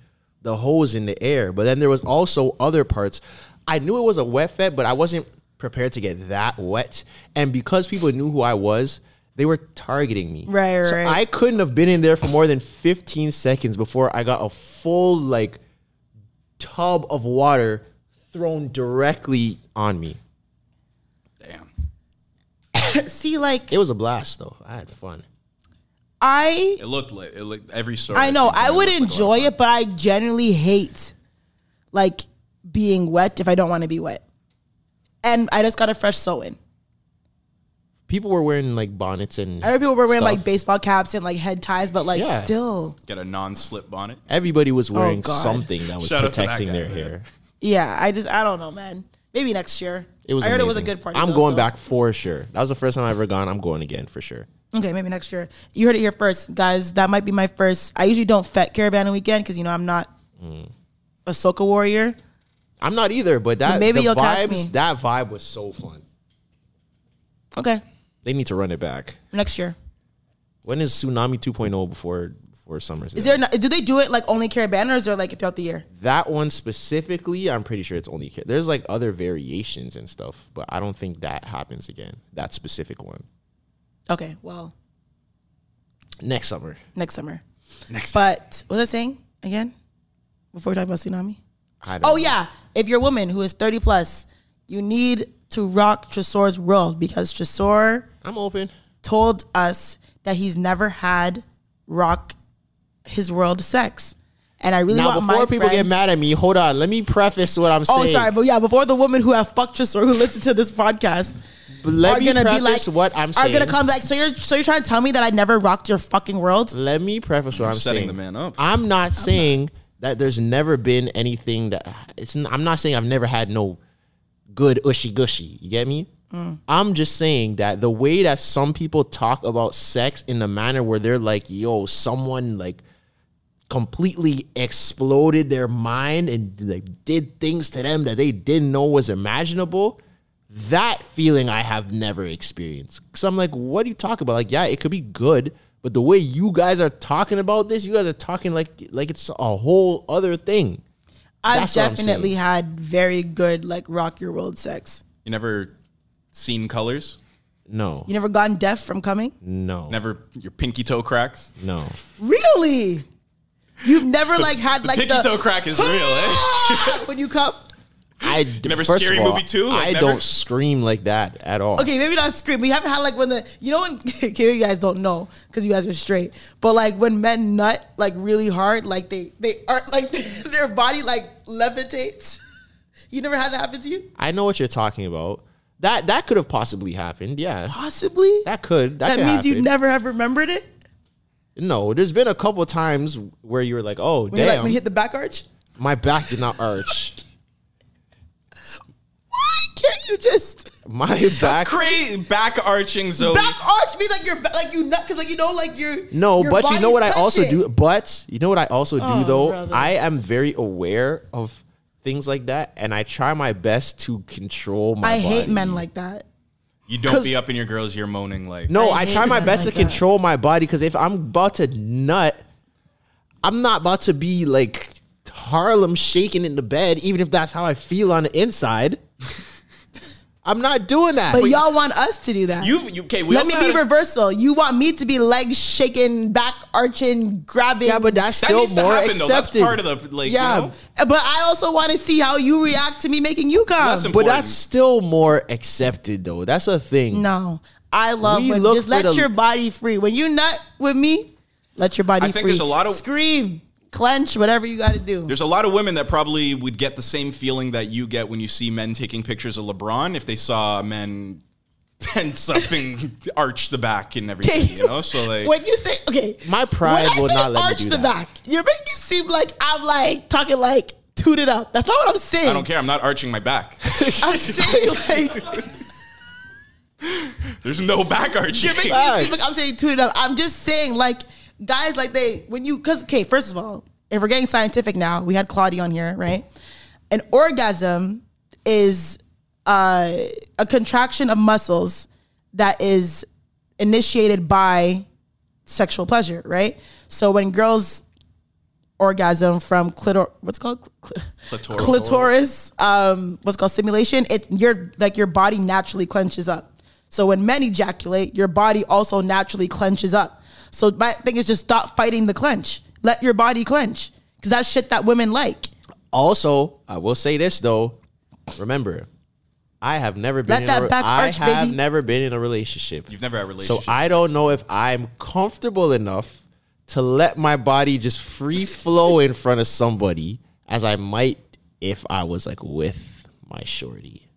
the hose in the air. But then there was also other parts. I knew it was a wet fed, but I wasn't prepared to get that wet. And because people knew who I was, they were targeting me.
Right,
So
right.
I couldn't have been in there for more than 15 seconds before I got a full like tub of water thrown directly on me.
Damn.
see like
It was a blast though. I had fun.
i
It looked lit. It looked every story.
I
I've
know.
seen from
I
it
would
looked like a
enjoy
lot of
it, but I generally hate like being wet if I don't want to be wet. And I just got a fresh sew in.
People were wearing like bonnets and
I heard people were wearing like
stuff.
baseball caps and like head ties, but like
Yeah.
still,
fun. Get a non-slip bonnet.
Everybody was wearing
Oh, God.
something that was
Shout out to that
protecting
guy,
their
man.
hair.
yeah. I just I don't know, man. Maybe next year.
It was.
I heard it was a
amazing.
good party.
I'm
though,
going
so-
back for sure. That was the first time I ever gone. I'm going again for sure.
Okay, maybe next year. You heard it here first, guys. That might be my first. I usually don't fet caravan on weekend because you know I'm not
Mm.
a soca warrior.
I'm not either, but that
Maybe
the
you'll catch
vibes.
me.
That vibe was so fun.
Okay,
They need to run it back.
next year.
When is tsunami 2.0 before before summer's?
Is there? No, do they do it like only caravan or is there like throughout the year?
that one specifically, I'm pretty sure it's only kid. There's like other variations and stuff, but I don't think that happens again. That specific one
Okay, well,
next summer.
next summer. Next. But what was I saying again? Before we talk about tsunami.
I don't
Oh
know.
yeah, if you're a woman who is 30 plus, you need to rock Tresor's world because Tresor
I'm open.
told us that he's never had rock his world sex, and I really
now,
want my
before people get
friend-
mad at me, hold on. Let me preface what I'm
Oh,
saying.
sorry, but yeah, before the women who have fucked Tresor who listen to this podcast
But let
are
me
gonna
preface
be like,
what I'm saying.
are gonna come back. So you're so you're trying to tell me that I never rocked your fucking world?
Let me preface what I'm
setting
saying.
the man up.
I'm not saying that there's never been anything that it's. n- I'm not saying I've never had no good ushy gushy. You get me?
Mm.
I'm just saying that the way that some people talk about sex in the manner where they're like, "Yo, someone like." completely exploded their mind and like did things to them that they didn't know was imaginable. That feeling I have never experienced. Cause I'm like, what do you talk about? Like, yeah, it could be good, but the way you guys are talking about this, you guys are talking like like it's a whole other thing.
I've
That's what I'm
definitely
saying.
had very good like rock your world sex.
You never seen colors?
No.
You never gotten deaf from coming?
No.
Never your pinky toe cracks?
No.
Really? You've never like had
The
like
pinky
the
toe crack is real, eh?
when you come.
I
Never
first
Scary
of all,
Movie 2? Like,
I
never?
don't scream like that at all.
Okay, maybe not scream. We haven't had like when the you know when okay, you guys don't know because you guys were straight, but like when men nut like really hard, like they they are like their body like levitates. You never had that happen to you?
I know what you're talking about. That that could have possibly happened. Yeah.
Possibly.
That could. That,
That,
could
means you
happen.
never have remembered it
No, there's been a couple times where you were like, "Oh,
when you
damn,
like when you hit the back arch.
my back did not arch.
Can't you just
My back."
That's crazy. Back arching Zoe.
back arch me like you're ba- like you nut because like you know like you're
No,
your
but you
body's
know what I also
touching.
do. But you know what I also do
Oh,
though.
brother.
I am very aware of things like that, and I try my best to control my.
I hate
body.
men like that.
You don't be up in your girls, you're moaning like
No,
I
I,
hate
try my
men
best
like
to
that.
control my body because if I'm about to nut, I'm not about to be like Harlem shaking in the bed, even if that's how I feel on the inside. I'm not doing that.
But y'all want us to do that.
You, you okay? We
Let me
also
be
had a-
reversal. You want me to be leg shaking, back arching, grabbing.
Yeah, but that's
That
still
needs to
more
happen, though. That's
accepted.
part of the, like, you
yeah,
know?
But I also want to see how you react to me making you come.
less
but
important.
that's still more accepted though. That's a thing.
No, I love
We
when
look
just
for
let
the-
your body free. When you nut with me, let your body
I think
free.
there's a lot of-
scream, clench, whatever you got to do.
There's a lot of women that probably would get the same feeling that you get when you see men taking pictures of LeBron if they saw men tense up and arch the back and everything, you know? So like
when you say okay,
My pride
when I
will
say
not let me
arch
do
the
that.
back. You're making it seem like I'm like talking like tooted up. That's not what I'm saying.
I don't care, I'm not arching my back.
I'm saying like.
There's no back arching.
You're making it seem like I'm saying tune it up. I'm just saying, like, guys, like they when you because okay, first of all, if we're getting scientific now, we had Claudia on here, right? An orgasm is uh, a contraction of muscles that is initiated by sexual pleasure, right? So when girls orgasm from clitor what's it called Cl-
Clitoral.
clitoris um what's it called stimulation it's your like your body naturally clenches up so when men ejaculate your body also naturally clenches up so my thing is just stop fighting the clench let your body clench because that's shit that women like
Also, I will say this though. Remember, I have never been
Let
in
that
a, re-
back
I
arch,
have
baby.
never been in a relationship.
You've never had a
So
relationship.
I don't know if I'm comfortable enough to let my body just free flow in front of somebody as I might if I was like with my shorty.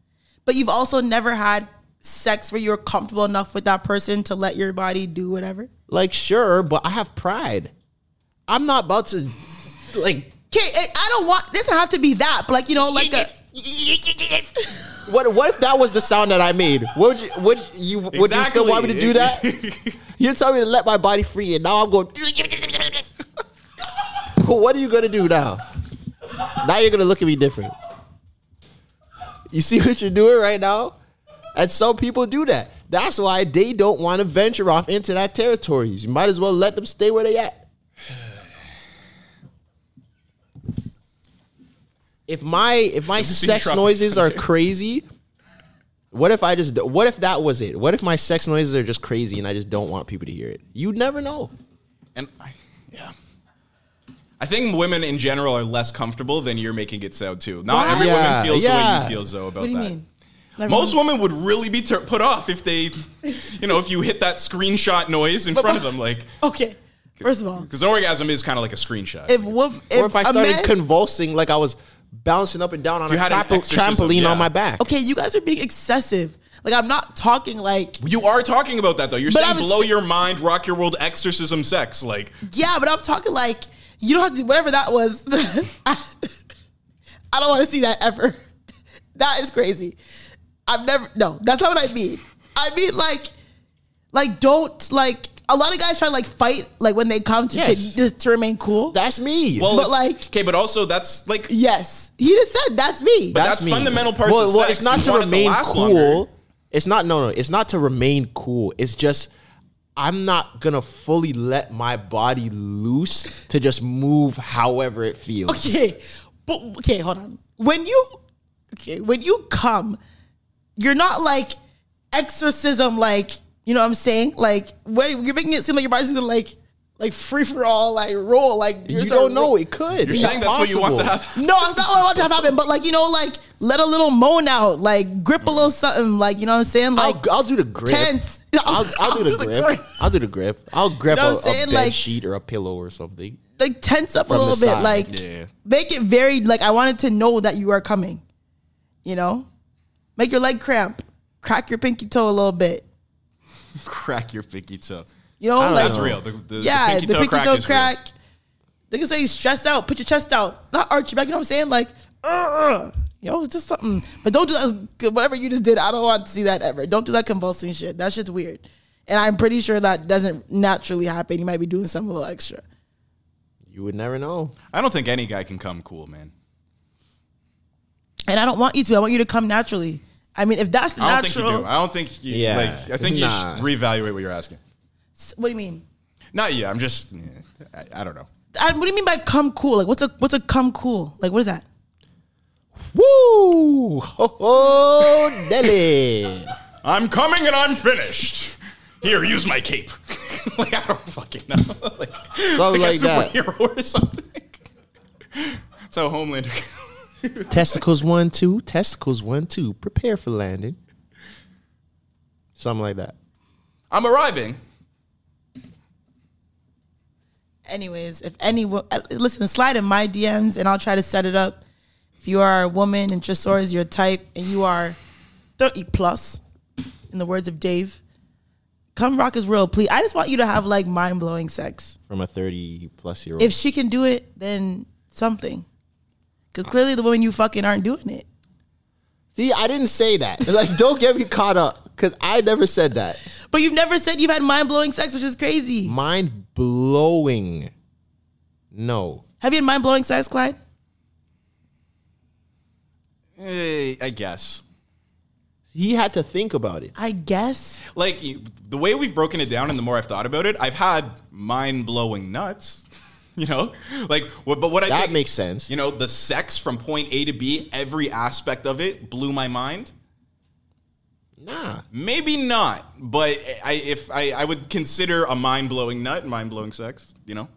but you've also never had sex where you're comfortable enough with that person to let your body do whatever
Like sure, but I have pride. I'm not about to like
okay i eh, I don't want this doesn't have to be that but like you know like a,
what what if that was the sound that I made? Would you would you would you still want me to do that? You tell me to let my body free, and now I'm going. what are you gonna do now? Now you're gonna look at me different. You see what you're doing right now, and some people do that. That's why they don't want to venture off into that territory. You might as well let them stay where they at. If my if my
seen
sex
Tropic
noises are crazy, what if I just what if that was it? What if my sex noises are just crazy and I just don't want people to hear it? You never know.
and I, yeah. I think women in general are less comfortable than you're making it sound too. Not every
Yeah,
woman feels the way
yeah.
you feel, Zoe, about
what do you
that.
mean Let me-
Most women would really be tur put off if they, you know, if you hit that screenshot noise in front of them, like
okay first of all
because orgasm is kind of like a screenshot.
if wo- if,
or if I
a
started
man-
convulsing like I was bouncing up and down on
You
a
had an
trapo-
exorcism,
trampoline
yeah.
on my back.
okay, you guys are being excessive. Like I'm not talking like
you are talking about that though, you're
But
saying
I'm
blow
s-
your mind, rock your world, exorcism, sex, like
yeah, but I'm talking like You don't have to do whatever that was. I, I don't want to see that ever. That is crazy. I've never no, that's not what I mean. I mean like like don't like a lot of guys try to like fight like when they come to
Yes.
to, to remain cool.
That's me.
Well,
but
it's-
like
okay, but also that's like
yes, he just said that's me.
But that's fundamental parts
Well,
of
well,
sex.
it's not
You
to
want it to
remain
last
cool.
longer.
It's not no no. It's not to remain cool. It's just I'm not gonna fully let my body loose to just move however it feels.
Okay, but okay, hold on. When you okay, when you come, you're not like exorcism, like you know what I'm saying. Like when you're making it seem like your body's gonna like like free for all, like roll, like
You
you're
don't
sort of-
know. It could.
You're
It's
saying that's what you want to
possible.
have.
No, it's not what I want to have happen. But like you know, like let a little moan out, like grip a little something, like you know what I'm saying. Like
I'll, I'll do the grip.
tense.
I'll, I'll do the grip. I'll do the grip. I'll grab
You know
a,
what
a
I'm saying?
bed
Like-
sheet or a pillow or something.
like tense up a
From the
little bit,
side.
like
Yeah.
make it very like I wanted to know that you are coming. You know, make your leg cramp, crack your pinky toe a little bit.
crack your pinky toe.
You know,
I don't
like
That's real. The, the,
yeah,
the pinky toe crack. is real.
crack. They can say you stressed out, put your chest out, not arch your back. You know what I'm saying? Like, uh, you know, just something. But don't do that. Whatever you just did, I don't want to see that ever. Don't do that convulsing shit. That shit's weird. And I'm pretty sure that doesn't naturally happen. You might be doing something a little extra.
You would never know.
I don't think any guy can come cool, man.
And I don't want you to. I want you to come naturally. I mean, if that's
I don't
natural,
think you do. I don't think you.
Yeah.
Like, I
Nah.
think you should reevaluate what you're asking.
what do you mean?
Not you. I'm just. eh, I, I don't know.
I, what do you mean by come cool? Like, what's a what's a come cool? Like, what is that?
Woo! Ho ho, Nelly.
I'm coming and I'm finished. Here, use my cape. like I don't fucking know. like,
Something
like,
like
a
that.
superhero or something. That's how Homelander.
testicles one two, testicles one two. Prepare for landing. Something like that.
I'm arriving.
Anyways, if anyone uh, listen, slide in my DMs and I'll try to set it up. If you are a woman and Tresor is your type and you are thirty plus, in the words of Dave, come rock his world, please. I just want you to have like mind blowing sex.
From a thirty plus year old.
If she can do it, then something. Because clearly the women you fucking aren't doing it.
See, I didn't say that. Like, don't get me caught up because I never said that.
But you've never said you've had mind blowing sex, which is crazy.
Mind blowing. No.
Have you had mind blowing sex, Clyde?
Eh, I guess.
He had to think about it.
I guess.
Like you- the way we've broken it down, and the more I've thought about it, I've had mind blowing nuts. You know, like what? But what I
That
think,
makes sense.
You know, the sex from point A to B, every aspect of it blew my mind.
Nah.
Maybe not, but I if I, I would consider a mind blowing nut, mind blowing sex. You know,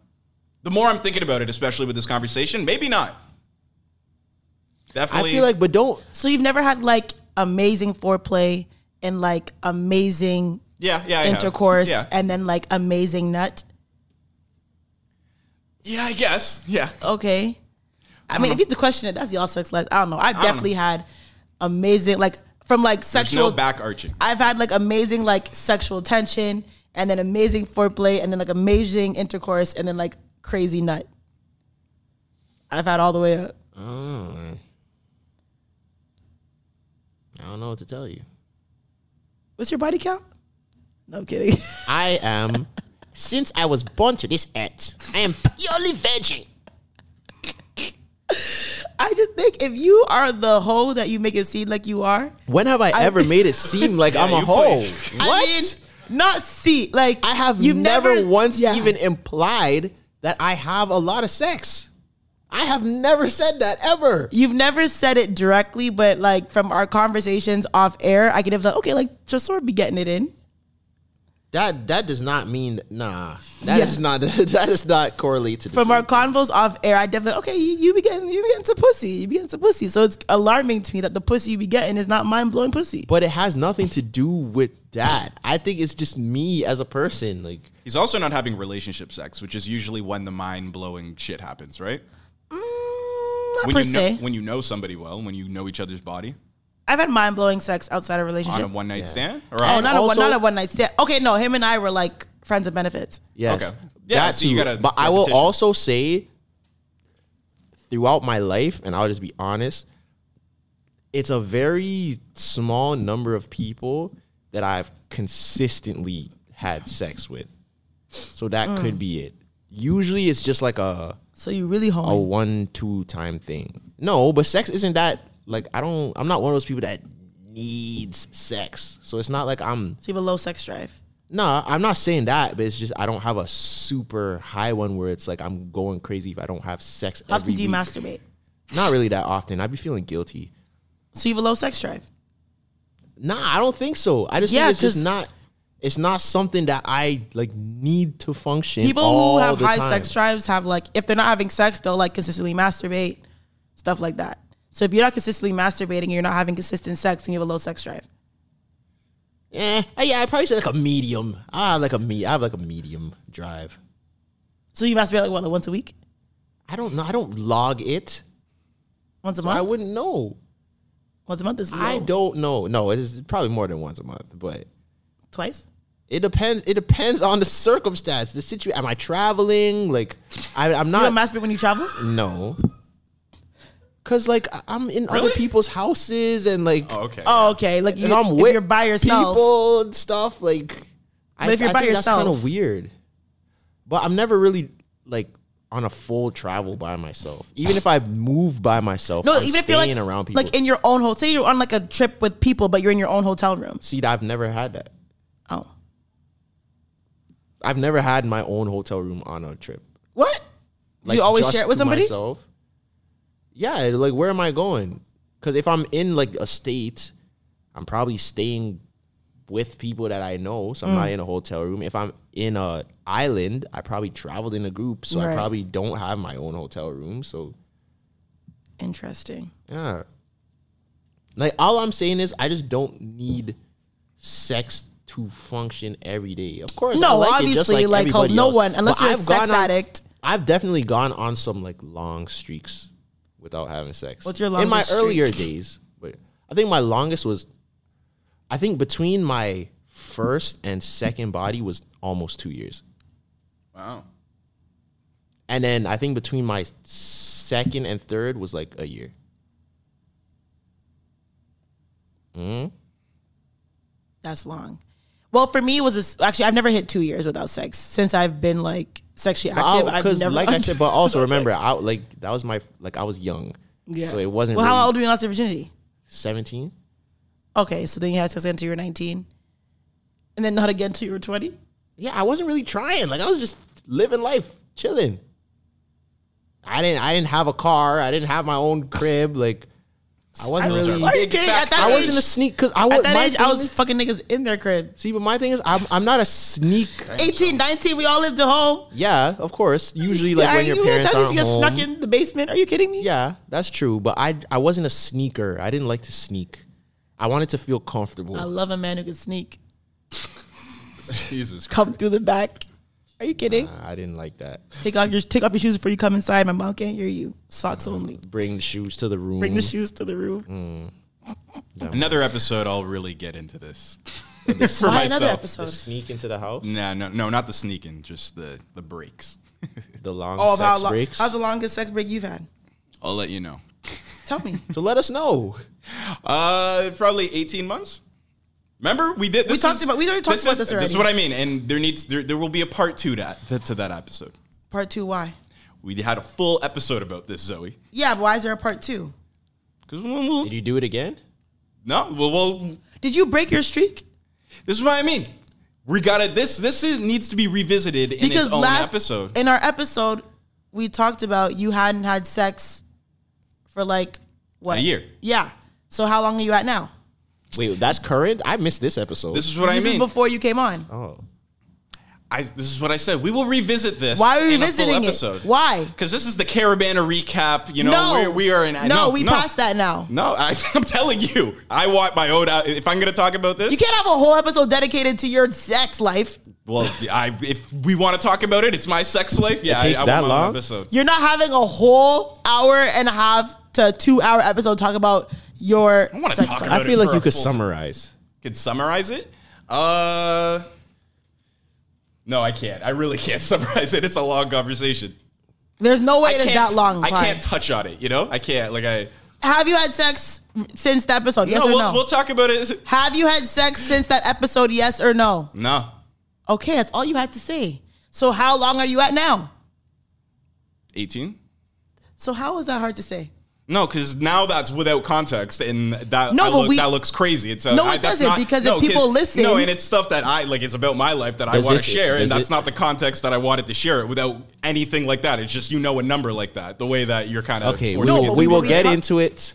the more I'm thinking about it, especially with this conversation, maybe not.
I
Definitely,
feel like, but don't.
So you've never had like amazing foreplay and like amazing
yeah, yeah, I have.
intercourse
Yeah.
and then like amazing nut.
yeah, I guess, yeah.
Okay. I mean, if you have to question it, that's y'all sex life. I don't know. I've
know.
definitely had amazing like from like
There's
sexual
no back arching.
I've had like amazing like sexual tension and then amazing foreplay and then like amazing intercourse and then like crazy nut. I've had all the way up.
Mm. I don't know what to tell you.
What's your body count? No I'm kidding.
I am, since I was born to this earth, I am purely virgin.
I just think if you are the hoe that you make it seem like you are,
When have I,
I-
ever made it seem like I'm a
you
hoe?
push.
What?
I
I,
mean, not see like
have
you've
never, once
yeah.
even implied that I have a lot of sex. I have never said that ever.
You've never said it directly, but like from our conversations off air, I could have like, okay, like just sort of be getting it in.
That that does not mean nah. That
Yeah.
is not that is not correlate to the
From
same
our convos off air, I definitely okay, you, you be getting you be getting to pussy, you be getting to pussy. So it's alarming to me that the pussy you be getting is not mind blowing pussy.
but it has nothing to do with that. I think it's just me as a person. Like
He's also not having relationship sex, which is usually when the mind blowing shit happens, right?
Mm, not
when
per
you know,
se.
when you know somebody well, when you know each other's body
I've had mind blowing sex outside of
on
relationship.
a one night stand, or
oh,
on,
not
also-
a one, not a one night stand. Okay, no, him and I were like friends of benefits.
yes,
Okay. Yeah,
that
so you
too.
gotta
But I will
repetition.
also say throughout my life, and I'll just be honest, it's a very small number of people that I've consistently had sex with. So that
Mm.
could be it. Usually it's just like a
So you really
a
Oh.
home.
one two time thing. No, but sex isn't that like I don't I'm not one of those people that needs sex. So it's not like I'm
So you have a low sex drive.
Nah, I'm not saying that, but it's just I don't have a super high one where it's like I'm going crazy if I don't have sex.
How often
every
do you
week.
masturbate?
Not really that often. I'd be feeling guilty.
So you have a low sex drive.
Nah, I don't think so. I just
Yeah,
think it's just
'cause-
not. It's not something that I like need to function.
People
all
who have
the
high
time.
sex drives have like if they're not having sex, they'll like consistently masturbate, stuff like that. So if you're not consistently masturbating, and you're not having consistent sex, and you have a low sex drive.
Eh, uh, yeah, I probably say like a medium. I have like a me. I have like a medium drive.
So you masturbate like what, like once a week,
I don't know. I don't log it.
once a
I
month,
wouldn't know.
once a month is low.
I don't know. No, it's probably more than once a month, but
twice.
it depends. It depends on the circumstance, the situation. Am I traveling? Like, I, I'm
You
not.
don't masturbate when you travel.
no. Cause like I- I'm in other people's houses and like
Oh, okay.
Oh, okay. Like
If
you,
I'm
if
with
you're by yourself,
people and stuff. Like,
But if you're by
that's kind
yourself-
of weird. But I'm never really like on a full travel by myself. Even if I move by myself,
no,
I'm
even
staying
if you're like
around people.
like in your own hotel, say you're on like a trip with people, but you're in your own hotel room.
See, I've never had that.
Oh,
I've never had my own hotel room on a trip.
what? Do you always
just
share it with
to
somebody?
Myself. Yeah, like where am I going? Because if I'm in like a state, I'm probably staying with people that I know, so I'm
Mm.
not in a hotel room. If I'm in a island, I probably traveled in a group, so
Right.
I probably don't have my own hotel room. So
Interesting.
yeah, like all I'm saying is I just don't need sex to function every day. Of course, I
No,
like it just
obviously,
like,
like,
everybody
no
else.
one unless
But
you're a
I've
sex
gone on-
addict.
I've definitely gone on some like long streaks without having sex.
What's your
in my
longest streak?
earlier days? But I think my longest was, I think between my first and second body was almost two years,
Wow.
and then I think between my second and third was like a year. Mm?
That's long. Well, for me, it was this, actually I've never hit two years without sex since I've been like sexually active. I've
Because
never
like I said, but also
without
remember,
sex.
I like that was my like I was young,
Yeah.
so it wasn't.
well, how
really
old were you when you lost your virginity?
Seventeen.
Okay, so then you had sex until you were 19, and then not again until you were 20.
yeah, I wasn't really trying. Like I was just living life, chilling. I didn't I didn't have a car. I didn't have my own crib. Like I wasn't
Those
really.
Are you kidding? At that
I
age,
wasn't a sneak because I was.
at that
my
age, I
thing
was
is-
fucking niggas in their crib.
see, but my thing is, I'm I'm not a sneak.
18, 19, we all lived at home.
Yeah, of course. Usually, like
Yeah,
when your
you were
parents
telling us
aren't
you
home.
got snuck in the basement. Are you kidding me?
Yeah, that's true. But I I wasn't a sneaker. I didn't like to sneak. I wanted to feel comfortable.
I love a man who can sneak,
Jesus.
come through the back. Are you kidding?
I didn't like that.
Take off your take off your shoes before you come inside. My mom can't hear you. Socks
Mm.
only.
Bring the shoes to the room.
Bring the shoes to the room.
Another episode, I'll really get into this. For
Why another
myself.
episode?
Sneak into the house.
Nah, no, no, not the sneaking, just the the breaks.
The long
Oh, of
sex
how long?
breaks.
How's the longest sex break you've had?
I'll let you know.
Tell me.
so let us know.
Uh, probably eighteen months. Remember, we did. This
talked
is-
about- we already talked about
is,
this
This
already.
is what I mean, and there needs there, there will be a part two to that to that episode.
part two. Why?
We had a full episode about this, Zoe.
Yeah, but why is there a part two?
Because we'll,
Did you do it again?
no, we'll, we'll
Did you break your streak?
This is what I mean. We gotta this this is, needs to be revisited in
Because
its own
last e-
episode.
in our episode, we talked about you hadn't had sex for like what
A year.
Yeah. So how long are you at now?
Wait, that's current. I missed this episode.
this is what I
this
mean.
is before you came on.
oh,
I, this is what I said. We will revisit this.
Why are we
in a full
visiting
episode.
it? Why?
Because this is the Caravana recap. You know, we're, we are in.
No, we passed that now.
No, I, I'm telling you, I want my own. out- If I'm gonna talk about this,
You can't have a whole episode dedicated to your sex life.
Well, I if we want to talk about it, it's my sex life. Yeah,
takes
I, I
that
want my own
long?
episode.
You're not having a whole hour and a half to two hour episode talk about your
I wanna
sex
talk
life.
about
I
it
feel
for
like you
a
could
full-
summarize.
Could summarize it? Uh, no, I can't. I really can't summarize it. It's a long conversation.
There's no way
I
it is
can't-
that long.
I
Clyde.
can't touch on it. You know, I can't. Like I.
Have you had sex since that episode? Yes
no,
or
we'll,
no?
we'll talk about it.
Have you had sex since that episode? Yes or no?
No,
Okay, that's all you had to say. So how long are you at now?
eighteen.
So how is that hard to say?
No, because now that's without context, and that
No,
I
but
look-
we-
that looks crazy. It's uh,
No,
I-
it
that's
doesn't,
not-
because if
no, 'cause-
people listen-
no, and it's stuff that I like. It's about my life that I
Does
want to
this-
share, and
does
that's
it-
not the context that I wanted to share it without anything like that. It's just you know a number like that, the way that you're kind of
Okay, we,
forcing
will-
it to
we
be.
will
we
get
talk-
into it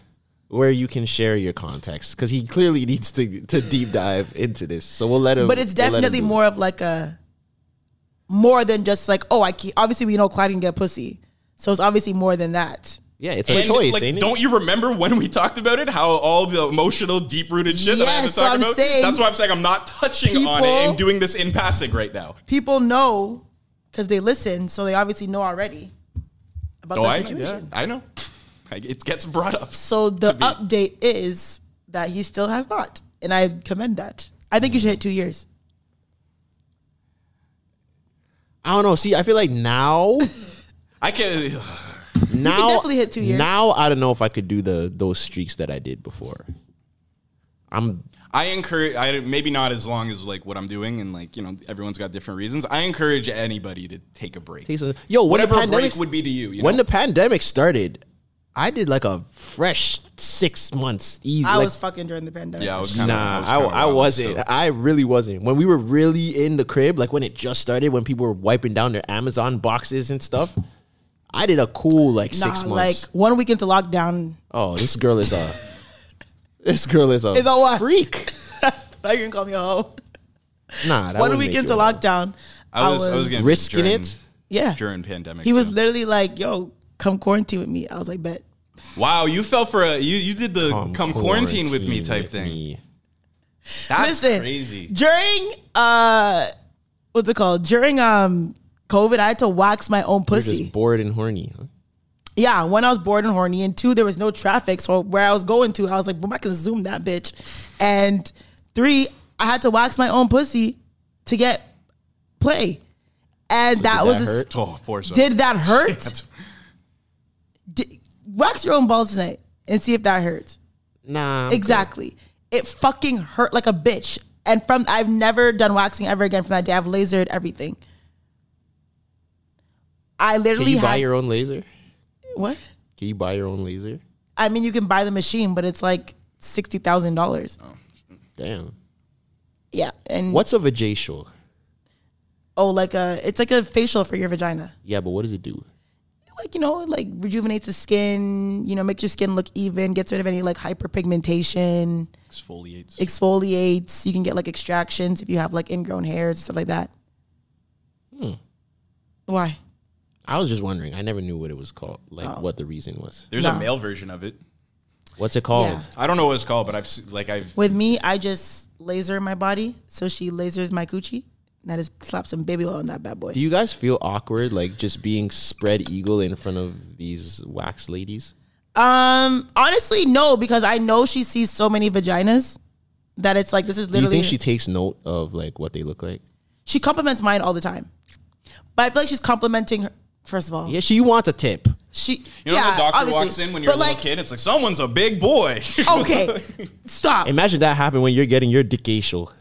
where you can share your context because he clearly needs to, to deep dive into this. So we'll let him.
But it's
we'll let him
definitely
do it.
more of like a more than just like oh I can't. Obviously, we know Clyde can get pussy, so it's obviously more than that.
Yeah, it's a
And,
choice,
like,
ain't it?
don't you remember when we talked about it? How all the emotional, deep rooted shit that I had
Yes,
to talk
I'm
about.
saying
That's why I'm saying I'm not touching on it
people-
and doing this in passing right now.
People know because they listen, so they obviously know already about
Oh,
the
I know.
situation.
Yeah, I know. Like, It gets brought up.
So the update is that he still has not, and I commend that. I think you should hit two years.
I don't know. See, I feel like now,
I can.
now
definitely hit two years.
Now I don't know if I could do the those streaks that I did before. I'm
I encourage. I maybe not as long as like what I'm doing, and like you know, everyone's got different reasons. I encourage anybody to take a break.
Take some- yo, when the
whatever break
pandemic-
would be to you. you
when
know?
the pandemic started, I did like a fresh six months easy.
I
like-
was fucking during the pandemic.
yeah, I
for
was
sure.
kind of.
Nah, I, I wasn't. I really wasn't. When we were really in the crib, like when it just started, when people were wiping down their Amazon boxes and stuff, I did a cool like
Nah,
six
like
months.
one week into lockdown,
oh, this girl is a, this girl is a,
Is a what?
freak.
like you can call me a hoe.
Nah, that
One
wouldn't
week
make
into
you a-
lockdown,
I was. I was getting
risking
during,
it?
Yeah,
during pandemic.
he was
too.
literally like, "Yo, come quarantine with me." I was like, "Bet."
Wow, you fell for a. You you did the come, quarantine, with me type
with
thing.
me.
That's
Listen,
crazy.
during uh, what's it called? During um COVID, I had to wax my own
You're
pussy.
just bored and horny. huh?
Yeah, one, I was bored and horny, and two, there was no traffic. So where I was going to, I was like, boom, I can zoom that bitch. And three, I had to wax my own pussy to get play. And that
did
was a
that
s-
hurt?
Oh, poor soul.
did that hurt? Di- wax your own balls tonight and see if that hurts.
Nah, I'm
Exactly. It fucking hurt like a bitch. And from I've never done waxing ever again from that day. I've lasered everything. I
good.
literally
Can you buy
had-
your own laser?
what?
Can you buy your own laser?
I mean, you can buy the machine, but it's like sixty thousand dollars.
Damn.
Yeah, and
What's a vajacial?
oh, like a it's like a facial for your vagina.
Yeah, but what does it do?
Like you know, it, like rejuvenates the skin. You know, makes your skin look even, gets rid of any like hyperpigmentation,
Exfoliates.
exfoliates. You can get like extractions if you have like ingrown hairs and stuff like that.
Hmm.
Why?
I was just wondering. I never knew what it was called, like
Oh.
what the reason was.
There's
Nah.
a male version of it.
What's it called?
Yeah.
I don't know what it's called, but I've se- like I've
With me, I just laser my body, so she lasers my coochie. And I just slap some baby oil on that bad boy.
Do you guys feel awkward, like just being spread eagle in front of these wax ladies?
Um, honestly, no, because I know she sees so many vaginas that it's like this is
Do you
literally
think she takes note of like what they look like?
she compliments mine all the time. But I feel like she's complimenting her first of all.
Yeah, she wants a tip.
She
you know
yeah,
when the doctor
obviously.
walks in when you're a
But,
little
like,
kid, it's like someone's a big boy.
Okay. Stop.
Imagine that happen when you're getting your dickacial.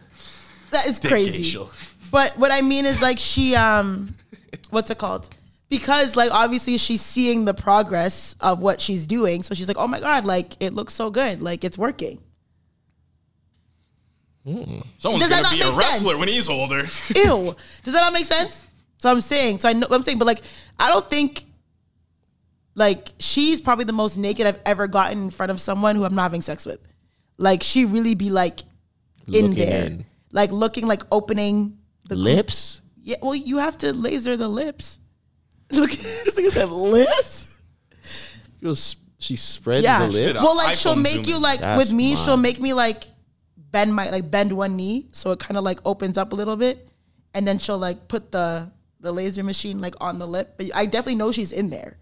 That is crazy.
Facial.
But what I mean is like she um what's it called? Because like obviously she's seeing the progress of what she's doing. So she's like, Oh my god, like it looks so good. Like it's working.
Someone's
Does that
gonna
not
be a
make
wrestler
sense?
when he's older.
Ew. Does that not make sense? So I'm saying, so I know I'm saying, but like, I don't think, like, she's probably the most naked I've ever gotten in front of someone who I'm not having sex with. Like, she really be like in
Looking
there,
in.
like looking, like opening the
Lips?
Yeah, well, you have to laser the lips. Look, this thing said lips.
She was- She spreads
Yeah.
the lips.
up.
Well, like she'll
iPhone
make
zoom
you
in.
like
That's
with me, she'll
mine.
make me like bend my like bend one knee so it kind of like opens up a little bit, and then she'll like put the the laser machine like on the lip. But I definitely know she's in there.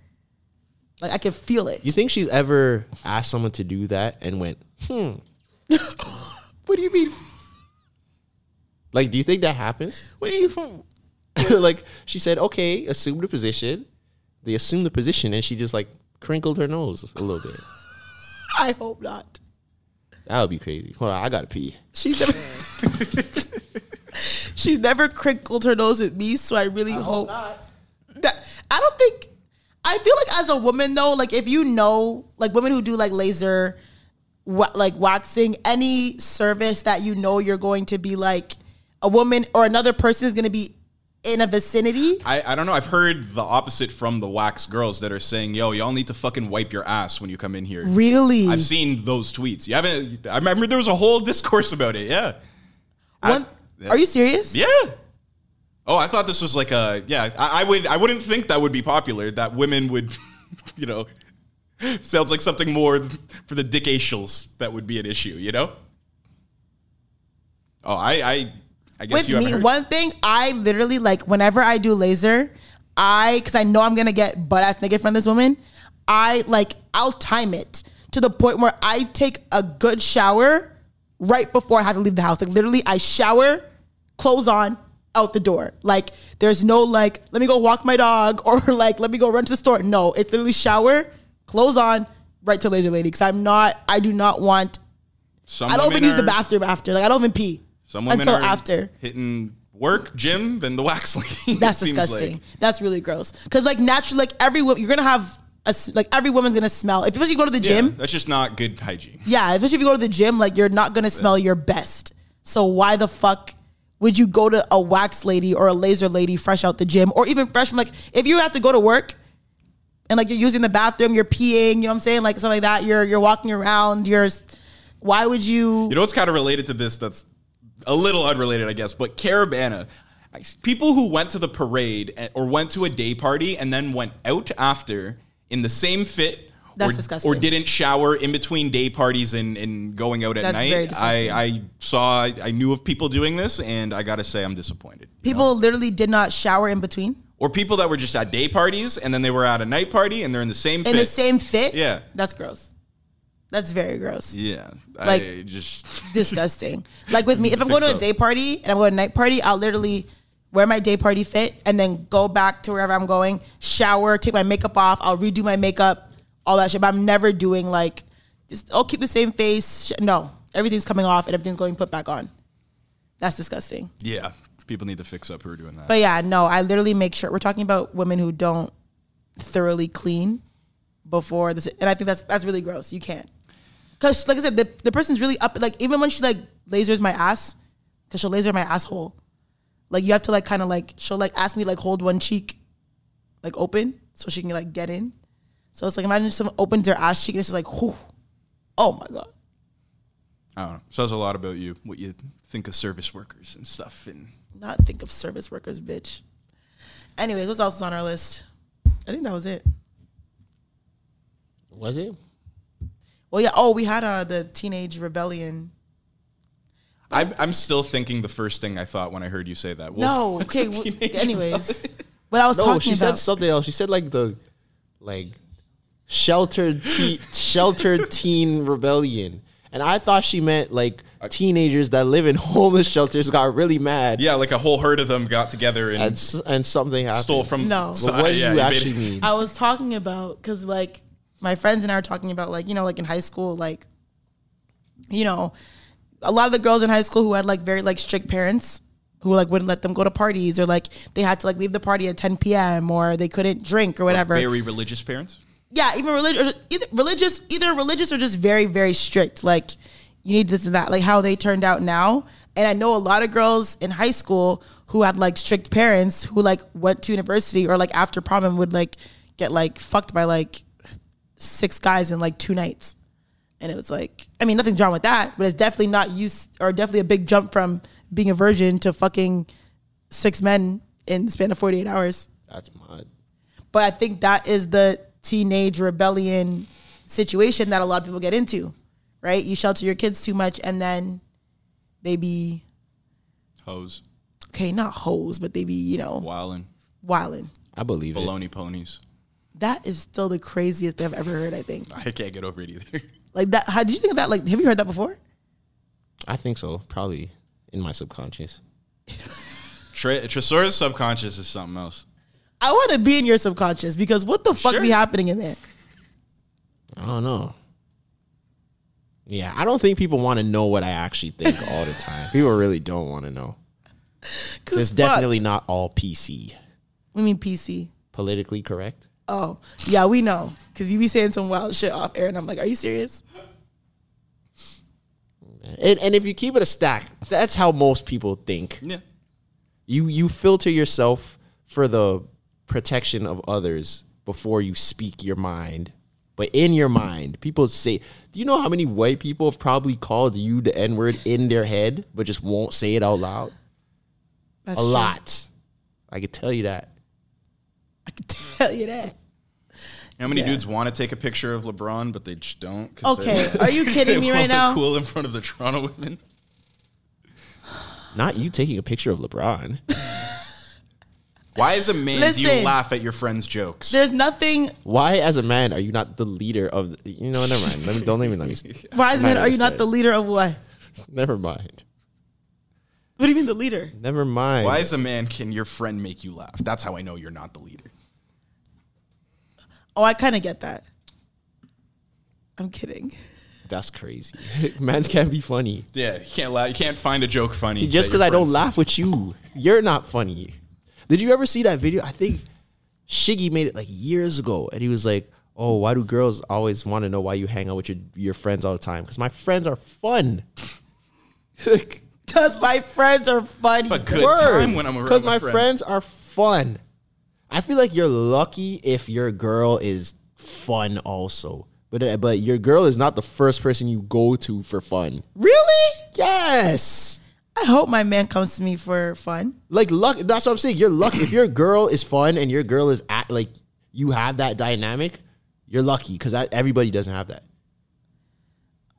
Like I can feel it.
You think she's ever asked someone to do that and went, hmm?
what do you mean?
Like, do you think that happens?
What do you?
like, she said, okay, assume the position. they assumed the position, and she just like crinkled her nose a little bit.
I hope not.
That would be crazy. Hold on, I gotta pee.
She's never She's never crinkled her nose at me, so I really hope, that I don't think I feel like as a woman though, like if you know, like women who do like laser wa- like waxing, any service that you know you're going to be like a woman or another person is going to be in a vicinity.
I, I don't know. I've heard the opposite from the wax girls that are saying, "Yo, y'all need to fucking wipe your ass when you come in here."
Really?
I've seen those tweets. You haven't? I remember there was a whole discourse about it. Yeah. I-
One, are you serious?
Yeah. Oh, I thought this was like a yeah. I, I would I wouldn't think that would be popular. That women would, you know, sounds like something more for the dickacials that would be an issue. You know. Oh, I I, I guess
with
you
me,
haven't heard.
one thing I literally like whenever I do laser, I because I know I'm gonna get butt ass naked from this woman. I like I'll time it to the point where I take a good shower right before I have to leave the house. Like literally, I shower, clothes on, out the door. Like there's no like let me go walk my dog or like let me go run to the store. No, it's literally shower, clothes on, right to laser lady. Because I'm not. I do not want.
Some
I don't even
women
use the
are-
bathroom after. Like I don't even pee
Some women
until
are
after.
hitting work, gym, then the wax lady. it
That's
seems
disgusting.
like.
That's really gross. Because like naturally, like every wo- you're gonna have a s like every woman's gonna smell. If especially you go to the
Yeah,
gym,
that's just not good hygiene.
yeah. Especially if you go to the gym, like you're not gonna smell your best. So why the fuck would you go to a wax lady or a laser lady fresh out the gym or even fresh from like if you have to go to work and like you're using the bathroom, you're peeing, you know what I'm saying, like something like that. You're you're walking around. You're s- why would you?
You know what's kind of related to this? That's a little unrelated, I guess. But Carabana, I- people who went to the parade a- or went to a day party and then went out after in the same fit.
That's
or,
disgusting.
or didn't shower in between day parties and, and going out at
That's
night.
very disgusting.
I, I saw, I knew of people doing this, and I gotta say, I'm disappointed.
People literally did not shower in between
Or people that were just at day parties and then they were at a night party and they're in the same
in
fit.
the same fit.
Yeah.
that's gross. That's very gross.
Yeah, I
Like-
just
disgusting. Like with me, if I'm going to
so.
a day party and I'm going to a night party, I'll literally wear my day party fit and then go back to wherever I'm going, shower, take my makeup off, I'll redo my makeup, all that shit. But I'm never doing like just I'll keep the same face. Sh- No, everything's coming off and everything's going put back on. That's disgusting.
yeah. People need to fix up who are doing that.
But yeah, no, I literally make sure we're talking about women who don't thoroughly clean before this, and I think that's that's really gross. You can't, because like I said, the, the person's really up. Like even when she like lasers my ass, because she'll laser my asshole. Like you have to like kind of like she'll like ask me like hold one cheek, like open so she can like get in. So it's like imagine someone opens their ass cheek and it's just like, whew, oh my god.
I don't know. Says a lot about you, what you think of service workers and stuff. And
Not think of service workers, bitch. Anyways, what else is on our list? I think that was it.
Was it?
Well, yeah. Oh, we had uh, the teenage rebellion.
I'm, I'm still thinking the first thing I thought when I heard you say that. Well,
no, okay. well, anyways, what I was
No,
talking
she
about.
said something else. She said like the like sheltered te- sheltered teen rebellion. And I thought she meant like teenagers that live in homeless shelters got really mad
Yeah, like a whole herd of them got together and,
and s- and something happened.
stole from.
No.
But what do
Yeah,
you
made
actually
it-
mean?
I was talking about because like my friends and I were talking about like you know like in high school like you know a lot of the girls in high school who had like very like strict parents who like wouldn't let them go to parties or like they had to like leave the party at 10 p.m. or they couldn't drink or whatever.
Very religious parents.
yeah, even religious, either religious, either religious or just very, very strict. Like you need this and that. Like how they turned out now, and I know a lot of girls in high school who had like strict parents who like went to university or like after prom and would like get like fucked by like six guys in like two nights, and it was like I mean nothing's wrong with that, but it's definitely not use or definitely a big jump from being a virgin to fucking six men in the span of forty eight hours
That's mad.
but I think that is the teenage rebellion situation that a lot of people get into, right? You shelter your kids too much, and then they be
Hoes,
okay, not hoes, but they be you know
wildin',
wilding.
I believe it.
baloney ponies.
That is still the craziest thing I've ever heard. I think
I can't get over it either.
like that. How did you think of that? Like, have you heard that before?
I think so. Probably in my subconscious.
Tra- Tresora's subconscious is something else.
I want to be in your subconscious because what the fuck
Sure.
be happening in there?
I don't know. Yeah, I don't think people want to know what I actually think all the time. People really don't want to know.
'Cause
It's
fuck.
definitely not all PC,
We mean PC.
politically correct.
Oh, yeah, we know. Because you be saying some wild shit off air, and I'm like, are you serious?
And, and if you keep it a stack, that's how most people think.
Yeah.
You you filter yourself for the protection of others before you speak your mind. But in your mind, people say, do you know how many white people have probably called you the N word in their head, but just won't say it out loud?
That's
a
true.
lot. I could tell you that.
Tell you that.
How many
Yeah.
dudes want to take a picture of LeBron, but they just don't? 'cause
Okay,
they're-
are you
'cause
kidding
they
me right
wanna
now?
Cool in front of the Toronto women.
Not you taking a picture of LeBron.
Why, as a man, do
Listen.
you laugh at your friend's jokes?
There's nothing.
Why, as a man, are you not the leader of? The, you know, never mind. Let me, don't even let me.
Wiseman,
Might
are you not the
understand.
leader of what?
Never mind.
What do you mean the leader?
Never mind.
Why, as a man, can your friend make you laugh? That's how I know you're not the leader.
Oh, I kind of get that. I'm kidding.
That's crazy. Mans can't be funny.
Yeah, you can't laugh. You can't find a joke funny.
Just
that your
because I don't
friends-
laugh with you, you're not funny. Did you ever see that video? I think Shiggy made it like years ago, and he was like, "Oh, why do girls always want to know why you hang out with your your friends all the time? Because my friends are fun."
Because my friends are funny.
But good time when I'm around
Because
my
my
friends.
friends. are fun. I feel like you're lucky if your girl is fun also. But uh, but your girl is not the first person you go to for fun.
Really?
Yes.
I hope my man comes to me for fun.
Like luck that's what I'm saying. You're lucky if your girl is fun and your girl is at like you have that dynamic, you're lucky cuz everybody doesn't have that.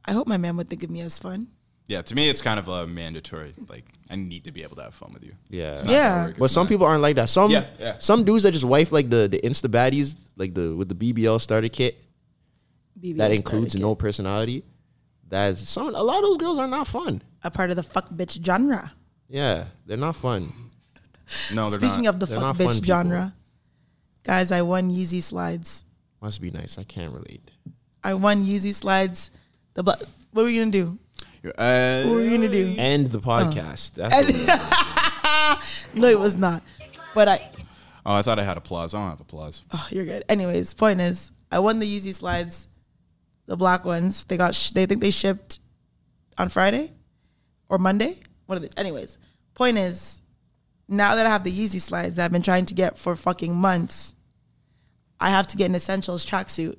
I hope my man would think of me as fun.
Yeah, to me, it's kind of a mandatory. Like, I need to be able to have fun with you.
Yeah.
Yeah.
But some people aren't like that. Some
Yeah, yeah.
some dudes that just wife like the the insta baddies like the with the BBL starter kit
BBL
that
starter
includes
kid.
no personality. That's some a lot of those girls are not fun.
a part of the fuck bitch genre.
Yeah, they're not fun.
No, they're
Speaking
not.
of the
They're
fuck
not fun
bitch
people.
genre, guys, I won Yeezy slides.
Must be nice. I can't relate.
I won Yeezy slides. The bla- what are we gonna do?
Uh,
What were we gonna do?
End the podcast. That's what it is.
no, it was not. But I,
oh, I thought I had applause. I don't have applause.
oh, you're good. Anyways, point is, I won the Yeezy slides, the black ones. They got, sh- they think they shipped on Friday or Monday. One of the, anyways, point is, now that I have the Yeezy slides that I've been trying to get for fucking months, I have to get an essentials tracksuit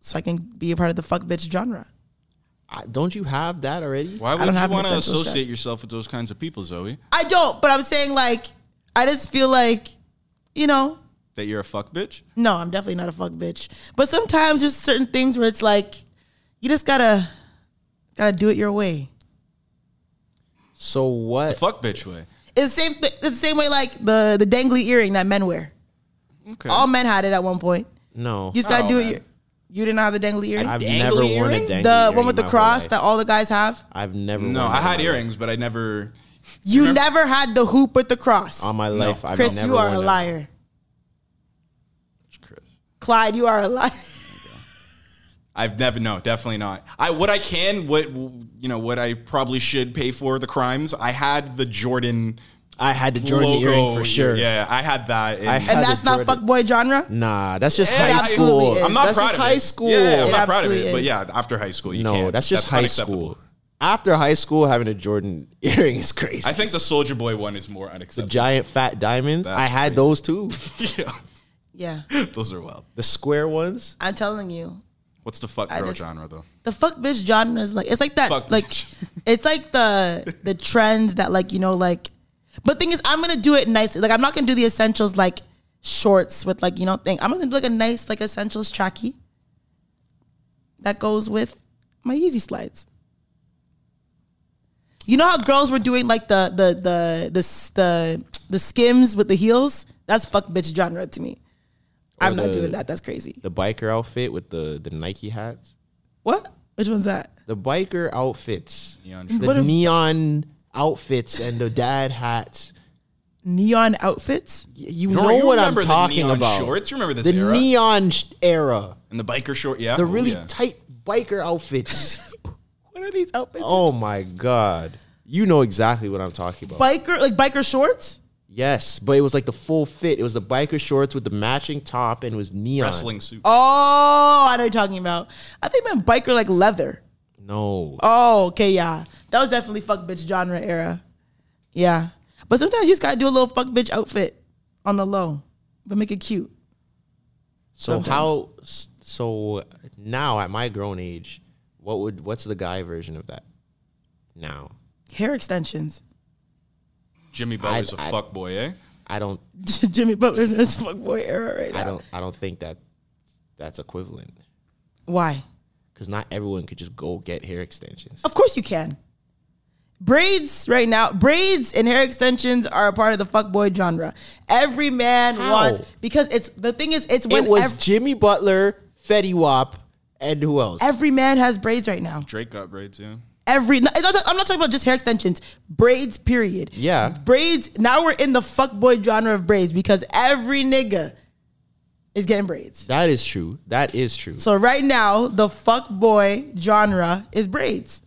so I can be a part of the fuck bitch genre.
I- don't you have that already?
Why
don't
would you
have an
want to
essential
associate
strap.
yourself with those kinds of people, Zoe?
I don't, but I'm saying like, I just feel like, you know,
That you're a fuck bitch?
No, I'm definitely not a fuck bitch. But sometimes just certain things where it's like you just gotta gotta do it your way.
So
Uh,
what?
Fuck bitch way.
It's the same thi- it's the same way like the the dangly earring that men wear.
Okay.
All men had it at one point.
No,
You just gotta
Oh,
do it.
man.
Your, you didn't have the dangly earring.
I've
Dangly
never worn a
earring?
dangly
the
earring
one with
in
the
my whole
cross
life.
that all the guys have.
I've never.
no,
worn
I
that
had
in my life.
earrings, but I never.
You never had the hoop with the cross.
on my life. I've
Chris,
Um, never
you are
worn
a
that.
liar.
Chris.
Clyde, you are a liar.
I've never no, definitely not. I what I can, what you know, what I probably should pay for the crimes. I had the Jordan
I had the Jordan
logo.
earring for sure.
Yeah, I had that. and-
I had
And
the
that's not
Jordan-
fuckboy genre.
Nah, that's just
Yeah,
high
I-
school.
absolutely is.
I'm not
that's
proud
just
of
high
it.
school.
Yeah,
It
I'm not proud of
absolutely
it. But
is.
yeah, after high school, you
no,
can't.
that's just high
unacceptable.
school. After high school, having a Jordan earring is crazy.
I think the Soldier Boy one is more
the
unacceptable.
giant fat diamonds.
That's
I had
crazy.
those too.
Yeah.
Those are wild.
The square ones.
I'm telling you.
What's the fuck
I
girl
just-
genre though?
the fuck bitch genre is like it's like that
Fuck
like
bitch.
it's like the the trends that like you know like but thing is I'm gonna do it nicely like I'm not gonna do the essentials like shorts with like you know thing I'm gonna do like a nice like essentials tracky that goes with my Yeezy slides. You know how girls were doing like the the the the s- the, the skims with the heels? That's fuck bitch genre to me. I'm not
the-
doing that. That's crazy.
the biker outfit with the the Nike hats.
What? Which one's that?
The biker outfits,
Neon
the
But if-
neon outfits, and the dad hats.
neon outfits.
You know what I'm talking about.
shorts? You remember this
the
era?
neon sh- era,
and the biker short, yeah.
the
Oh,
really
yeah.
tight biker outfits.
What are these outfits?
oh my god, you know exactly what I'm talking about.
Biker like biker shorts.
yes, but it was like the full fit. It was the biker shorts with the matching top and it was neon.
wrestling suit.
Oh, I know what you're talking about. I think meant biker like leather.
No,
Oh, okay, yeah. That was definitely fuck bitch genre era. Yeah. But sometimes you just gotta do a little fuck bitch outfit on the low, but make it cute.
so
sometimes.
how? So now at my grown age, what would what's the guy version of that? Now
Hair extensions.
Jimmy Butler's a
I-
fuckboy, eh?
I don't,
Jimmy Butler's in his fuckboy era right now.
I don't, I don't think that that's equivalent
Why?
because not everyone could just go get hair extensions.
Of course you can. Braids right now, braids and hair extensions are a part of the fuckboy genre. Every man
How?
wants because it's the thing is it's when
it was
ev-
Jimmy Butler, Fetty Wap, and who else?
every man has braids right now.
Drake got braids, yeah.
Every no, I'm not I'm not talking about just hair extensions, braids. Period.
Yeah.
braids. Now we're in the fuckboy genre of braids because every nigga is getting braids.
that is true. That is true.
So right now the fuckboy genre is braids.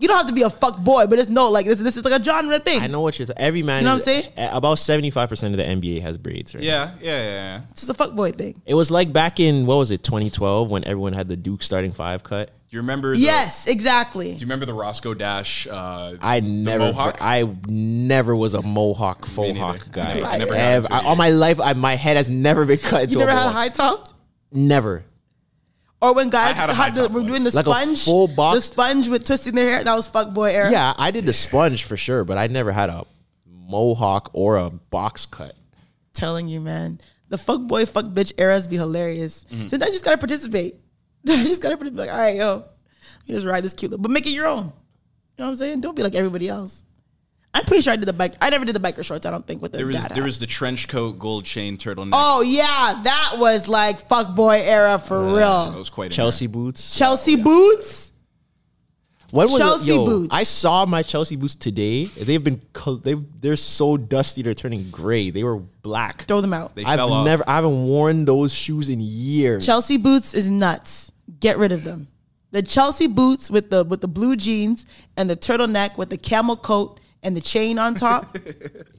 You don't have to be a fuckboy, but it's no like this. This is like a genre thing.
I know what you're. Th- every man.
You know
is-
what I'm saying?
a- About seventy five percent of the NBA has braids. Right.
Yeah, yeah, yeah. yeah.
it's just a fuckboy thing.
It was like back in what was it, 2012, when everyone had the Duke starting five cut.
Do you remember? The,
Yes, exactly.
Do you remember the Roscoe Dash? Uh,
I
the
never,
mohawk?
I never was a mohawk, faux
neither.
hawk guy.
Never- I never had
Ever-
to
I-
either.
all my life, I, my head has never been cut into
You never
a
had a
mohawk.
high top,
never.
or when guys
had
had,
a high
the,
top
were
once.
doing the
Like a
sponge,
full box?
the sponge with twisting their hair. That was fuckboy era.
Yeah, I did the sponge for sure, but I never had a mohawk or a box cut.
telling you, man, the fuck boy, fuck bitch eras be hilarious.
Mm-hmm.
So now you just gotta participate. I just gotta participate. Like, all right, yo, you just ride this cute, look, but make it your own. You know what I'm saying? Don't be like everybody else. I'm pretty sure I did the bike. I never did the biker shorts. I don't think with the
there was
dad
there
hat.
was the trench coat, gold chain, turtleneck.
Oh yeah, that was like fuck boy era for
that
real.
was quite in
Chelsea boots.
Chelsea boots.
When was
Chelsea
yo,
boots.
I saw my Chelsea boots today. They've been co- they've they're so dusty they're turning gray. They were black.
Throw them out.
They
I've
fell off.
never I haven't worn those shoes in years.
Chelsea boots is nuts. Get rid of them. The Chelsea boots with the with the blue jeans and the turtleneck with the camel coat and the chain on top.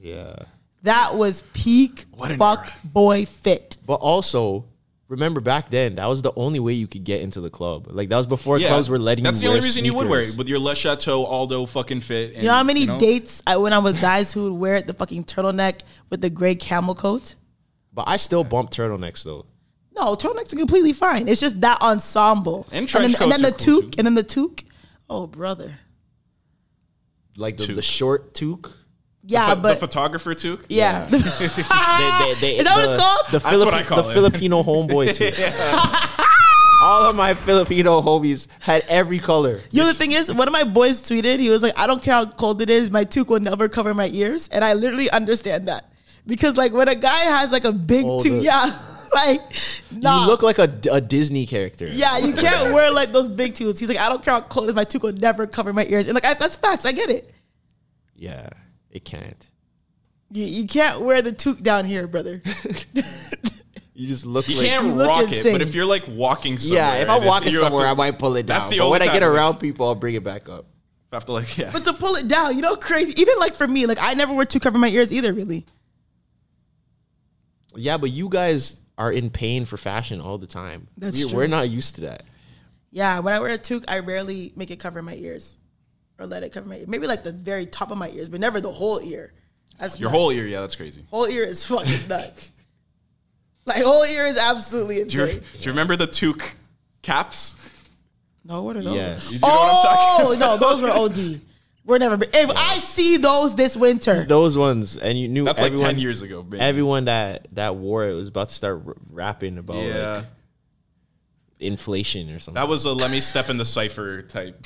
Yeah.
That was peak
an
fuck
era.
boy fit.
But also, remember back then, that was the only way you could get into the club. Like that was before
there.
clubs were letting
That's
you
the only
wear
reason you would wear it
sneakers.
with your Le Chateau Aldo fucking fit. And,
You know how many dates I went on with guys who would wear the fucking turtleneck with the gray camel coat?
But I still bump turtlenecks though.
No, turtlenecks are completely fine. It's just that ensemble.
And trench
then, and then
coats
the
are cool,
toque,
too.
and then the toque. Oh, brother.
Like the, the
Toque.
short toque.
Yeah,
Ph-
but
the photographer too.
yeah.
They- they- they-
Ah! Is that what
the-
it's called?
The,
That's what I
Philippi-
call
the
it.
Filipino homeboy toque. All of my Filipino homies had every color.
You know the thing is, one of my boys tweeted. He was like, "I don't care how cold it is, my toque will never cover my ears," and I literally understand that because like when a guy has like a big
Oh,
toque,
the-
yeah, like nah,
You look like a, a Disney character.
yeah, you can't wear like those big toques. He's like, "I don't care how cold it is, my toque will never cover my ears," and like I, that's facts. I get it.
Yeah, it can't.
You, you can't wear the toque down here, brother.
You just look
You
like.
can
look
rock it,
insane.
but if you're like walking somewhere,
yeah, if I'm
then
walking
you have
somewhere,
to-
I might pull it down.
That's the
but
only
when I get
time.
around people, I'll bring it back up.
I have to like, yeah.
But to pull it down, you know, crazy. Even like for me, like I never wear toque cover my ears either. Really,
Yeah, but you guys are in pain for fashion all the time.
That's
we,
true.
We're not used to that.
yeah. When I wear a toque, I rarely make it cover my ears or let it cover my ear. Maybe like the very top of my ears, but never the whole ear. That's
your
nuts.
whole ear, yeah, that's crazy.
Whole ear is fucking nuts. like whole ear is absolutely
Do you, do
insane.
you remember the toque caps?
No, what are those?
Yeah.
You know
Oh no, those were OD. We're never. If I see those this winter,
Those ones, and you knew
That's like
everyone,
10 years ago, maybe.
Everyone that that wore it was about to start r- rapping about
yeah.
like inflation or something.
that was a let me step in the cipher type.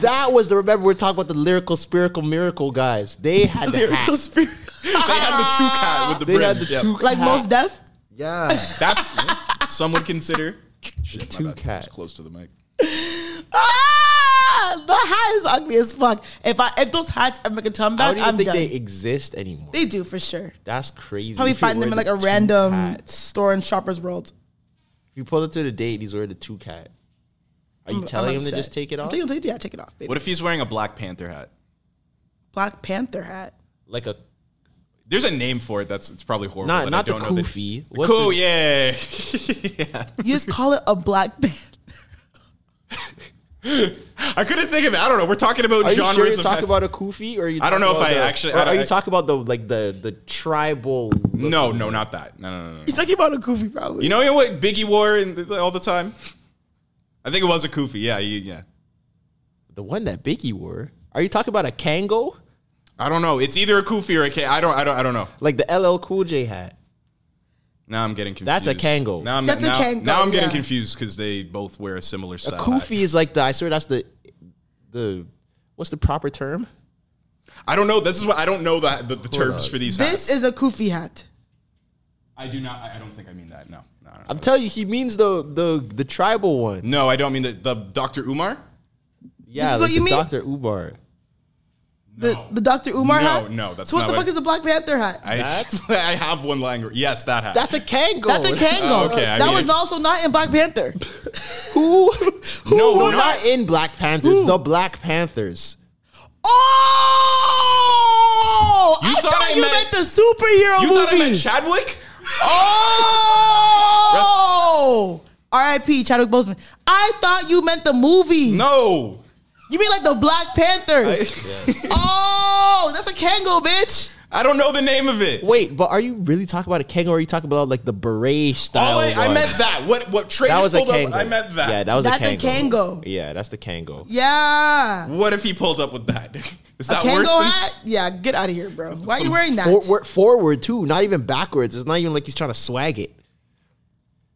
that was the remember we're talking about the lyrical spherical miracle guys. They had the
lyrical
hat.
spirit.
they had the toque hat with the
They
brim.
had the
yeah.
two
like most deaf.
Yeah,
That's some would consider. Shit, my
toque
bad. It's
hat.
Close to the mic.
Ah, hat, the hat is ugly as fuck. If I if those hats ever make a
I
comeback,
don't even
I'm
think
done.
they
They,
exist anymore.
do for sure.
That's crazy.
Probably
If you
find them
wear
in like
the
a
two
random
cat-
store in Shoppers World.
If you pull it to the date, he's wearing the two cat. Are you
I'm- I'm
telling him to
upset.
just take it
I'm
off?
telling him to yeah, take it off, baby.
What if he's wearing a Black Panther hat?
Black Panther hat.
Like a
There's a name for it. That's it's probably horrible.
Not-
that
not
I don't
the
know the-
kufi.
The
What's
Cool,
the-
yeah.
You just call it a black panther.
I couldn't think of it. I don't know. We're talking about
Are you
genres
sure you're
of
talking
hats.
about a kufi or are you?
I don't know
talking
if
about the-
I actually-
or
I don't-
are
I-
you talking about the like the the tribal?
No, no, not that. No, no, no, no.
He's talking about a goofy probably.
You know, you know what Biggie wore in the, all the time? I think it was a kufi. Yeah, you- yeah.
The one that Biggie wore. Are you talking about a Kango?
I don't know. It's either a kufi or a K. I don't. I don't. I don't know.
Like the LL Cool J hat.
Now I'm getting confused.
That's a Kango.
Now I'm,
That's a
now,
Kango,
Now I'm getting
yeah.
confused because they both wear a similar
A
style. hat.
kufi is like the. I swear that's the, the, what's the proper term?
I don't know. This is what I don't know the the, the terms for these. hats.
this is a goofy hat.
I do not. I I don't think I mean that. No. No. No.
I'm telling you, he means the the the tribal one.
no I don't mean the, the Dr. Umar.
Yeah,
is
like
what you
the
mean?
Doctor Ubar.
The the Dr. Umar
No,
hat?
no, that's
so
not
what the
what
fuck
I-
is a Black Panther hat?
I, I have one language. Yes, that hat.
That's a Kango.
that's a Kango.
Oh, okay, I
that
mean-
was also not in Black Panther.
Who?
No,
no,
we're
we're not in Black Panthers. The Black Panthers.
Oh!
You
I
thought
thought,
I
you
meant-
meant, the superhero
you thought I
movie.
meant Chadwick?
oh! R.I.P. Chadwick Boseman. I thought you meant the movie.
No.
You mean like the Black Panthers? oh, that's a Kango, bitch.
I don't know the name of it.
Wait, but are you really talking about a Kango? Or are you talking about like the beret style?
All Oh, I, I
one?
meant that. What what Trey
That was
just
a
pulled up?
Kango.
I meant that.
Yeah, that was
That's a
a Kango.
Kango.
Yeah, that's the Kango.
Yeah.
What if he pulled up with that? Is
A
that worse?
Kango
Than,
hat? Yeah, get out of here, bro. Why are you wearing that?
Forward, forward too. Not even backwards. It's not even like he's trying to swag it.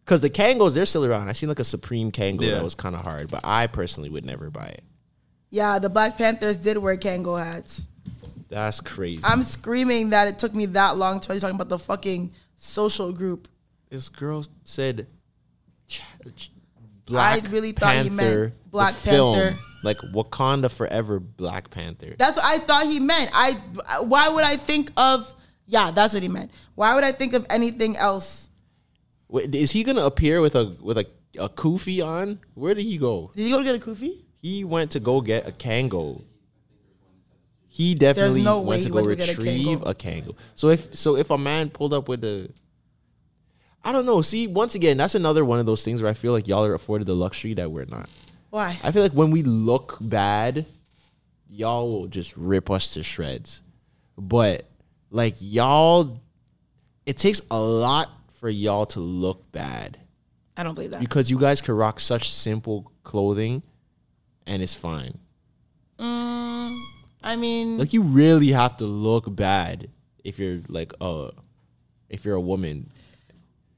Because the Kangos, they're still around. I seen like a Supreme Kango
Yeah.
that was kind of hard, but I personally would never buy it.
Yeah, the Black Panthers did wear Kango hats.
That's crazy.
I'm screaming that it took me that long to you talking about the fucking social group.
this girl said ch- ch- Black I really thought he meant
Black Panther.
like Wakanda Forever Black Panther.
That's what I thought he meant. I why would I think of yeah, that's what he meant. Why would I think of anything else?
Wait, is he gonna appear with a with a a kufi on? Where did he go?
Did you go get a kufi?
He went to go get a kango. He definitely
no way
went to
he
go
went to get a
retrieve
Kango.
a kango. So if so, if a man pulled up with a, I don't know. See, once again, that's another one of those things where I feel like y'all are afforded the luxury that we're not.
Why?
I feel like when we look bad, y'all will just rip us to shreds. But like y'all, it takes a lot for y'all to look bad
I don't believe that.
because you guys can rock such simple clothing, and it's fine.
Mm, I mean,
Like you really have to look bad if you're like uh if you're a woman.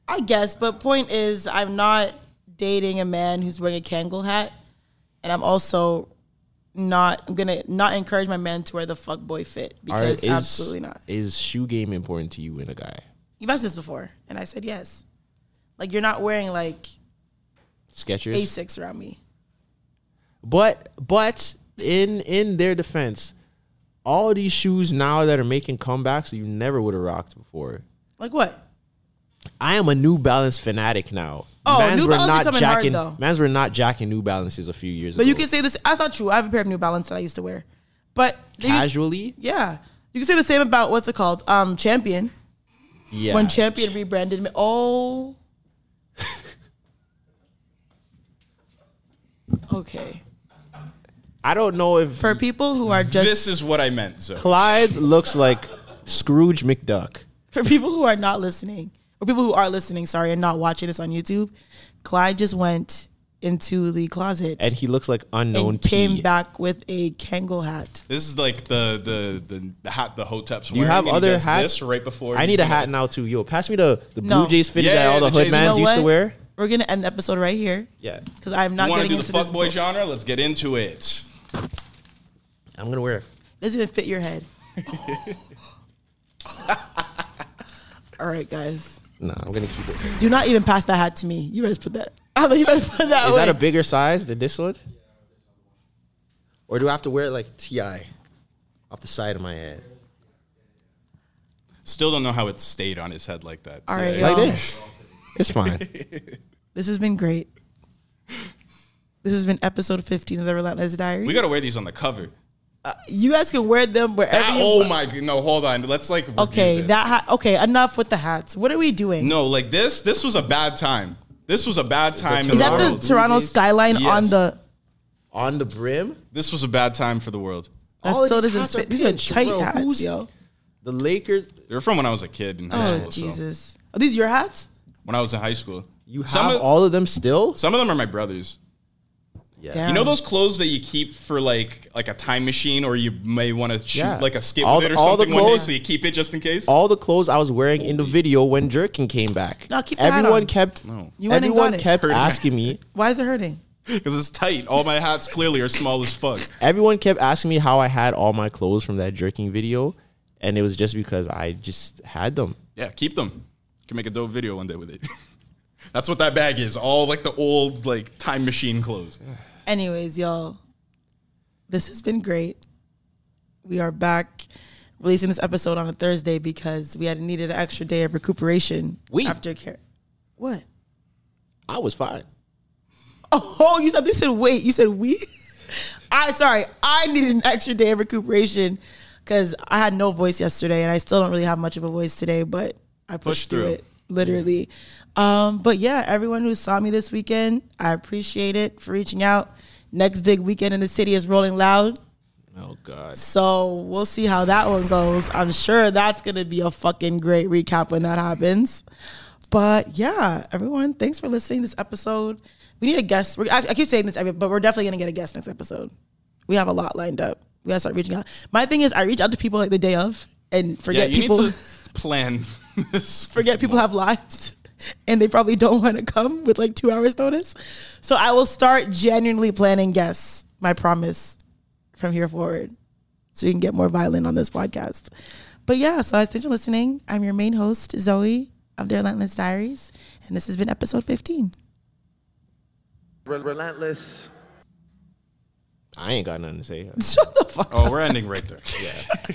I guess, but point is, I'm not dating a man who's wearing a Kangol hat, and I'm also not I'm gonna not encourage my man to wear the fuck boy fit
Are-
because
is-
absolutely not.
Is shoe game important to you in a guy?
You've asked this before, and I said yes. Like you're not wearing like
Skechers.
Asics around me.
But but in in their defense, all these shoes now that are making comebacks you never would have rocked before.
Like what?
I am a New Balance fanatic now.
Oh, New Balance becoming hard,
jacking.
though.
Mans were not jacking New Balances a few years
But
ago.
you can say this. That's not true. I have a pair of New Balance that I used to wear, but they-
casually,
yeah, you can say the same about what's it called? Um, Champion.
yeah.
When Champion rebranded me, oh. okay.
I don't know if
For people who are just
This is what I meant. So
Clyde looks like Scrooge McDuck.
for people who are not listening, or people who are listening, sorry, and not watching this on YouTube, Clyde just went into the closet
and he looks like unknown
and came
P.
back with a Kangol hat.
this is like the the the, the hat the Hotep's
Do you
wearing,
have
and he
other
does
hats?
This right before
I
he's
need a
gonna-
hat now too. Yo, pass me the the
No.
Blue Jays fitted
Yeah,
that all the
the Jays-
hood mans
You know
used to wear.
We're gonna end the episode right here.
Yeah,
Because I'm not
You want to
getting
do the
into this.
fuckboy
book.
genre? Let's get into it.
I'm gonna wear it.
Doesn't even fit your head. All right, guys.
Nah, I'm gonna keep it. Is
Do not even pass that hat to me. You better just put that. I mean, you better put that away.
that a bigger size than this one? Or do I have to wear it like Ti off the side of my head?
Still don't know how it stayed on his head like that.
All right,
Like
y'all.
this. It's fine.
This has been great. This has been episode 15 of the Relentless Diaries.
We gotta wear these on the cover.
You guys can wear them wherever.
That-
you
oh my g- no, hold on. Let's like review
Okay,
this.
that hat. Okay, enough with the hats. What are we doing?
No, like this. This was a bad time. This was a bad time. in
Is that the
world.
Toronto skyline on
Yes.
the?
On the brim.
This was a bad time for the world.
That
All
still
these
doesn't
hats are
fit. These are
pinch,
tight
bro.
hats,
Who's-
yo.
The Lakers.
They were from when I was a kid in high
Oh
school. so-
Jesus! Are these your hats?
When I was in high school,
You have
Some of-
all of them still?
some of them are my brothers.
Damn.
You know those clothes that you keep for like like a time machine, or you may want to shoot
Yeah.
like a skip
All
with
the-
it or
all the
something one day,
clothes-
so you keep it just in case.
All the clothes I was wearing in the video when Jerkin came back.
No, keep the hat
everyone
on.
kept
You went and got
everyone
it.
kept
Hurting my-
asking me.
Why is it hurting?
Because it's tight. All my hats clearly are small as fuck.
Everyone kept asking me how I had all my clothes from that jerking video, and it was just because I just had them.
Yeah, keep them. Can make a dope video one day with it. That's what that bag is. All like the old like time machine clothes.
Anyways, y'all, this has been great. We are back releasing this episode on a Thursday because we had needed an extra day of recuperation
We-
after care. What?
I was fine.
Oh, you said they said wait. You said we. I sorry. I needed an extra day of recuperation because I had no voice yesterday, and I still don't really have much of a voice today. But I pushed
Push
through
through.
it literally. Um, but yeah, everyone who saw me this weekend, I appreciate it for reaching out. Next big weekend in the city is Rolling Loud,
Oh God.
so we'll see how that one goes. I'm sure that's gonna be a fucking great recap when that happens. But yeah, everyone, thanks for listening to this episode. We need a guest. We're, I, I keep saying this, every, but we're definitely going to get a guest next episode. We have a lot lined up. We got to start reaching out. My thing is, I reach out to people like the day of and
Yeah,
forget
you
people.
need to plan this.
Forget people have lives, and they probably don't want to come with like two hours notice. So I will start genuinely planning guests. My promise from here forward, so you can get more violent on this podcast. But yeah, so as thanks for listening. I'm your main host Zoe of the Relentless Diaries, and this has been episode 15.
Rel- Relentless.
I ain't got nothing to say.
Shut the fuck
Oh, we're ending right there. Yeah.